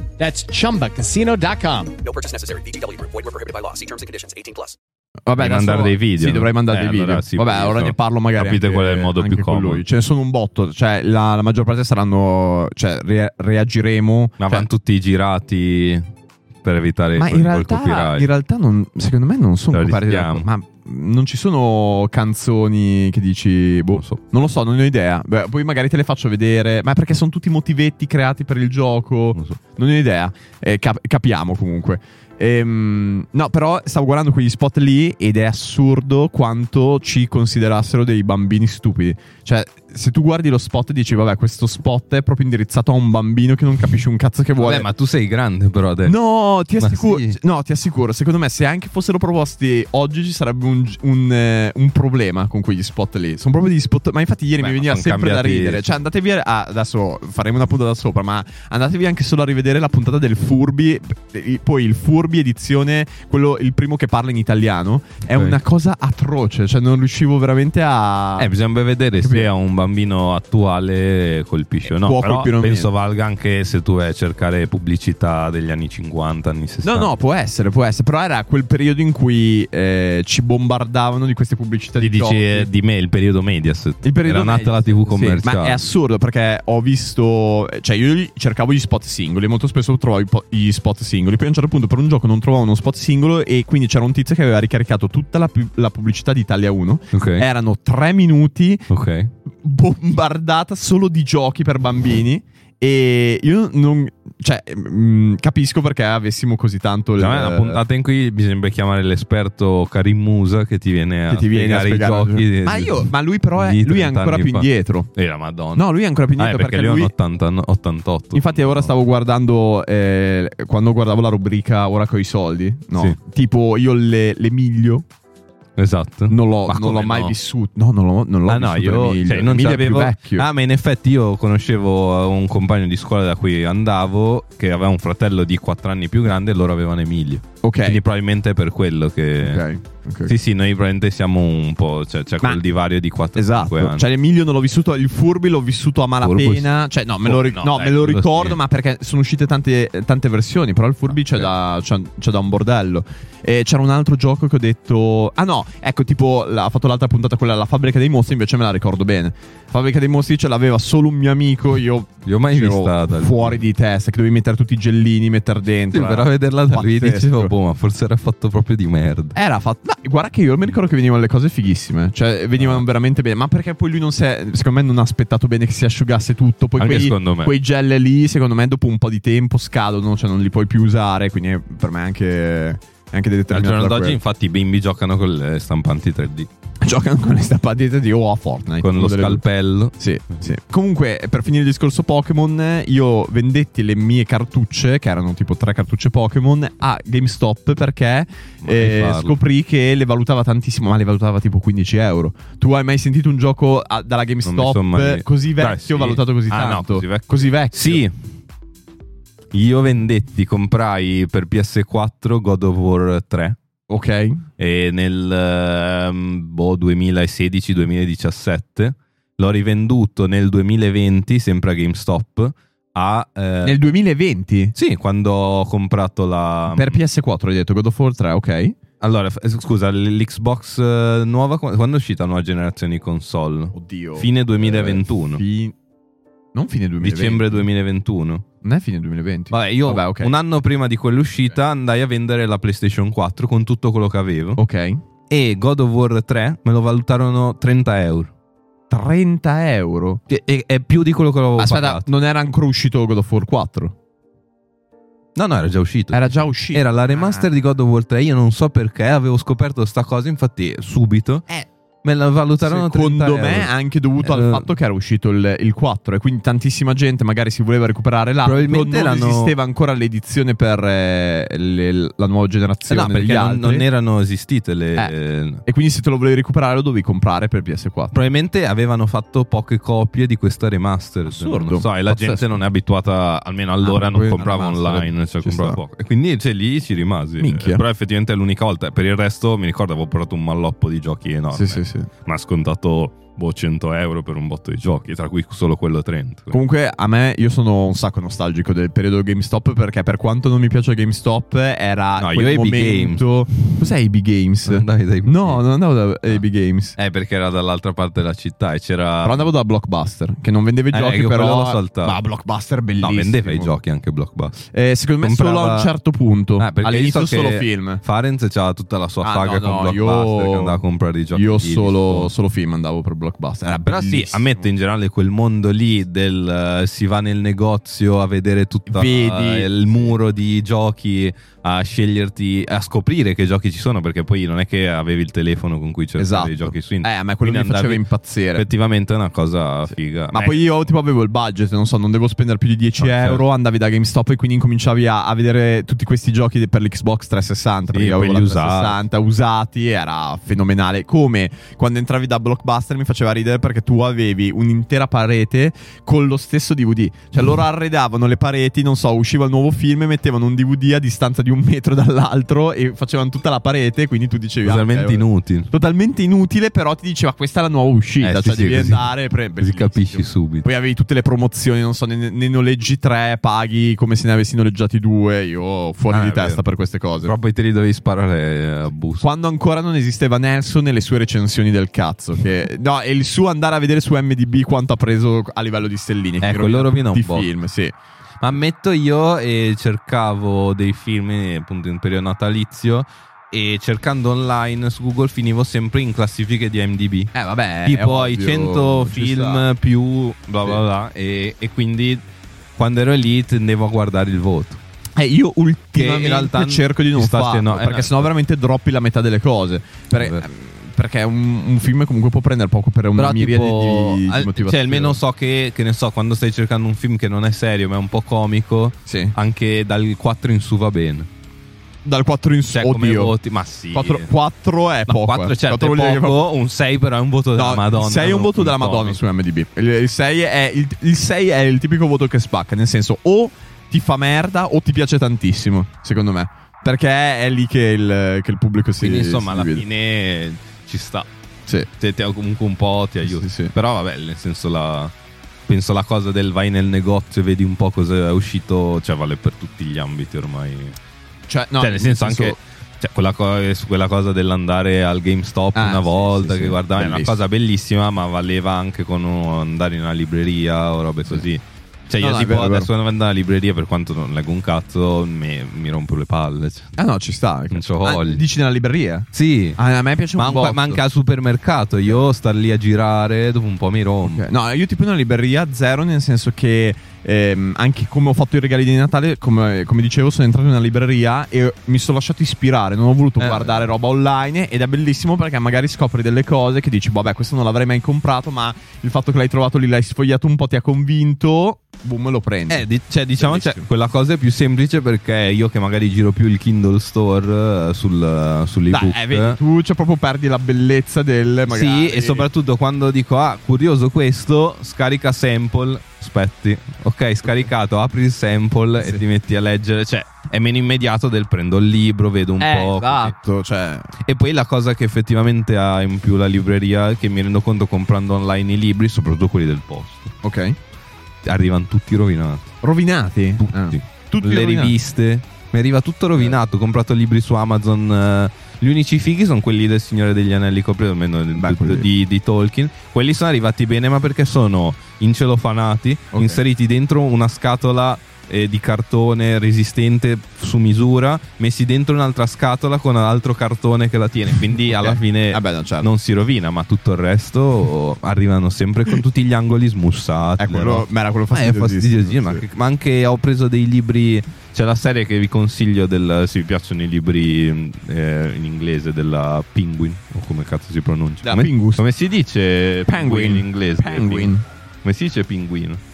[SPEAKER 5] That's chumbacasino.com.
[SPEAKER 6] No purchase necessary. VGW Group. Void were prohibited by law. See terms and conditions. 18 plus.
[SPEAKER 1] Vabbè,
[SPEAKER 2] Devi
[SPEAKER 1] adesso-
[SPEAKER 2] mandare dei video,
[SPEAKER 1] Sì,
[SPEAKER 2] no?
[SPEAKER 1] dovrei mandare
[SPEAKER 2] Eh,
[SPEAKER 1] dei video.
[SPEAKER 2] allora sì,
[SPEAKER 1] Vabbè,
[SPEAKER 2] perché
[SPEAKER 1] ora
[SPEAKER 2] so-
[SPEAKER 1] ne parlo magari.
[SPEAKER 2] capite
[SPEAKER 1] anche-
[SPEAKER 2] qual è il modo
[SPEAKER 1] anche
[SPEAKER 2] più
[SPEAKER 1] con
[SPEAKER 2] comodo.
[SPEAKER 1] lui. Ce ne sono un botto. Cioè, la, la maggior parte saranno. Cioè, re- reagiremo.
[SPEAKER 2] Ma
[SPEAKER 1] Cioè,
[SPEAKER 2] vanno tutti girati per evitare
[SPEAKER 1] ma
[SPEAKER 2] quel,
[SPEAKER 1] in
[SPEAKER 2] quel
[SPEAKER 1] realtà,
[SPEAKER 2] copyright.
[SPEAKER 1] in realtà non- secondo me, non sono
[SPEAKER 2] Lo
[SPEAKER 1] coperti da-
[SPEAKER 2] rischiamo.
[SPEAKER 1] Ma non ci sono canzoni che dici. Boh,
[SPEAKER 2] Non so.
[SPEAKER 1] non lo so, non ne ho idea. Beh, poi magari te le faccio vedere. Ma perché sono tutti motivetti creati per il gioco?
[SPEAKER 2] Non so.
[SPEAKER 1] Non ne ho idea. Eh, cap- capiamo comunque. Ehm, no, però stavo guardando quegli spot lì ed è assurdo quanto ci considerassero dei bambini stupidi. Cioè, se tu guardi lo spot e dici, vabbè, questo spot è proprio indirizzato a un bambino che non capisce un cazzo che vuole.
[SPEAKER 2] Vabbè, ma tu sei grande però adesso.
[SPEAKER 1] No, ti
[SPEAKER 2] Ma
[SPEAKER 1] assicuro,
[SPEAKER 2] sì.
[SPEAKER 1] no, ti assicuro, secondo me se anche fossero proposti oggi ci sarebbe un, un, eh, un problema con quegli spot lì. Sono proprio degli spot, ma infatti ieri
[SPEAKER 2] Beh,
[SPEAKER 1] mi
[SPEAKER 2] ma
[SPEAKER 1] veniva
[SPEAKER 2] sono
[SPEAKER 1] sempre da
[SPEAKER 2] cambiati-
[SPEAKER 1] ridere. Cioè andatevi a, ah, adesso faremo una puntata sopra, ma andatevi anche solo a rivedere la puntata del Furbi, eh, poi il Furbi edizione, quello il primo che parla in italiano, è
[SPEAKER 2] Ok.
[SPEAKER 1] una cosa atroce, cioè non riuscivo veramente a
[SPEAKER 2] Eh, bisogna vedere
[SPEAKER 1] Capito.
[SPEAKER 2] se a un bambino attuale colpisce o no.
[SPEAKER 1] Può
[SPEAKER 2] Però
[SPEAKER 1] colpire o meno.
[SPEAKER 2] penso valga anche se tu vai a cercare pubblicità degli anni 50, anni Cioè, 60.
[SPEAKER 1] No, no, può essere, può essere, però era quel periodo in cui eh, ci bombardavano di queste pubblicità
[SPEAKER 2] Ti
[SPEAKER 1] di
[SPEAKER 2] dici
[SPEAKER 1] Totti.
[SPEAKER 2] eh, di me il periodo Mediaset.
[SPEAKER 1] Il periodo
[SPEAKER 2] Era nata la
[SPEAKER 1] medio.
[SPEAKER 2] TV
[SPEAKER 1] Sì,
[SPEAKER 2] commerciale.
[SPEAKER 1] ma è assurdo perché ho visto. Cioè, io gli- cercavo gli spot singoli. Molto spesso trovavo i po- gli spot singoli. Poi a un certo punto, per un gioco, non trovavo uno spot singolo. E quindi c'era un tizio che aveva ricaricato tutta la, pu- la pubblicità di Italia 1.
[SPEAKER 2] Ok.
[SPEAKER 1] Erano tre minuti
[SPEAKER 2] ok.
[SPEAKER 1] bombardata solo di giochi per bambini. E io non. Cioè, mm, capisco perché avessimo così tanto. il-
[SPEAKER 2] Secondo Cioè, me è una puntata in cui bisogna chiamare l'esperto Karim Musa che ti viene a
[SPEAKER 1] Che ti viene a
[SPEAKER 2] spiegare
[SPEAKER 1] spiegare.
[SPEAKER 2] i giochi.
[SPEAKER 1] Ma,
[SPEAKER 2] di-
[SPEAKER 1] io, ma lui, però, è,
[SPEAKER 2] di
[SPEAKER 1] lui è
[SPEAKER 2] 30
[SPEAKER 1] ancora
[SPEAKER 2] anni
[SPEAKER 1] più
[SPEAKER 2] fa.
[SPEAKER 1] indietro.
[SPEAKER 2] Eh, la madonna.
[SPEAKER 1] No, lui è ancora più
[SPEAKER 2] Ah,
[SPEAKER 1] indietro perché,
[SPEAKER 2] perché,
[SPEAKER 1] lui.
[SPEAKER 2] lui è un 80 no, 88.
[SPEAKER 1] Infatti, ora
[SPEAKER 2] No.
[SPEAKER 1] stavo guardando eh, quando guardavo la rubrica Ora coi soldi. No,
[SPEAKER 2] Sì.
[SPEAKER 1] tipo io le, l'Emiglio
[SPEAKER 2] Esatto.
[SPEAKER 1] non l'ho,
[SPEAKER 2] Ma
[SPEAKER 1] non
[SPEAKER 2] come
[SPEAKER 1] l'ho mai
[SPEAKER 2] no?
[SPEAKER 1] vissuto. No, non l'ho, non l'ho
[SPEAKER 2] Ah no,
[SPEAKER 1] vissuto
[SPEAKER 2] io
[SPEAKER 1] l'Emiglio.
[SPEAKER 2] cioè, non
[SPEAKER 1] L'Emiglio è
[SPEAKER 2] c'avevo...
[SPEAKER 1] più vecchio.
[SPEAKER 2] Ah, ma in effetti io conoscevo eh, un compagno di scuola da cui andavo che aveva un fratello di 4 anni più grande e loro avevano Emilio.
[SPEAKER 1] ok.
[SPEAKER 2] Quindi probabilmente è per quello che...
[SPEAKER 1] ok. ok.
[SPEAKER 2] Sì, sì, noi probabilmente siamo un po'. Cioè, c'è
[SPEAKER 1] Ma-
[SPEAKER 2] quel divario di 4-5
[SPEAKER 1] Esatto,
[SPEAKER 2] anni.
[SPEAKER 1] cioè l'Emilio non l'ho vissuto, il Furby l'ho vissuto a malapena,
[SPEAKER 2] Furbo sì.
[SPEAKER 1] cioè no, me lo,
[SPEAKER 2] Oh,
[SPEAKER 1] ri-
[SPEAKER 2] no,
[SPEAKER 1] no,
[SPEAKER 2] dai,
[SPEAKER 1] me lo
[SPEAKER 2] quello
[SPEAKER 1] ricordo,
[SPEAKER 2] sì.
[SPEAKER 1] ma perché sono uscite tante, tante versioni, però il Furby c'è,
[SPEAKER 2] ok.
[SPEAKER 1] da, c'è- c'è da un bordello. E c'era un altro gioco che ho detto, ah no, ecco tipo la- ha fatto l'altra puntata quella della Fabbrica dei Mostri, invece me la ricordo bene. Fabbrica dei Mostri ce l'aveva solo un mio amico, io...
[SPEAKER 2] Li ho mai
[SPEAKER 1] c'ero
[SPEAKER 2] vista dal-
[SPEAKER 1] fuori di testa, che dovevi mettere tutti i gellini, mettere
[SPEAKER 2] Sì,
[SPEAKER 1] dentro.
[SPEAKER 2] però
[SPEAKER 1] era
[SPEAKER 2] a vederla da lui
[SPEAKER 1] pazzesco.
[SPEAKER 2] dicevo, boh, ma forse era fatto proprio di merda.
[SPEAKER 1] Era fatto. no, guarda che io mi ricordo che venivano le cose fighissime. Cioè,
[SPEAKER 2] Ah.
[SPEAKER 1] venivano veramente bene. Ma perché poi lui non si è. Secondo me non ha aspettato bene che si asciugasse tutto. Poi
[SPEAKER 2] Anche
[SPEAKER 1] quei,
[SPEAKER 2] secondo me.
[SPEAKER 1] quei gel lì, secondo me, dopo un po' di tempo scadono, cioè non li puoi più usare. Quindi è- per me è anche. è Anche
[SPEAKER 2] Al
[SPEAKER 1] determinato
[SPEAKER 2] giorno
[SPEAKER 1] da
[SPEAKER 2] d'oggi,
[SPEAKER 1] quello.
[SPEAKER 2] infatti, i bimbi giocano con le stampanti 3D,
[SPEAKER 1] Giocano con le stappate di o a Fortnite.
[SPEAKER 2] con
[SPEAKER 1] Una
[SPEAKER 2] lo
[SPEAKER 1] delle due.
[SPEAKER 2] scalpello.
[SPEAKER 1] Sì, sì. Comunque, per finire il discorso Pokémon, io vendetti le mie cartucce, che erano tipo tre cartucce Pokémon, a GameStop perché
[SPEAKER 2] Ma
[SPEAKER 1] eh,
[SPEAKER 2] devi farlo.
[SPEAKER 1] scoprì che le valutava tantissimo, ma le valutava tipo 15 euro. Tu hai mai sentito un gioco a- dalla
[SPEAKER 2] Non mi son
[SPEAKER 1] GameStop
[SPEAKER 2] mai-
[SPEAKER 1] così
[SPEAKER 2] Dai,
[SPEAKER 1] vecchio,
[SPEAKER 2] sì.
[SPEAKER 1] valutato così
[SPEAKER 2] Ah, no,
[SPEAKER 1] tanto?
[SPEAKER 2] così vecchio.
[SPEAKER 1] vecchio.
[SPEAKER 2] Sì. Io vendetti, comprai per PS4 God of War 3
[SPEAKER 1] Ok.
[SPEAKER 2] e nel ehm, boh, 2016-2017 l'ho rivenduto nel 2020 sempre a GameStop a eh,
[SPEAKER 1] Nel 2020
[SPEAKER 2] Sì, quando ho comprato la
[SPEAKER 1] per PS4 hai detto God of War 3, ok?
[SPEAKER 2] Allora, f- eh, scusa, l- l'Xbox eh, nuova qu- quando è uscita la nuova generazione di console?
[SPEAKER 1] Oddio.
[SPEAKER 2] Fine 2021.
[SPEAKER 1] Eh, Non fine 2020.
[SPEAKER 2] Dicembre 2021.
[SPEAKER 1] Non è fine 2020.
[SPEAKER 2] Vabbè, io
[SPEAKER 1] ok.
[SPEAKER 2] un anno prima di quell'uscita andai a vendere la PlayStation 4 con tutto quello che avevo.
[SPEAKER 1] Ok.
[SPEAKER 2] E God of War 3 me lo valutarono 30 euro.
[SPEAKER 1] 30 euro.
[SPEAKER 2] E- e- è più di quello che avevo
[SPEAKER 1] Aspetta,
[SPEAKER 2] pagato.
[SPEAKER 1] non era ancora uscito God of War 4.
[SPEAKER 2] No, no, era già uscito.
[SPEAKER 1] Era già uscito.
[SPEAKER 2] Era la
[SPEAKER 1] Ah.
[SPEAKER 2] remaster di God of War 3. Io non so perché avevo scoperto sta cosa, infatti, subito.
[SPEAKER 1] Eh.
[SPEAKER 2] Me la valutarono
[SPEAKER 1] Secondo
[SPEAKER 2] 30 euro.
[SPEAKER 1] me anche dovuto al
[SPEAKER 2] Era-
[SPEAKER 1] fatto che era uscito il, il 4 e quindi tantissima gente magari si voleva recuperare l'altro non
[SPEAKER 2] Probabilmente erano-
[SPEAKER 1] esisteva ancora l'edizione per eh, le- la nuova
[SPEAKER 2] Eh
[SPEAKER 1] generazione
[SPEAKER 2] no,
[SPEAKER 1] degli
[SPEAKER 2] perché non,
[SPEAKER 1] altri
[SPEAKER 2] non erano esistite le. eh,
[SPEAKER 1] e quindi se te lo volevi recuperare lo dovevi comprare per PS4
[SPEAKER 2] Probabilmente avevano fatto poche copie di questa remaster.
[SPEAKER 1] Assurdo.
[SPEAKER 2] Non so, e la
[SPEAKER 1] Pazzesco.
[SPEAKER 2] gente non è abituata, almeno allora
[SPEAKER 1] Ah,
[SPEAKER 2] non
[SPEAKER 1] poi
[SPEAKER 2] comprava
[SPEAKER 1] una remaster,
[SPEAKER 2] online, cioè
[SPEAKER 1] ci
[SPEAKER 2] comprava
[SPEAKER 1] sta.
[SPEAKER 2] poco. E quindi cioè, lì ci rimasi.
[SPEAKER 1] Minchia.
[SPEAKER 2] Eh, Però effettivamente è l'unica volta. Per il resto mi ricordo avevo portato un malloppo di giochi enorme.
[SPEAKER 1] sì, sì, sì.
[SPEAKER 2] Ma scontato boh, 100 euro per un botto di giochi, tra cui solo quello 30.
[SPEAKER 1] Comunque a me io sono un sacco nostalgico del periodo GameStop perché per quanto non mi piace GameStop era
[SPEAKER 2] No, io
[SPEAKER 1] quel
[SPEAKER 2] AB
[SPEAKER 1] momento Cos'è AB Games?
[SPEAKER 2] Non andavi da AB
[SPEAKER 1] No,
[SPEAKER 2] Games.
[SPEAKER 1] non andavo da AB Games.
[SPEAKER 2] Eh, perché era dall'altra parte della città e c'era.
[SPEAKER 1] Però andavo da Blockbuster, che non vendeva i
[SPEAKER 2] Eh,
[SPEAKER 1] giochi,
[SPEAKER 2] io quello
[SPEAKER 1] però...
[SPEAKER 2] l'ho saltato.
[SPEAKER 1] Ma Blockbuster
[SPEAKER 2] No,
[SPEAKER 1] bellissimo.
[SPEAKER 2] vendeva i giochi anche Blockbuster.
[SPEAKER 1] Eh, secondo me
[SPEAKER 2] Comprava-
[SPEAKER 1] solo a un certo punto.
[SPEAKER 2] Ah, perché
[SPEAKER 1] All'inizio
[SPEAKER 2] io so che
[SPEAKER 1] solo film.
[SPEAKER 2] Farenz c'ha tutta la sua
[SPEAKER 1] Ah,
[SPEAKER 2] saga
[SPEAKER 1] no, no,
[SPEAKER 2] con Blockbuster che andava a comprare i giochi.
[SPEAKER 1] Io
[SPEAKER 2] di- di
[SPEAKER 1] solo,
[SPEAKER 2] Sony.
[SPEAKER 1] solo film andavo per Blockbuster. era
[SPEAKER 2] Eh, però sì,
[SPEAKER 1] bellissimo.
[SPEAKER 2] ammetto in generale quel mondo lì del eh, si va nel negozio a vedere tutto
[SPEAKER 1] Vedi.
[SPEAKER 2] il muro di giochi, a sceglierti, a scoprire che giochi ci sono, perché poi non è che avevi il telefono con cui cercavi
[SPEAKER 1] Esatto.
[SPEAKER 2] i giochi su
[SPEAKER 1] Eh,
[SPEAKER 2] internet.
[SPEAKER 1] a me quello mi
[SPEAKER 2] Quindi
[SPEAKER 1] faceva
[SPEAKER 2] andavi-
[SPEAKER 1] impazzire.
[SPEAKER 2] Effettivamente è una cosa figa.
[SPEAKER 1] Ma
[SPEAKER 2] Eh,
[SPEAKER 1] poi io tipo avevo il budget, non so, non devo spendere più di 10
[SPEAKER 2] No,
[SPEAKER 1] euro,
[SPEAKER 2] certo.
[SPEAKER 1] andavi da GameStop e quindi incominciavi a, a vedere tutti questi giochi de- per l'Xbox 360,
[SPEAKER 2] Sì,
[SPEAKER 1] perché avevo la
[SPEAKER 2] quelli
[SPEAKER 1] 360 usati, era fenomenale. Come quando entravi da Blockbuster mi faceva ridere perché tu avevi un'intera parete con lo stesso DVD. Cioè loro arredavano le pareti, non so, usciva il nuovo film e mettevano un DVD a distanza di un metro dall'altro e facevano tutta la parete, quindi tu dicevi... ah,
[SPEAKER 2] totalmente
[SPEAKER 1] ok, vabbè.
[SPEAKER 2] inutile.
[SPEAKER 1] Totalmente inutile, però ti diceva questa è la nuova uscita,
[SPEAKER 2] Eh, sì,
[SPEAKER 1] cioè
[SPEAKER 2] sì,
[SPEAKER 1] devi
[SPEAKER 2] così-
[SPEAKER 1] andare... pre-
[SPEAKER 2] Così
[SPEAKER 1] bellissimo.
[SPEAKER 2] capisci subito.
[SPEAKER 1] Poi avevi tutte le promozioni, non so, ne, ne noleggi tre, paghi come se ne avessi noleggiati due. Io fuori
[SPEAKER 2] Ah,
[SPEAKER 1] di
[SPEAKER 2] è
[SPEAKER 1] testa
[SPEAKER 2] vero.
[SPEAKER 1] per queste cose.
[SPEAKER 2] Però poi te li dovevi sparare eh, a busto.
[SPEAKER 1] Quando ancora non esisteva Nelson e le sue recensioni del cazzo. Che, no, e il suo andare a vedere su MDB quanto ha preso a livello di stellini. che
[SPEAKER 2] Ecco,
[SPEAKER 1] rovina
[SPEAKER 2] lo rovina un
[SPEAKER 1] tutti i
[SPEAKER 2] po'.
[SPEAKER 1] film, sì.
[SPEAKER 2] Ma Ammetto io e cercavo dei film eh, appunto in periodo natalizio e cercando online su Google finivo sempre in classifiche di MDB.
[SPEAKER 1] Eh, vabbè.
[SPEAKER 2] tipo i 100 film più bla bla
[SPEAKER 1] Sì.
[SPEAKER 2] bla e, e quindi quando ero lì tendevo a guardare il voto.
[SPEAKER 1] Eh, io
[SPEAKER 2] Che
[SPEAKER 1] ultimamente
[SPEAKER 2] in realtà
[SPEAKER 1] cerco di
[SPEAKER 2] ci
[SPEAKER 1] non
[SPEAKER 2] sta
[SPEAKER 1] farlo
[SPEAKER 2] che no, eh,
[SPEAKER 1] perché
[SPEAKER 2] no.
[SPEAKER 1] sennò veramente droppi la metà delle cose. Per-
[SPEAKER 2] Vabbè.
[SPEAKER 1] perché un, un film comunque può prendere poco per una
[SPEAKER 2] eh, Però
[SPEAKER 1] miriade
[SPEAKER 2] tipo,
[SPEAKER 1] di, di
[SPEAKER 2] al-
[SPEAKER 1] motivazioni.
[SPEAKER 2] cioè almeno so che, che ne so, quando stai cercando un film che non è serio ma è un po' comico,
[SPEAKER 1] Sì.
[SPEAKER 2] anche dal 4 in su va bene.
[SPEAKER 1] Dal 4 in su,
[SPEAKER 2] Cioè come
[SPEAKER 1] oddio.
[SPEAKER 2] voti, ma sì. eh.
[SPEAKER 1] 4, è
[SPEAKER 2] No,
[SPEAKER 1] poco.
[SPEAKER 2] 4
[SPEAKER 1] eh. Quattro
[SPEAKER 2] certo, è
[SPEAKER 1] vuol dire che
[SPEAKER 2] poco, un 6 però è un voto della
[SPEAKER 1] No,
[SPEAKER 2] Madonna.
[SPEAKER 1] 6 è un
[SPEAKER 2] non
[SPEAKER 1] voto
[SPEAKER 2] un
[SPEAKER 1] della Madonna
[SPEAKER 2] comico.
[SPEAKER 1] su MDB. Il, 6 è il, il sei è il tipico voto che spacca, nel senso o ti fa merda o ti piace tantissimo, secondo me. Perché è lì che il, che il pubblico si
[SPEAKER 2] Quindi insomma
[SPEAKER 1] si
[SPEAKER 2] alla
[SPEAKER 1] divide.
[SPEAKER 2] fine ci sta.
[SPEAKER 1] Sì.
[SPEAKER 2] Te, te comunque un po' ti aiuta.
[SPEAKER 1] Sì, sì.
[SPEAKER 2] Però vabbè, nel senso la... Penso la cosa del vai nel negozio e vedi un po' cosa è uscito, cioè vale per tutti gli ambiti ormai.
[SPEAKER 1] Cioè, no,
[SPEAKER 2] cioè, nel senso, anche cioè, quella, co- su quella cosa dell'andare al GameStop
[SPEAKER 1] Ah,
[SPEAKER 2] una
[SPEAKER 1] sì,
[SPEAKER 2] volta
[SPEAKER 1] sì,
[SPEAKER 2] che
[SPEAKER 1] sì.
[SPEAKER 2] guardavi una
[SPEAKER 1] Bellissimo.
[SPEAKER 2] cosa bellissima, ma valeva anche con uh, andare in una libreria o robe così. Cioè,
[SPEAKER 1] No,
[SPEAKER 2] io
[SPEAKER 1] no, è
[SPEAKER 2] tipo
[SPEAKER 1] vero, è vero.
[SPEAKER 2] adesso quando vado alla libreria, per quanto non leggo un cazzo, mi, mi rompo le palle. cioè.
[SPEAKER 1] Ah no, ci sta.
[SPEAKER 2] Non c'ho
[SPEAKER 1] Ah,
[SPEAKER 2] voglia.
[SPEAKER 1] dici nella libreria?
[SPEAKER 2] Sì,
[SPEAKER 1] Ah, a me piace
[SPEAKER 2] ma,
[SPEAKER 1] un po'.
[SPEAKER 2] anche, ma anche al supermercato. Io star lì a girare, dopo un po' mi rompo.
[SPEAKER 1] Ok, Cioè, No, io tipo una libreria zero, nel senso che ehm, anche come ho fatto i regali di Natale, come, come dicevo, sono entrato in una libreria e mi sono lasciato ispirare, non ho voluto
[SPEAKER 2] Eh,
[SPEAKER 1] guardare roba online ed è bellissimo perché magari scopri delle cose che dici, vabbè, questo non l'avrei mai comprato, ma il fatto che l'hai trovato lì, l'hai sfogliato un po', ti ha convinto, boom, lo prendi.
[SPEAKER 2] Eh, di- cioè, diciamo cioè,
[SPEAKER 1] Bellissimo.
[SPEAKER 2] quella cosa è più semplice perché io che magari giro più il Kindle Store eh, sul,
[SPEAKER 1] Dai,
[SPEAKER 2] sull'ebook
[SPEAKER 1] eh, vedi, tu cioè, proprio perdi la bellezza del Eh, magari.
[SPEAKER 2] Sì, e soprattutto quando dico, ah, curioso questo, scarica sample, aspetti, ok, scaricato, apri il sample e ti metti a leggere, cioè è meno immediato del prendo il libro, vedo un po'. così.
[SPEAKER 1] Esatto, cioè,
[SPEAKER 2] E poi la cosa che effettivamente ha in più la libreria, che mi rendo conto comprando online i libri, soprattutto quelli del posto,
[SPEAKER 1] ok.
[SPEAKER 2] arrivano tutti rovinati,
[SPEAKER 1] Rovinati?
[SPEAKER 2] tutti.
[SPEAKER 1] Ah. Tutti Eh.
[SPEAKER 2] Le
[SPEAKER 1] rovinati.
[SPEAKER 2] riviste, mi arriva tutto rovinato, ho comprato libri su Amazon. eh, gli unici fighi sono quelli del Signore degli Anelli, che ho preso, almeno di-
[SPEAKER 1] Beh, quelli-
[SPEAKER 2] di, di Tolkien. Quelli sono arrivati bene, ma perché sono incelofanati,
[SPEAKER 1] Ok.
[SPEAKER 2] inseriti dentro una scatola eh, di cartone resistente su misura, messi dentro un'altra scatola con un altro cartone che la tiene. Quindi alla
[SPEAKER 1] Ok.
[SPEAKER 2] fine
[SPEAKER 1] Vabbè, no, certo.
[SPEAKER 2] non si rovina, ma tutto il resto oh, arrivano sempre con tutti gli angoli smussati.
[SPEAKER 1] Eh, quello-
[SPEAKER 2] no?
[SPEAKER 1] ma era quello
[SPEAKER 2] Ah, è
[SPEAKER 1] fastidiosissimo,
[SPEAKER 2] fastidiosissimo, ma,
[SPEAKER 1] sì.
[SPEAKER 2] anche, ma anche ho preso dei libri. C'è la serie che vi consiglio del, se vi piacciono i libri mh, eh, in inglese della Penguin, o come cazzo si pronuncia?
[SPEAKER 1] Da
[SPEAKER 2] come,
[SPEAKER 1] Pingus.
[SPEAKER 2] come si dice in inglese?
[SPEAKER 1] Penguin.
[SPEAKER 2] Come si dice pinguino?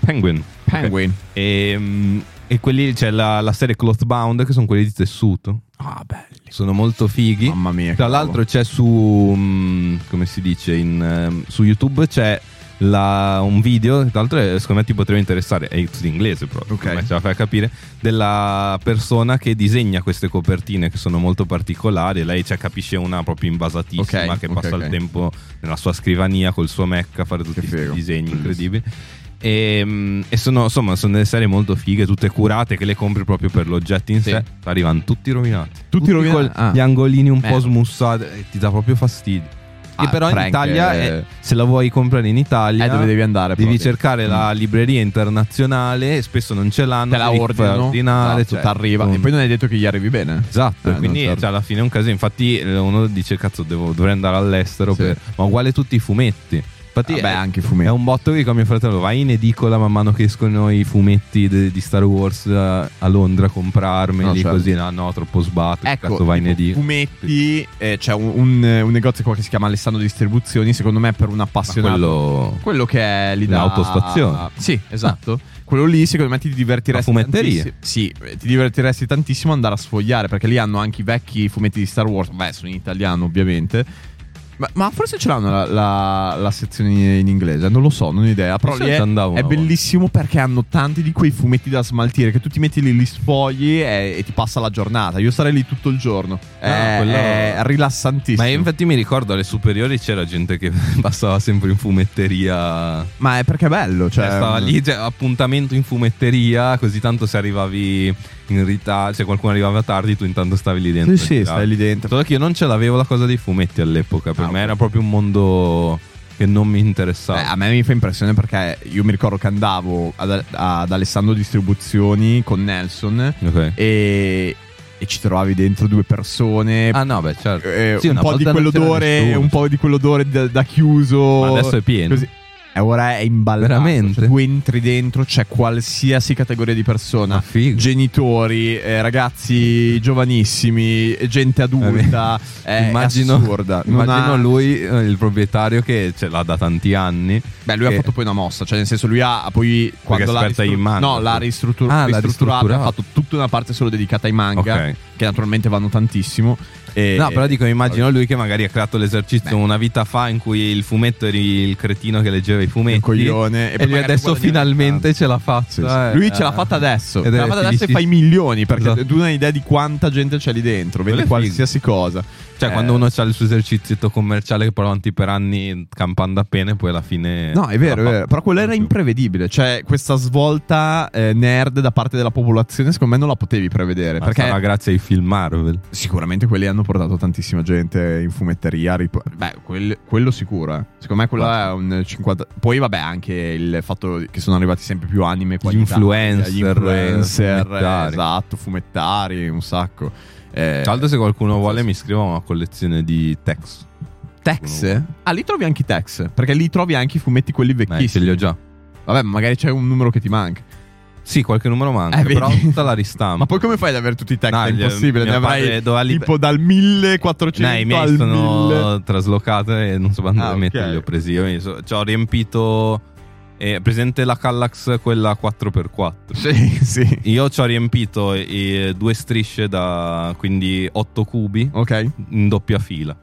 [SPEAKER 2] Penguin.
[SPEAKER 1] Penguin.
[SPEAKER 2] Ok. E, mm, e quelli c'è la, la serie Clothbound che sono quelli di tessuto.
[SPEAKER 1] Ah, belli.
[SPEAKER 2] Sono molto fighi.
[SPEAKER 1] Mamma mia.
[SPEAKER 2] Tra
[SPEAKER 1] cavolo.
[SPEAKER 2] l'altro c'è su mm, come si dice in, ehm, su YouTube c'è la- un video, tra l'altro eh, secondo me ti potrebbe interessare, è tutto in inglese proprio,
[SPEAKER 1] Ok.
[SPEAKER 2] come ce la fai a capire, della persona che disegna queste copertine che sono molto particolari e lei cioè, capisce una proprio invasatissima
[SPEAKER 1] Ok,
[SPEAKER 2] che
[SPEAKER 1] ok,
[SPEAKER 2] passa
[SPEAKER 1] ok.
[SPEAKER 2] il tempo nella sua scrivania col suo Mac a fare tutti
[SPEAKER 1] Che
[SPEAKER 2] questi
[SPEAKER 1] figo.
[SPEAKER 2] disegni incredibili. E, mm, e sono, insomma, sono delle serie molto fighe, tutte curate, che le compri proprio per l'oggetto in
[SPEAKER 1] Sì.
[SPEAKER 2] sé. Arrivano tutti rovinati.
[SPEAKER 1] Tutti rovinati?
[SPEAKER 2] col-
[SPEAKER 1] Ah.
[SPEAKER 2] Gli angolini un po'
[SPEAKER 1] Merda.
[SPEAKER 2] smussati, eh, ti dà proprio fastidio.
[SPEAKER 1] Ah,
[SPEAKER 2] che però in
[SPEAKER 1] Frank,
[SPEAKER 2] Italia,
[SPEAKER 1] eh,
[SPEAKER 2] eh, se la vuoi comprare in Italia,
[SPEAKER 1] Eh, dove devi andare?
[SPEAKER 2] devi
[SPEAKER 1] proprio.
[SPEAKER 2] cercare la libreria internazare, spesso non ce l'hanno,
[SPEAKER 1] Mm. Te la
[SPEAKER 2] devi
[SPEAKER 1] ordinano.
[SPEAKER 2] ordinare,
[SPEAKER 1] esatto,
[SPEAKER 2] cioè,
[SPEAKER 1] t'arriva.
[SPEAKER 2] non-
[SPEAKER 1] E poi non hai detto che gli arrivi bene.
[SPEAKER 2] Esatto,
[SPEAKER 1] Eh, no,
[SPEAKER 2] quindi
[SPEAKER 1] certo.
[SPEAKER 2] cioè, alla fine è un casino. Infatti, eh, uno dice: Cazzo, devo- dovrei andare all'estero.
[SPEAKER 1] Sì.
[SPEAKER 2] per-" Ma uguale tutti i fumetti. Infatti,
[SPEAKER 1] Vabbè,
[SPEAKER 2] è-
[SPEAKER 1] anche i fumetti.
[SPEAKER 2] È un botto che con mio fratello vai in edicola man mano che escono i fumetti de- di Star Wars eh, a Londra a comprarmeli.
[SPEAKER 1] No, certo.
[SPEAKER 2] Così, no, no, troppo sbatto.
[SPEAKER 1] Ecco,
[SPEAKER 2] cazzo, vai in
[SPEAKER 1] tipo,
[SPEAKER 2] edicola.
[SPEAKER 1] fumetti, eh, c'è un, un- un negozio qua che si chiama Alessandro Distribuzioni, secondo me è per un
[SPEAKER 2] Ma
[SPEAKER 1] appassionato.
[SPEAKER 2] quello.
[SPEAKER 1] Quello che è lì da
[SPEAKER 2] L'autostazione.
[SPEAKER 1] Sì, esatto. Quello lì secondo me ti divertiresti
[SPEAKER 2] La fumetteria.
[SPEAKER 1] tantissimo. Sì, eh, ti divertiresti tantissimo andare a sfogliare perché lì hanno anche i vecchi fumetti di Star Wars. Beh, sono in italiano ovviamente. Ma, ma forse ce l'hanno la, la- la sezione in inglese, non lo so, non ho idea. Però
[SPEAKER 2] Forse
[SPEAKER 1] lì è,
[SPEAKER 2] ci andavo una
[SPEAKER 1] è
[SPEAKER 2] volta.
[SPEAKER 1] bellissimo perché hanno tanti di quei fumetti da smaltire che tu ti metti lì, li sfogli e, e ti passa la giornata. Io sarei lì tutto il giorno. è,
[SPEAKER 2] Ah, quello-
[SPEAKER 1] è rilassantissimo.
[SPEAKER 2] Ma io infatti mi ricordo alle superiori c'era gente che passava sempre in fumetteria.
[SPEAKER 1] Ma è perché è bello. Cioè,
[SPEAKER 2] Cioè, stava lì, cioè, appuntamento in fumetteria, così tanto se arrivavi in ritardo, se qualcuno arrivava tardi, tu intanto stavi lì dentro.
[SPEAKER 1] Sì, sì, stai lì dentro.
[SPEAKER 2] Solo che io non ce l'avevo la cosa dei fumetti all'epoca, per
[SPEAKER 1] Ah,
[SPEAKER 2] me
[SPEAKER 1] ok.
[SPEAKER 2] era proprio un mondo che non mi interessava.
[SPEAKER 1] Beh, Eh, a me mi fa impressione perché io mi ricordo che andavo ad, ad Alessandro Distribuzioni con Nelson
[SPEAKER 2] Ok.
[SPEAKER 1] e, e ci trovavi dentro due persone.
[SPEAKER 2] Ah no, beh, certo.
[SPEAKER 1] eh,
[SPEAKER 2] Sì,
[SPEAKER 1] un,
[SPEAKER 2] una
[SPEAKER 1] po di
[SPEAKER 2] volta non c'era
[SPEAKER 1] quell'odore,
[SPEAKER 2] nessuno.
[SPEAKER 1] un po' di quell'odore da, da chiuso.
[SPEAKER 2] Ma adesso è pieno.
[SPEAKER 1] Così. E eh, ora è imballato.
[SPEAKER 2] Veramente?
[SPEAKER 1] Cioè, tu entri dentro, c'è qualsiasi categoria di persona:
[SPEAKER 2] Ma figo.
[SPEAKER 1] genitori, eh, ragazzi giovanissimi, gente adulta. È,
[SPEAKER 2] immagino,
[SPEAKER 1] è assurda. Non
[SPEAKER 2] immagino
[SPEAKER 1] ha-
[SPEAKER 2] lui, eh, il proprietario, che ce l'ha da tanti anni.
[SPEAKER 1] Beh, lui
[SPEAKER 2] che-
[SPEAKER 1] ha fatto poi una mossa, cioè nel senso lui ha poi quando l'ha,
[SPEAKER 2] aspetta i manga,
[SPEAKER 1] no, l'ha
[SPEAKER 2] sì.
[SPEAKER 1] ristruttur-
[SPEAKER 2] Ah, l'ha
[SPEAKER 1] ristrutturata,
[SPEAKER 2] ristrutturata.
[SPEAKER 1] ha fatto tutta una parte solo dedicata ai manga
[SPEAKER 2] Ok.
[SPEAKER 1] che naturalmente vanno tantissimo. E-
[SPEAKER 2] No, però dico, immagino lui che magari ha creato l'esercizio una vita fa in cui il fumetto eri il cretino che leggeva i fumetti.
[SPEAKER 1] Un coglione. E
[SPEAKER 2] E,
[SPEAKER 1] poi
[SPEAKER 2] lui
[SPEAKER 1] magari
[SPEAKER 2] adesso
[SPEAKER 1] guadagna
[SPEAKER 2] finalmente
[SPEAKER 1] tanto.
[SPEAKER 2] ce l'ha fatta.
[SPEAKER 1] Sì, sì. Lui ce l'ha fatta adesso. Ce l'ha fatta adesso e fa i milioni. Perché tu non hai idea di quanta gente c'è lì dentro.
[SPEAKER 2] Quello
[SPEAKER 1] Vedi
[SPEAKER 2] è
[SPEAKER 1] qualsiasi cosa.
[SPEAKER 2] Cioè,
[SPEAKER 1] Eh,
[SPEAKER 2] quando uno ha il suo esercizio commerciale che porta avanti per anni campando a pene, poi alla fine.
[SPEAKER 1] No, è vero, è
[SPEAKER 2] la fa.
[SPEAKER 1] vero. Però quella era imprevedibile. Cioè, questa svolta eh, nerd da parte della popolazione, secondo me, non la potevi prevedere.
[SPEAKER 2] Ma
[SPEAKER 1] perché
[SPEAKER 2] sarà grazie ai film Marvel.
[SPEAKER 1] sicuramente quelli hanno portato tantissima gente in fumetteria. ripo- Beh, quel- quello sicuro. eh. Secondo me quello è un 50. Poi, vabbè, anche il fatto che sono arrivati sempre più anime. qua
[SPEAKER 2] Gli
[SPEAKER 1] in Italia,
[SPEAKER 2] influencer,
[SPEAKER 1] Gli influencer,
[SPEAKER 2] fumettari.
[SPEAKER 1] esatto, fumettari, un sacco. Eh,
[SPEAKER 2] Tra l'altro, se qualcuno vuole, mi scriva una collezione di Tex.
[SPEAKER 1] Tex? Ah, lì trovi anche i Tex. Perché lì trovi anche i fumetti quelli
[SPEAKER 2] Beh, ce
[SPEAKER 1] vecchissimi.
[SPEAKER 2] li ho già.
[SPEAKER 1] Vabbè, ma magari c'è un numero che ti manca.
[SPEAKER 2] Sì, qualche numero manca,
[SPEAKER 1] Eh, vedi?
[SPEAKER 2] però tutta la ristampa.
[SPEAKER 1] Ma poi come fai ad avere tutti i text?
[SPEAKER 2] Ah, No,
[SPEAKER 1] è
[SPEAKER 2] il-
[SPEAKER 1] impossibile,
[SPEAKER 2] mio
[SPEAKER 1] ne avrai
[SPEAKER 2] padre doveva li-
[SPEAKER 1] tipo dal 1400
[SPEAKER 2] No, i
[SPEAKER 1] al
[SPEAKER 2] miei
[SPEAKER 1] 1000.
[SPEAKER 2] sono traslocate e non so quando
[SPEAKER 1] Ah,
[SPEAKER 2] le metto,
[SPEAKER 1] ok.
[SPEAKER 2] li ho presi io. mi so- Ci ho riempito. eh, presente la Kallax, quella 4x4.
[SPEAKER 1] Sì, sì.
[SPEAKER 2] Io ci ho riempito eh, due strisce da quindi 8 cubi
[SPEAKER 1] Ok,
[SPEAKER 2] in doppia fila.
[SPEAKER 1] O-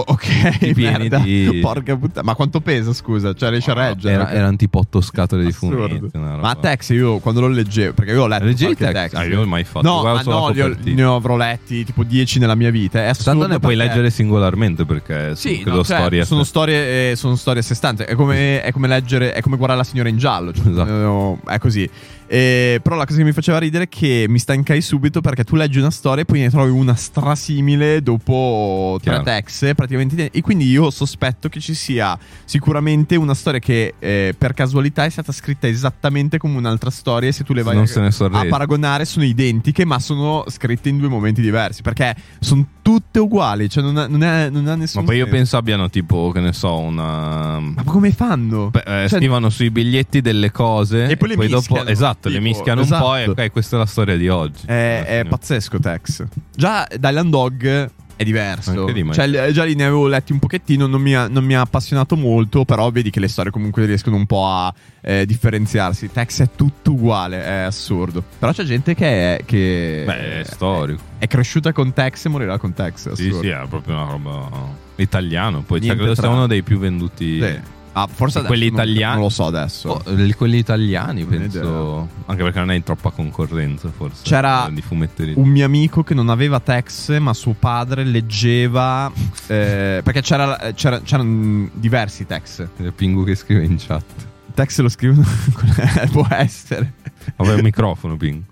[SPEAKER 1] Oh, ok,
[SPEAKER 2] Ti pieni
[SPEAKER 1] merda.
[SPEAKER 2] di-
[SPEAKER 1] Porca puttana, ma quanto pesa? Scusa, cioè riesci a reggere?
[SPEAKER 2] Era- erano tipo 8 scatole di
[SPEAKER 1] Assurdo.
[SPEAKER 2] fumetti. una roba.
[SPEAKER 1] Ma Tex, io quando lo leggevo, perché io ho letto
[SPEAKER 2] Leggevi
[SPEAKER 1] qualche
[SPEAKER 2] Tex?
[SPEAKER 1] Tex.
[SPEAKER 2] Ah, io ho mai fatto.
[SPEAKER 1] No,
[SPEAKER 2] Guarda
[SPEAKER 1] ma
[SPEAKER 2] solo
[SPEAKER 1] no,
[SPEAKER 2] la
[SPEAKER 1] li ho-
[SPEAKER 2] copertina.
[SPEAKER 1] ne avrò letti tipo 10 nella mia vita. È assurdo
[SPEAKER 2] Tanto ne puoi
[SPEAKER 1] perché-
[SPEAKER 2] leggere singolarmente perché
[SPEAKER 1] Sì,
[SPEAKER 2] sono, credo,
[SPEAKER 1] no, cioè,
[SPEAKER 2] storie.
[SPEAKER 1] sono storie eh, sono storie a sé stanti. È come, è come leggere, è come guardare la signora in giallo. cioè,
[SPEAKER 2] Esatto.
[SPEAKER 1] eh, È così. Eh, però la cosa che mi faceva ridere è che mi stancai subito perché tu leggi una storia e poi ne trovi una strasimile dopo tre
[SPEAKER 2] Chiaro.
[SPEAKER 1] tex praticamente. E quindi io sospetto che ci sia sicuramente una storia che eh, per casualità è stata scritta esattamente come un'altra storia. E se tu le vai
[SPEAKER 2] Non
[SPEAKER 1] a-
[SPEAKER 2] se ne sono
[SPEAKER 1] a
[SPEAKER 2] resi.
[SPEAKER 1] paragonare, sono identiche, ma sono scritte in due momenti diversi perché sono tutte uguali. Cioè, non ha, non è- non ha nessun
[SPEAKER 2] Ma poi io
[SPEAKER 1] senso.
[SPEAKER 2] penso abbiano tipo, che ne so, una.
[SPEAKER 1] Ma come fanno?
[SPEAKER 2] Beh, eh,
[SPEAKER 1] Cioè,
[SPEAKER 2] scrivono sui biglietti delle cose
[SPEAKER 1] E poi le mischiano,
[SPEAKER 2] esatto, le
[SPEAKER 1] tipo,
[SPEAKER 2] mischiano
[SPEAKER 1] esatto. Eh,
[SPEAKER 2] un po' e ok, questa è la storia di oggi.
[SPEAKER 1] è, è
[SPEAKER 2] Alla fine.
[SPEAKER 1] pazzesco Tex. Già Dylan Dog è diverso.
[SPEAKER 2] Anche lì, ma-
[SPEAKER 1] Cioè, l- già lì ne avevo letti un pochettino, non mi, ha, non mi ha appassionato molto, però vedi che le storie comunque riescono un po' a eh, differenziarsi. Tex è tutto uguale, è assurdo. Però c'è gente che è, che
[SPEAKER 2] Beh, è storico.
[SPEAKER 1] è cresciuta con Tex e morirà con Tex. è
[SPEAKER 2] Sì,
[SPEAKER 1] assurdo.
[SPEAKER 2] sì, è proprio una roba italiano. Poi cioè,
[SPEAKER 1] Niente
[SPEAKER 2] credo sia
[SPEAKER 1] tra-
[SPEAKER 2] uno dei più venduti.
[SPEAKER 1] Sì. Ah, forse adesso
[SPEAKER 2] Quelli
[SPEAKER 1] non-
[SPEAKER 2] italiani-
[SPEAKER 1] Non lo so adesso.
[SPEAKER 2] Oh, eh, quelli italiani,
[SPEAKER 1] Non ho
[SPEAKER 2] penso. Anche perché non hai troppa concorrenza, forse.
[SPEAKER 1] C'era
[SPEAKER 2] eh, di fumetteria.
[SPEAKER 1] un mio amico che non aveva Tex, ma suo padre leggeva. eh, perché c'era- c'era- c'erano diversi Tex.
[SPEAKER 2] C'è Pingu che scrive in chat.
[SPEAKER 1] Tex lo scrivono. eh, Può essere.
[SPEAKER 2] Vabbè, un microfono, Pingu.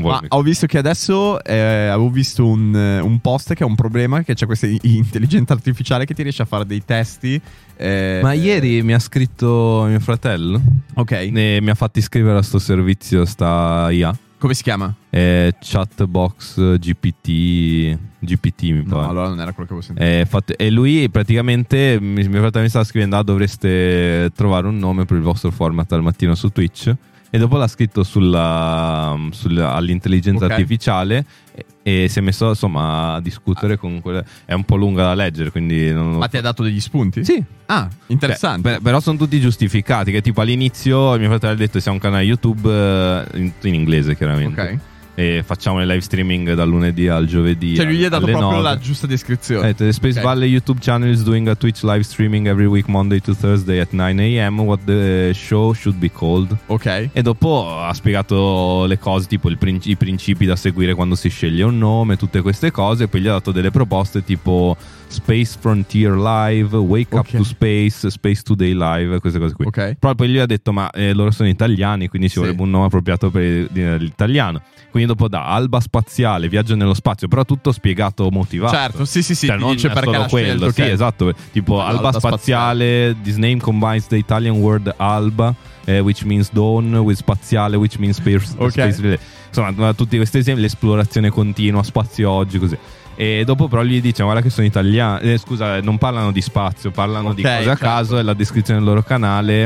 [SPEAKER 1] Ma
[SPEAKER 2] vuole. il microfono.
[SPEAKER 1] ho visto che adesso eh, avevo visto un, un post che ha un problema: che c'è questa i- intelligenza artificiale che ti riesce a fare dei testi. eh,
[SPEAKER 2] oh, Ma ieri mi ha scritto mio fratello.
[SPEAKER 1] Ok.
[SPEAKER 2] E mi ha fatto iscrivere a sto servizio, sta eh, IA.
[SPEAKER 1] Come si chiama?
[SPEAKER 2] È chatbox GPT. GPT mi
[SPEAKER 1] No,
[SPEAKER 2] pare.
[SPEAKER 1] allora non era quello che avevo sentito.
[SPEAKER 2] È fatto- e lui praticamente mi, mio fratello mi stava scrivendo: ah, dovreste trovare un nome per il vostro format al mattino su Twitch. E dopo l'ha scritto sulla, sulla- all'intelligenza
[SPEAKER 1] Ok.
[SPEAKER 2] artificiale e, e si è messo insomma a discutere con quella. È un po' lunga da leggere, quindi non lo
[SPEAKER 1] Ma ti ha dato degli spunti?
[SPEAKER 2] Sì.
[SPEAKER 1] Ah, interessante.
[SPEAKER 2] Beh, per- però sono tutti giustificati. Che tipo all'inizio mio fratello ha detto: Siamo un canale YouTube eh, in, in inglese, chiaramente.
[SPEAKER 1] ok.
[SPEAKER 2] E facciamo il live streaming dal lunedì al giovedì.
[SPEAKER 1] Cioè, lui gli ha dato
[SPEAKER 2] alle
[SPEAKER 1] proprio
[SPEAKER 2] nove.
[SPEAKER 1] la giusta descrizione.
[SPEAKER 2] Eh, the Space
[SPEAKER 1] Ecco. Ok.
[SPEAKER 2] Valley YouTube channel is doing a Twitch live streaming every week, Monday to Thursday at 9 a.m. What the uh, show should be called.
[SPEAKER 1] Ok.
[SPEAKER 2] E dopo ha spiegato le cose, tipo il prin- i principi da seguire quando si sceglie un nome, tutte queste cose. E poi gli ha dato delle proposte tipo Space Frontier Live, Wake
[SPEAKER 1] Ok.
[SPEAKER 2] Up to Space, Space Today Live, queste cose qui.
[SPEAKER 1] Ok.
[SPEAKER 2] Però poi lui ha detto: Ma eh, loro sono italiani, quindi ci
[SPEAKER 1] Sì.
[SPEAKER 2] vorrebbe un nome appropriato per eh, l'italiano. Quindi dopo da Alba Spaziale, Viaggio nello Spazio, però tutto spiegato, motivato.
[SPEAKER 1] Certo, sì, sì, sì.
[SPEAKER 2] Cioè,
[SPEAKER 1] ti
[SPEAKER 2] non
[SPEAKER 1] dice
[SPEAKER 2] è
[SPEAKER 1] perché
[SPEAKER 2] solo
[SPEAKER 1] l'ha
[SPEAKER 2] quello,
[SPEAKER 1] scelto,
[SPEAKER 2] sì,
[SPEAKER 1] ok.
[SPEAKER 2] esatto. Tipo
[SPEAKER 1] Allora,
[SPEAKER 2] Alba
[SPEAKER 1] alba
[SPEAKER 2] Spaziale, this name combines the Italian word Alba, eh, which means dawn, with Spaziale, which means space.
[SPEAKER 1] Ok.
[SPEAKER 2] space relay. Insomma, tutti questi esempi, l'esplorazione continua, spazio oggi, così. E dopo però gli dice, guarda che sono italiani, eh, scusa, non parlano di spazio, parlano di
[SPEAKER 1] Ok,
[SPEAKER 2] cose a
[SPEAKER 1] certo.
[SPEAKER 2] caso e la descrizione del loro canale...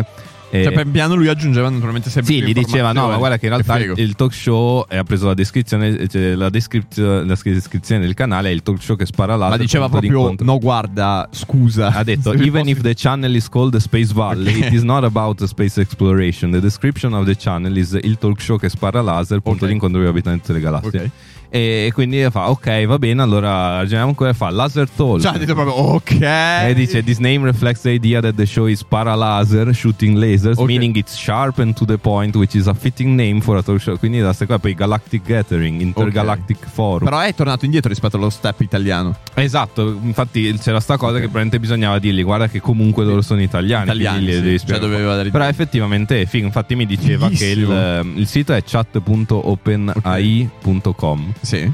[SPEAKER 2] eh,
[SPEAKER 1] Cioè, pian piano lui aggiungeva naturalmente sempre
[SPEAKER 2] sì,
[SPEAKER 1] più
[SPEAKER 2] gli diceva no, ma
[SPEAKER 1] informazioni.
[SPEAKER 2] guarda che in realtà
[SPEAKER 1] figo.
[SPEAKER 2] il talk show eh, ha preso la descrizione, cioè, la, descripzio- la descrizione del canale è il talk show che spara l'altro.
[SPEAKER 1] Ma diceva
[SPEAKER 2] punto
[SPEAKER 1] proprio,
[SPEAKER 2] d'incontro.
[SPEAKER 1] no, guarda, scusa.
[SPEAKER 2] Ha detto,
[SPEAKER 1] Se vi
[SPEAKER 2] even
[SPEAKER 1] posso-
[SPEAKER 2] if the channel is called Space Valley,
[SPEAKER 1] Ok.
[SPEAKER 2] it is not about space exploration. The description of the channel is il talk show che spara laser, punto
[SPEAKER 1] Ok.
[SPEAKER 2] d'incontro degli abitanti delle galassie.
[SPEAKER 1] Ok.
[SPEAKER 2] E quindi fa, ok, va bene, allora ragioniamo ancora e fa laser toll.
[SPEAKER 1] Cioè, ha detto proprio, ok.
[SPEAKER 2] E dice: This name reflects the idea that the show is para laser, shooting lasers,
[SPEAKER 1] Ok.
[SPEAKER 2] meaning it's sharp and to the point, which is a fitting name for a talk show. Quindi da ste qua poi Galactic Gathering, Intergalactic Forum.
[SPEAKER 1] Però è tornato indietro rispetto allo step italiano.
[SPEAKER 2] Esatto, infatti c'era sta cosa che probabilmente bisognava dirgli guarda che comunque loro sono italiani,
[SPEAKER 1] Italiani,
[SPEAKER 2] quindi gli
[SPEAKER 1] sì.
[SPEAKER 2] devi
[SPEAKER 1] Cioè,
[SPEAKER 2] spiegare un po'.
[SPEAKER 1] doveva dare-
[SPEAKER 2] Però effettivamente è figo, infatti mi diceva
[SPEAKER 1] Fighissimo.
[SPEAKER 2] che il, il sito è chat.openai.com
[SPEAKER 1] Sì.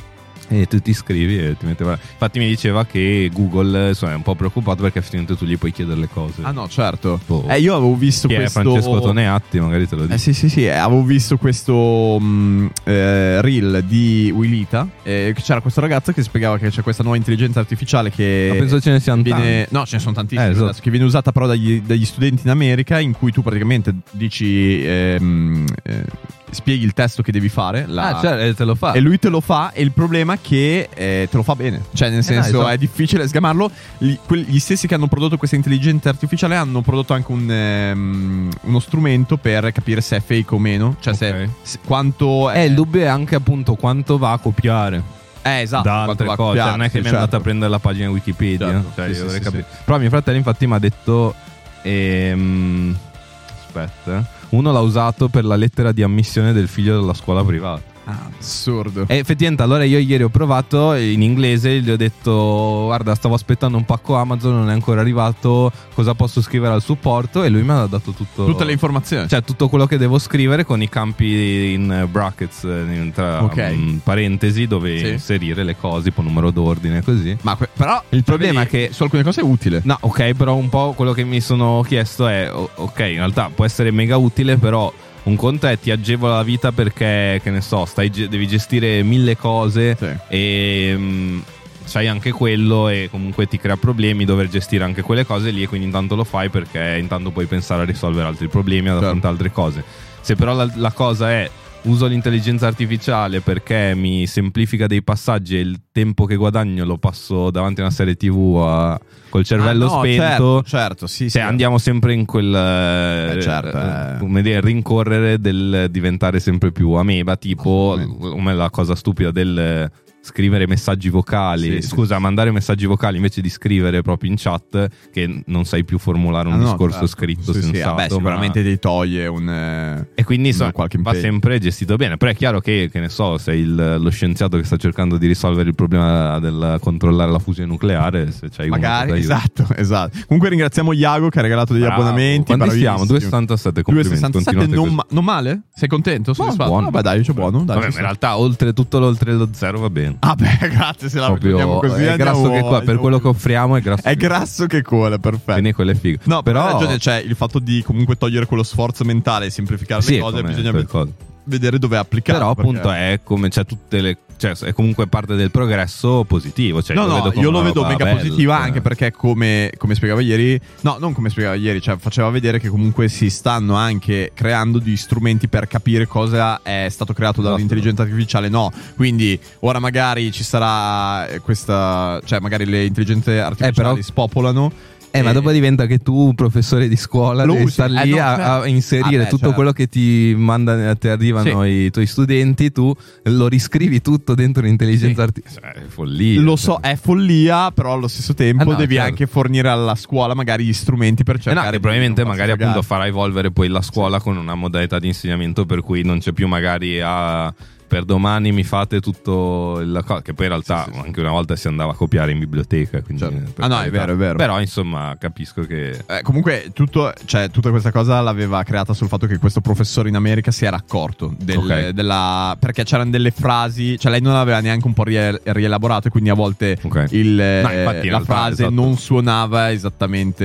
[SPEAKER 2] e tu ti iscrivi e ti metteva... Infatti mi diceva che Google insomma, è un po' preoccupato perché effettivamente tu gli puoi chiedere le cose.
[SPEAKER 1] Ah no, certo.
[SPEAKER 2] Boh.
[SPEAKER 1] Eh, io avevo visto
[SPEAKER 2] Chi è
[SPEAKER 1] questo...
[SPEAKER 2] Francesco Toneatti, magari te lo dico.
[SPEAKER 1] Eh, sì, sì, sì, eh, avevo visto questo mh, eh, reel di Willita. eh, che c'era questo ragazzo che spiegava che c'è questa nuova intelligenza artificiale che.
[SPEAKER 2] Ma penso ce ne siano
[SPEAKER 1] viene-
[SPEAKER 2] tanti.
[SPEAKER 1] No, ce ne sono tantissime.
[SPEAKER 2] Eh, esatto.
[SPEAKER 1] adesso, Che viene usata però dagli, dagli studenti in America, in cui tu praticamente dici. ehm, eh, spieghi il testo che devi fare. la-
[SPEAKER 2] Ah, cioè, eh, te lo fa.
[SPEAKER 1] E lui te lo fa, e il problema è che eh, te lo fa bene. Cioè, nel senso,
[SPEAKER 2] esatto.
[SPEAKER 1] è difficile sgamarlo. Gli, que- gli stessi che hanno prodotto questa intelligenza artificiale hanno prodotto anche un, ehm, uno strumento per capire se è fake o meno. Cioè, se-
[SPEAKER 2] Ok.
[SPEAKER 1] se, quanto è.
[SPEAKER 2] Eh, il dubbio è anche appunto quanto va a copiare.
[SPEAKER 1] Eh, esatto.
[SPEAKER 2] da
[SPEAKER 1] quanto
[SPEAKER 2] altre
[SPEAKER 1] va a
[SPEAKER 2] cose.
[SPEAKER 1] copiare,
[SPEAKER 2] non è
[SPEAKER 1] sì,
[SPEAKER 2] che mi è andata a
[SPEAKER 1] certo.
[SPEAKER 2] prendere la pagina Wikipedia.
[SPEAKER 1] Certo,
[SPEAKER 2] cioè,
[SPEAKER 1] sì,
[SPEAKER 2] io
[SPEAKER 1] sì,
[SPEAKER 2] dovrei
[SPEAKER 1] sì,
[SPEAKER 2] capire. Però mio fratello, infatti, mi ha detto. ehm, aspetta. eh. Uno l'ha usato per la lettera di ammissione del figlio della scuola privata.
[SPEAKER 1] Ah, assurdo.
[SPEAKER 2] E effettivamente, allora io ieri ho provato in inglese, gli ho detto: Guarda, stavo aspettando un pacco Amazon, non è ancora arrivato. Cosa posso scrivere al supporto? E lui mi ha dato tutto.
[SPEAKER 1] Tutte le informazioni.
[SPEAKER 2] Cioè, tutto quello che devo scrivere con i campi in eh, brackets, eh, in tra
[SPEAKER 1] Ok.
[SPEAKER 2] mm, parentesi, dove
[SPEAKER 1] Sì.
[SPEAKER 2] inserire le cose, tipo numero d'ordine, così.
[SPEAKER 1] ma que- però
[SPEAKER 2] Il problema
[SPEAKER 1] vedi,
[SPEAKER 2] è che-
[SPEAKER 1] su alcune cose è utile.
[SPEAKER 2] No, ok, però un po' quello che mi sono chiesto è, o- ok, in realtà può essere mega utile, però un conto è ti agevola la vita perché, che ne so, stai ge- devi gestire mille cose
[SPEAKER 1] Sì.
[SPEAKER 2] e mm, c'hai anche quello e comunque ti crea problemi dover gestire anche quelle cose lì e quindi intanto lo fai perché intanto puoi pensare a risolvere altri problemi, ad
[SPEAKER 1] Certo.
[SPEAKER 2] affrontare altre cose. Se però la, la cosa è uso l'intelligenza artificiale perché mi semplifica dei passaggi e il tempo che guadagno lo passo davanti a una serie TV a- col cervello
[SPEAKER 1] Ah, no,
[SPEAKER 2] spento,
[SPEAKER 1] Certo, certo, sì,
[SPEAKER 2] se
[SPEAKER 1] sì.
[SPEAKER 2] andiamo sempre in quel eh,
[SPEAKER 1] Eh, certo,
[SPEAKER 2] eh,
[SPEAKER 1] eh.
[SPEAKER 2] come dire, rincorrere del diventare sempre più ameba, tipo
[SPEAKER 1] Assolutamente.
[SPEAKER 2] come la cosa stupida del eh, scrivere messaggi vocali,
[SPEAKER 1] Sì, sì,
[SPEAKER 2] scusa, mandare messaggi vocali invece di scrivere proprio in chat che non sai più formulare un
[SPEAKER 1] Ah, no,
[SPEAKER 2] discorso
[SPEAKER 1] certo.
[SPEAKER 2] scritto
[SPEAKER 1] Sì, sì,
[SPEAKER 2] sensato,
[SPEAKER 1] vabbè,
[SPEAKER 2] ma-
[SPEAKER 1] sicuramente ti toglie un. eh,
[SPEAKER 2] e quindi
[SPEAKER 1] un-
[SPEAKER 2] insomma,
[SPEAKER 1] qualche
[SPEAKER 2] va
[SPEAKER 1] impegno.
[SPEAKER 2] sempre gestito bene, però è chiaro che, che ne so, se il- lo scienziato che sta cercando di risolvere il problema del controllare la fusione nucleare, se c'hai uno che
[SPEAKER 1] Magari,
[SPEAKER 2] t'aiuta.
[SPEAKER 1] esatto, esatto. Comunque ringraziamo Iago che ha regalato degli
[SPEAKER 2] Bravo.
[SPEAKER 1] abbonamenti.
[SPEAKER 2] Quanti
[SPEAKER 1] bravissimo.
[SPEAKER 2] siamo? 2,67, complimenti,
[SPEAKER 1] 2,67 non,
[SPEAKER 2] continuate
[SPEAKER 1] ma- non male? Sei contento? Soddisfatto?
[SPEAKER 2] buono.
[SPEAKER 1] Vabbè dai, c'è buono. Dai,
[SPEAKER 2] Vabbè,
[SPEAKER 1] ci
[SPEAKER 2] ma in
[SPEAKER 1] sta.
[SPEAKER 2] realtà oltre tutto l'oltre lo zero va bene.
[SPEAKER 1] Ah beh, grazie se la prendiamo
[SPEAKER 2] Proprio
[SPEAKER 1] così.
[SPEAKER 2] è grasso
[SPEAKER 1] andiamo-
[SPEAKER 2] che qua, per
[SPEAKER 1] andiamo-
[SPEAKER 2] quello che offriamo è grasso.
[SPEAKER 1] È grasso che cola, perfetto.
[SPEAKER 2] Quindi quello è figo.
[SPEAKER 1] No, però
[SPEAKER 2] però
[SPEAKER 1] hai ragione, cioè il fatto di comunque togliere quello sforzo mentale e semplificare
[SPEAKER 2] Sì,
[SPEAKER 1] le cose,
[SPEAKER 2] come
[SPEAKER 1] bisogna
[SPEAKER 2] per
[SPEAKER 1] ve-
[SPEAKER 2] cose.
[SPEAKER 1] vedere dove applicare.
[SPEAKER 2] Però
[SPEAKER 1] perché-
[SPEAKER 2] appunto è come cioè, tutte le cioè, è comunque parte del progresso positivo, cioè,
[SPEAKER 1] No,
[SPEAKER 2] lo
[SPEAKER 1] no,
[SPEAKER 2] vedo come
[SPEAKER 1] io lo
[SPEAKER 2] una
[SPEAKER 1] vedo
[SPEAKER 2] roba
[SPEAKER 1] mega
[SPEAKER 2] bella,
[SPEAKER 1] positiva
[SPEAKER 2] cioè.
[SPEAKER 1] anche perché come, come spiegava ieri, no, non come spiegava ieri, cioè faceva vedere che comunque si stanno anche creando di strumenti per capire cosa è stato creato
[SPEAKER 2] Esatto.
[SPEAKER 1] dall'intelligenza artificiale, no. Quindi ora magari ci sarà eh, questa, cioè magari le intelligenze artificiali
[SPEAKER 2] Eh, però-
[SPEAKER 1] spopolano.
[SPEAKER 2] Eh, ma
[SPEAKER 1] e-
[SPEAKER 2] dopo diventa che tu, professore di scuola,
[SPEAKER 1] Lo
[SPEAKER 2] devi
[SPEAKER 1] usi.
[SPEAKER 2] star
[SPEAKER 1] Eh,
[SPEAKER 2] lì
[SPEAKER 1] no,
[SPEAKER 2] a,
[SPEAKER 1] certo.
[SPEAKER 2] a inserire
[SPEAKER 1] Ah, beh,
[SPEAKER 2] tutto
[SPEAKER 1] certo.
[SPEAKER 2] quello che ti mandano, ti arrivano i tuoi studenti, tu lo riscrivi tutto dentro un'intelligenza artificiale. Cioè, è follia.
[SPEAKER 1] Lo so, è follia, però allo stesso tempo
[SPEAKER 2] Eh no,
[SPEAKER 1] devi
[SPEAKER 2] certo.
[SPEAKER 1] anche fornire alla scuola magari gli strumenti per
[SPEAKER 2] Eh no,
[SPEAKER 1] cercare.
[SPEAKER 2] che
[SPEAKER 1] di
[SPEAKER 2] probabilmente
[SPEAKER 1] non farsi
[SPEAKER 2] magari appunto
[SPEAKER 1] cagare.
[SPEAKER 2] farà evolvere poi la scuola con una modalità di insegnamento per cui non c'è più magari a per domani mi fate tutto la cosa che poi in realtà
[SPEAKER 1] Sì, sì, sì.
[SPEAKER 2] anche una volta si andava a copiare in biblioteca quindi
[SPEAKER 1] Certo.
[SPEAKER 2] eh, per
[SPEAKER 1] Ah, no, è
[SPEAKER 2] carità.
[SPEAKER 1] vero, è vero.
[SPEAKER 2] però insomma capisco che
[SPEAKER 1] Eh, comunque, tutto- cioè, tutta questa cosa l'aveva creata sul fatto che questo professore in America si era accorto del-
[SPEAKER 2] Ok.
[SPEAKER 1] della- perché c'erano delle frasi, cioè lei non aveva neanche un po' rie- rielaborato, e quindi a volte
[SPEAKER 2] Ok.
[SPEAKER 1] il,
[SPEAKER 2] No, infatti, in
[SPEAKER 1] eh, la
[SPEAKER 2] realtà,
[SPEAKER 1] frase
[SPEAKER 2] esatto.
[SPEAKER 1] non suonava esattamente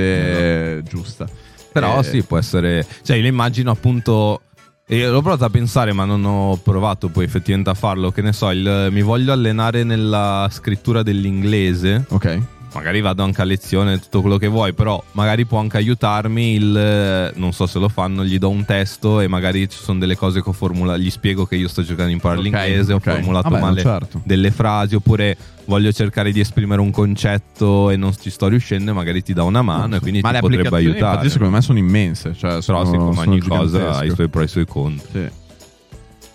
[SPEAKER 1] eh, giusta.
[SPEAKER 2] Però
[SPEAKER 1] Eh,
[SPEAKER 2] sì, può essere. Cioè, io lo immagino appunto. E l'ho provato a pensare, ma non ho provato poi effettivamente a farlo. Che ne so, il, mi voglio allenare nella scrittura dell'inglese.
[SPEAKER 1] Ok.
[SPEAKER 2] Magari vado anche a lezione, tutto quello che vuoi, però magari può anche aiutarmi il. Non so se lo fanno, gli do un testo e magari ci sono delle cose che ho formulato. Gli spiego che io sto cercando di imparare
[SPEAKER 1] Ok,
[SPEAKER 2] l'inglese,
[SPEAKER 1] ok.
[SPEAKER 2] ho formulato
[SPEAKER 1] Vabbè, no,
[SPEAKER 2] male
[SPEAKER 1] certo.
[SPEAKER 2] delle frasi, oppure voglio cercare di esprimere un concetto e non ci sto riuscendo, e magari ti dà una mano e quindi
[SPEAKER 1] Ma
[SPEAKER 2] ti
[SPEAKER 1] le
[SPEAKER 2] potrebbe
[SPEAKER 1] applicazioni, infatti,
[SPEAKER 2] aiutare.
[SPEAKER 1] secondo me sono immense. Cioè,
[SPEAKER 2] Però
[SPEAKER 1] sono,
[SPEAKER 2] sì, come
[SPEAKER 1] sono
[SPEAKER 2] ogni cosa
[SPEAKER 1] gigantesche.
[SPEAKER 2] ha i suoi pro e i suoi contro.
[SPEAKER 1] Sì.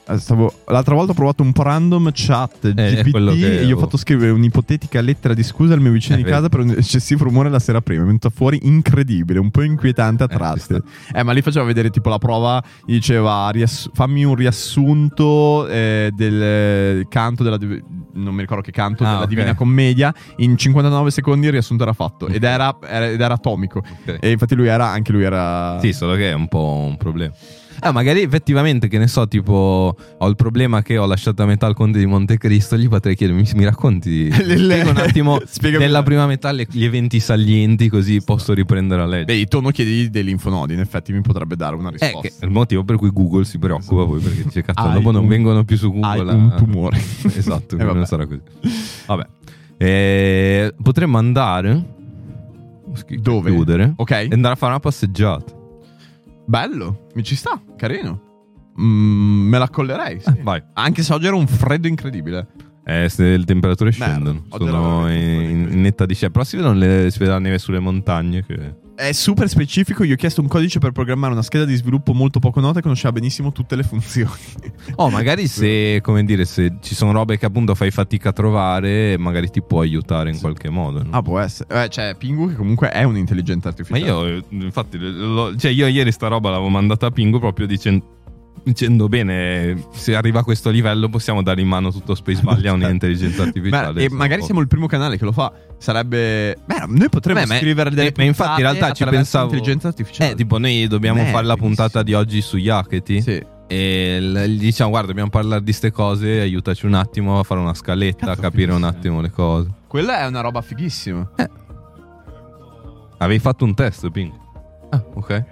[SPEAKER 1] eh, stavo- l'altra volta ho provato un random chat
[SPEAKER 2] è quello
[SPEAKER 1] GPT
[SPEAKER 2] che-
[SPEAKER 1] e gli ho fatto scrivere un'ipotetica lettera di scusa al mio vicino
[SPEAKER 2] Eh,
[SPEAKER 1] di
[SPEAKER 2] vedi.
[SPEAKER 1] casa per un eccessivo rumore la sera prima. È venuta fuori incredibile, un po' inquietante a
[SPEAKER 2] ci
[SPEAKER 1] tratti. Eh, ma lì faceva vedere tipo la prova, gli diceva "Riass- fammi un riassunto eh, del eh, canto della... div- non mi ricordo che canto
[SPEAKER 2] Ah,
[SPEAKER 1] della
[SPEAKER 2] ok.
[SPEAKER 1] Divina Commedia, in 59 secondi il riassunto era fatto ed era, era- ed era atomico.
[SPEAKER 2] Ok.
[SPEAKER 1] E infatti lui era, anche lui era...
[SPEAKER 2] Sì, solo che è un po' un problema. Ah, magari effettivamente, che ne so, tipo, ho il problema che ho lasciato a metà il conte di Montecristo, gli potrei chiedere, mi, mi racconti?
[SPEAKER 1] Le- le-
[SPEAKER 2] spiego un attimo
[SPEAKER 1] Spiegami-
[SPEAKER 2] nella prima metà le- gli eventi salienti, così posso riprendere a
[SPEAKER 1] Beh,
[SPEAKER 2] leggere.
[SPEAKER 1] il tono chiedi dei linfonodi, in effetti mi potrebbe dare una
[SPEAKER 2] Eh,
[SPEAKER 1] risposta.
[SPEAKER 2] che Ah, è il motivo per cui Google si preoccupa poi perché dice cazzo
[SPEAKER 1] Hai
[SPEAKER 2] dopo non
[SPEAKER 1] un-
[SPEAKER 2] vengono più su
[SPEAKER 1] hai
[SPEAKER 2] Google a-
[SPEAKER 1] un tumore.
[SPEAKER 2] esatto
[SPEAKER 1] Eh, vabbè.
[SPEAKER 2] non sarà così vabbè Eh, potremmo andare schi-
[SPEAKER 1] Dove?
[SPEAKER 2] chiudere
[SPEAKER 1] Ok.
[SPEAKER 2] e andare a fare una passeggiata
[SPEAKER 1] Bello, mi ci sta, carino. Mm, me la collerei. sì.
[SPEAKER 2] Eh, vai
[SPEAKER 1] Anche se oggi era un freddo incredibile.
[SPEAKER 2] Eh, se le temperature
[SPEAKER 1] Merda,
[SPEAKER 2] scendono,
[SPEAKER 1] oggi
[SPEAKER 2] sono
[SPEAKER 1] era
[SPEAKER 2] in,
[SPEAKER 1] veramente
[SPEAKER 2] in- in netta discesa. Però si vedono le, si vede la neve sulle montagne. Che...
[SPEAKER 1] È super specifico, gli ho chiesto un codice per programmare una scheda di sviluppo molto poco nota e conosceva benissimo tutte le funzioni.
[SPEAKER 2] Oh, magari se, come dire, se ci sono robe che appunto fai fatica a trovare, magari ti può aiutare in qualche modo. no?
[SPEAKER 1] ah, può essere. Eh, cioè, Pingu che comunque è un'intelligenza
[SPEAKER 2] Ma
[SPEAKER 1] artificiale.
[SPEAKER 2] io, eh, infatti, lo- cioè io ieri sta roba l'avevo mandata a Pingo proprio dicen- dicendo bene, se arriva a questo livello possiamo dare in mano tutto Space Valley a un'intelligenza artificiale.
[SPEAKER 1] Beh, e magari siamo il primo canale che lo fa. Sarebbe. Beh, noi potremmo
[SPEAKER 2] Beh, ma-
[SPEAKER 1] scrivere delle.
[SPEAKER 2] eh, ma infatti in
[SPEAKER 1] puntate
[SPEAKER 2] realtà ci
[SPEAKER 1] attraverso
[SPEAKER 2] pensavo-
[SPEAKER 1] Intelligenza artificiale.
[SPEAKER 2] Eh, tipo noi dobbiamo
[SPEAKER 1] Merda,
[SPEAKER 2] fare la
[SPEAKER 1] che
[SPEAKER 2] puntata
[SPEAKER 1] sì.
[SPEAKER 2] di oggi su Yaketi.
[SPEAKER 1] Sì.
[SPEAKER 2] e l- gli diciamo guarda dobbiamo parlare di ste cose aiutaci un attimo a fare una scaletta
[SPEAKER 1] Cazzo,
[SPEAKER 2] a capire un
[SPEAKER 1] fighissimo.
[SPEAKER 2] attimo le cose
[SPEAKER 1] Quella è una roba fighissima.
[SPEAKER 2] avevi fatto un test Pink ah ok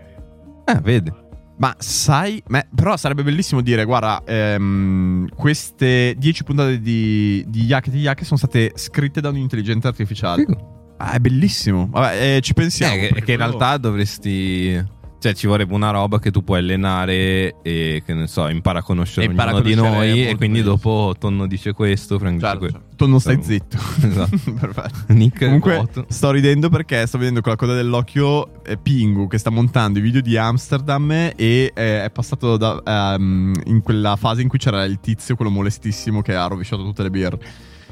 [SPEAKER 2] eh vedi
[SPEAKER 1] Ma sai, ma- però sarebbe bellissimo dire, guarda, ehm, queste 10 puntate di, di Yak e di Yak sono state scritte da un'intelligenza artificiale.
[SPEAKER 2] Figo.
[SPEAKER 1] Ah, è bellissimo. Vabbè, eh, ci pensiamo.
[SPEAKER 2] Eh, che,
[SPEAKER 1] perché
[SPEAKER 2] che in
[SPEAKER 1] quello-
[SPEAKER 2] realtà dovresti cioè ci vorrebbe una roba che tu puoi allenare e che ne so impara a conoscere
[SPEAKER 1] E impara a
[SPEAKER 2] ognuno di
[SPEAKER 1] conoscere eh,
[SPEAKER 2] noi e
[SPEAKER 1] molto
[SPEAKER 2] quindi
[SPEAKER 1] bene.
[SPEAKER 2] dopo Tonno dice questo Frank
[SPEAKER 1] Certo,
[SPEAKER 2] dice
[SPEAKER 1] certo. Tu non stai
[SPEAKER 2] Saremo-
[SPEAKER 1] zitto.
[SPEAKER 2] Esatto.
[SPEAKER 1] Perfetto.
[SPEAKER 2] Nick è
[SPEAKER 1] Comunque
[SPEAKER 2] vuoto.
[SPEAKER 1] sto ridendo perché sto vedendo con la coda dell'occhio eh, Pingu che sta montando i video di Amsterdam e eh, è passato da, ehm, in quella fase in cui c'era il tizio, quello molestissimo che ha rovesciato tutte le birre.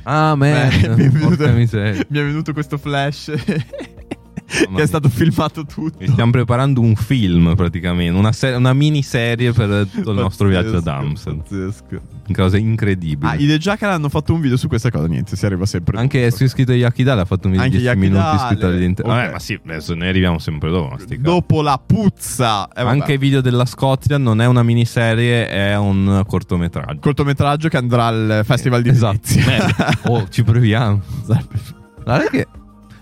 [SPEAKER 2] ah merda
[SPEAKER 1] Beh, Eh, mi, è
[SPEAKER 2] porca
[SPEAKER 1] venuto,
[SPEAKER 2] miseria Oh,
[SPEAKER 1] mi è venuto questo flash che
[SPEAKER 2] mia.
[SPEAKER 1] è stato filmato tutto.
[SPEAKER 2] E Stiamo preparando un film praticamente, una, se- una miniserie per tutto il nostro viaggio ad
[SPEAKER 1] Pazzesco,
[SPEAKER 2] Amsterdam.
[SPEAKER 1] pazzesco.
[SPEAKER 2] Cose incredibili.
[SPEAKER 1] Ah, i The Jackal hanno fatto un video su questa cosa. Niente, si arriva sempre.
[SPEAKER 2] Anche se iscritto a Yakidale ha fatto un video di
[SPEAKER 1] Anche
[SPEAKER 2] 10 minuti
[SPEAKER 1] Yakidale,
[SPEAKER 2] iscritto all'interno.
[SPEAKER 1] ok.
[SPEAKER 2] Vabbè, ma sì, adesso ne arriviamo sempre dopo. ma sti cazzi.
[SPEAKER 1] dopo la puzza. Eh, vabbè.
[SPEAKER 2] Anche il video della Scozia non è una miniserie, è un cortometraggio.
[SPEAKER 1] cortometraggio che andrà al Festival di
[SPEAKER 2] esatto.
[SPEAKER 1] Venezia.
[SPEAKER 2] Eh, oh, ci proviamo. Guarda che-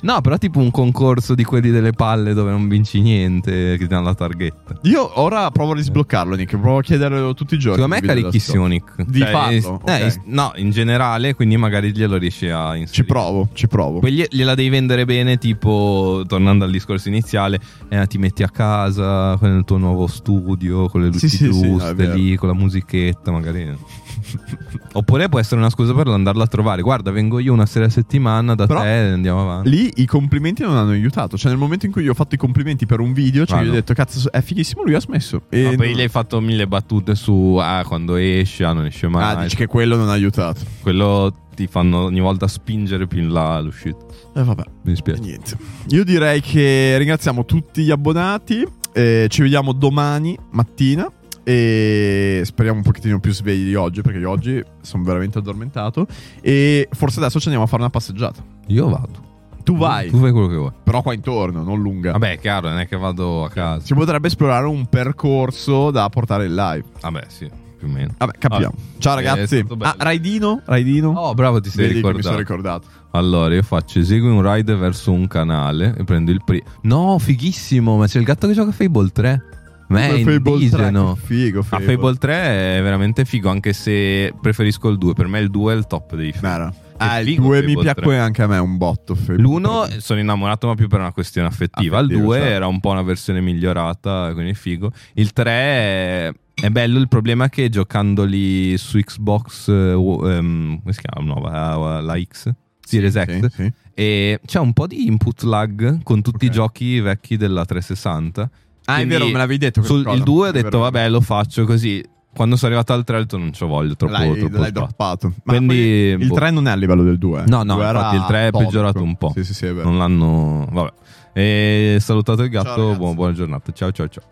[SPEAKER 2] No, però tipo un concorso di quelli delle palle dove non vinci niente, che ti danno la targhetta.
[SPEAKER 1] Io ora provo a risbloccarlo, Nick. Provo a chiederlo tutti i giorni.
[SPEAKER 2] Secondo me è
[SPEAKER 1] il video
[SPEAKER 2] carichissimo,
[SPEAKER 1] della
[SPEAKER 2] Nick.
[SPEAKER 1] Di farlo,
[SPEAKER 2] is-
[SPEAKER 1] ok.
[SPEAKER 2] eh, is- no, in generale, quindi magari glielo riesci a inserire.
[SPEAKER 1] Scozia. Ci provo, ci provo.
[SPEAKER 2] Quelli gliela devi vendere bene, tipo, tornando al discorso iniziale, eh, ti metti a casa con il tuo nuovo studio, con le
[SPEAKER 1] Sì,
[SPEAKER 2] luci
[SPEAKER 1] sì, sì, no,
[SPEAKER 2] giuste
[SPEAKER 1] è vero.
[SPEAKER 2] lì, con la musichetta, magari. Oppure può essere una scusa per andarla a trovare. Guarda, vengo io una sera a settimana da
[SPEAKER 1] Però-
[SPEAKER 2] te e andiamo avanti.
[SPEAKER 1] Lì i complimenti non hanno aiutato. Cioè, nel momento in cui gli ho fatto i complimenti per un video, cioè
[SPEAKER 2] Ah,
[SPEAKER 1] gli ho
[SPEAKER 2] no.
[SPEAKER 1] detto, cazzo, è fighissimo. Lui ha smesso. E
[SPEAKER 2] Ma poi
[SPEAKER 1] non-
[SPEAKER 2] gli hai fatto mille battute su ah, quando esce, ah, non esce mai.
[SPEAKER 1] Ah, dici che quello non ha aiutato.
[SPEAKER 2] Quello ti fanno ogni volta spingere più in là l'uscita.
[SPEAKER 1] E Eh, vabbè.
[SPEAKER 2] Mi dispiace.
[SPEAKER 1] Niente. Io direi che ringraziamo tutti gli abbonati. eh, ci vediamo domani mattina. E speriamo un pochettino più svegli di oggi, perché io oggi sono veramente addormentato. E forse adesso ci andiamo a fare una passeggiata.
[SPEAKER 2] Io vado.
[SPEAKER 1] Tu vai,
[SPEAKER 2] Tu fai quello che vuoi.
[SPEAKER 1] però qua intorno, non lunga.
[SPEAKER 2] Vabbè, è chiaro, non è che vado a casa.
[SPEAKER 1] Si potrebbe esplorare un percorso da portare in live.
[SPEAKER 2] Vabbè, sì, più o meno.
[SPEAKER 1] Vabbè, capiamo.
[SPEAKER 2] Vabbè.
[SPEAKER 1] Ciao
[SPEAKER 2] È
[SPEAKER 1] ragazzi.
[SPEAKER 2] stato bello.
[SPEAKER 1] Ah, Raidino? Raidino?
[SPEAKER 2] Oh, bravo, ti sei
[SPEAKER 1] Vedi che mi
[SPEAKER 2] ricordato.
[SPEAKER 1] sono ricordato.
[SPEAKER 2] Allora, io faccio esegui un ride verso un canale e prendo il primo. No, fighissimo, ma c'è il gatto che gioca a Fable 3. Ma è
[SPEAKER 1] Come Fable 3,
[SPEAKER 2] indigeno.
[SPEAKER 1] che Figo,
[SPEAKER 2] A
[SPEAKER 1] Ah, Fable.
[SPEAKER 2] Fable 3 è veramente figo, anche se preferisco il 2. Per me il 2 è il top dei film.
[SPEAKER 1] Mera. Ah, il
[SPEAKER 2] figo
[SPEAKER 1] 2
[SPEAKER 2] Fable
[SPEAKER 1] mi
[SPEAKER 2] 3.
[SPEAKER 1] piacque anche a me un botto. Fable
[SPEAKER 2] L'1 sono innamorato, ma più per una questione affettiva. il
[SPEAKER 1] Affettivo,
[SPEAKER 2] 2
[SPEAKER 1] certo.
[SPEAKER 2] era un po' una versione migliorata, quindi è figo. Il 3 è... è bello. Il problema è che giocandoli su Xbox, eh, o- ehm, come si chiama? No, la, la X. Series X
[SPEAKER 1] Sì, sì.
[SPEAKER 2] e c'è un po' di input lag con tutti i giochi vecchi della 360.
[SPEAKER 1] Ah, è
[SPEAKER 2] Quindi
[SPEAKER 1] vero, me l'avevi detto questa
[SPEAKER 2] sul-
[SPEAKER 1] cosa.
[SPEAKER 2] il 2 ho
[SPEAKER 1] È
[SPEAKER 2] detto,
[SPEAKER 1] vero.
[SPEAKER 2] vabbè, lo faccio così. Quando sono arrivato al 3 ho detto non ci voglio troppo,
[SPEAKER 1] l'hai,
[SPEAKER 2] troppo
[SPEAKER 1] l'hai
[SPEAKER 2] spazio.
[SPEAKER 1] droppato. Ma
[SPEAKER 2] Quindi,
[SPEAKER 1] poi il
[SPEAKER 2] boh.
[SPEAKER 1] 3 non è a livello del eh. 2.
[SPEAKER 2] No, no, infatti il 3 è peggiorato un po'.
[SPEAKER 1] Sì, sì, sì, è vero.
[SPEAKER 2] Non l'hanno. Vabbè. E salutato il
[SPEAKER 1] Ciao,
[SPEAKER 2] gatto.
[SPEAKER 1] ragazzi.
[SPEAKER 2] buon- buona giornata. Ciao ciao ciao.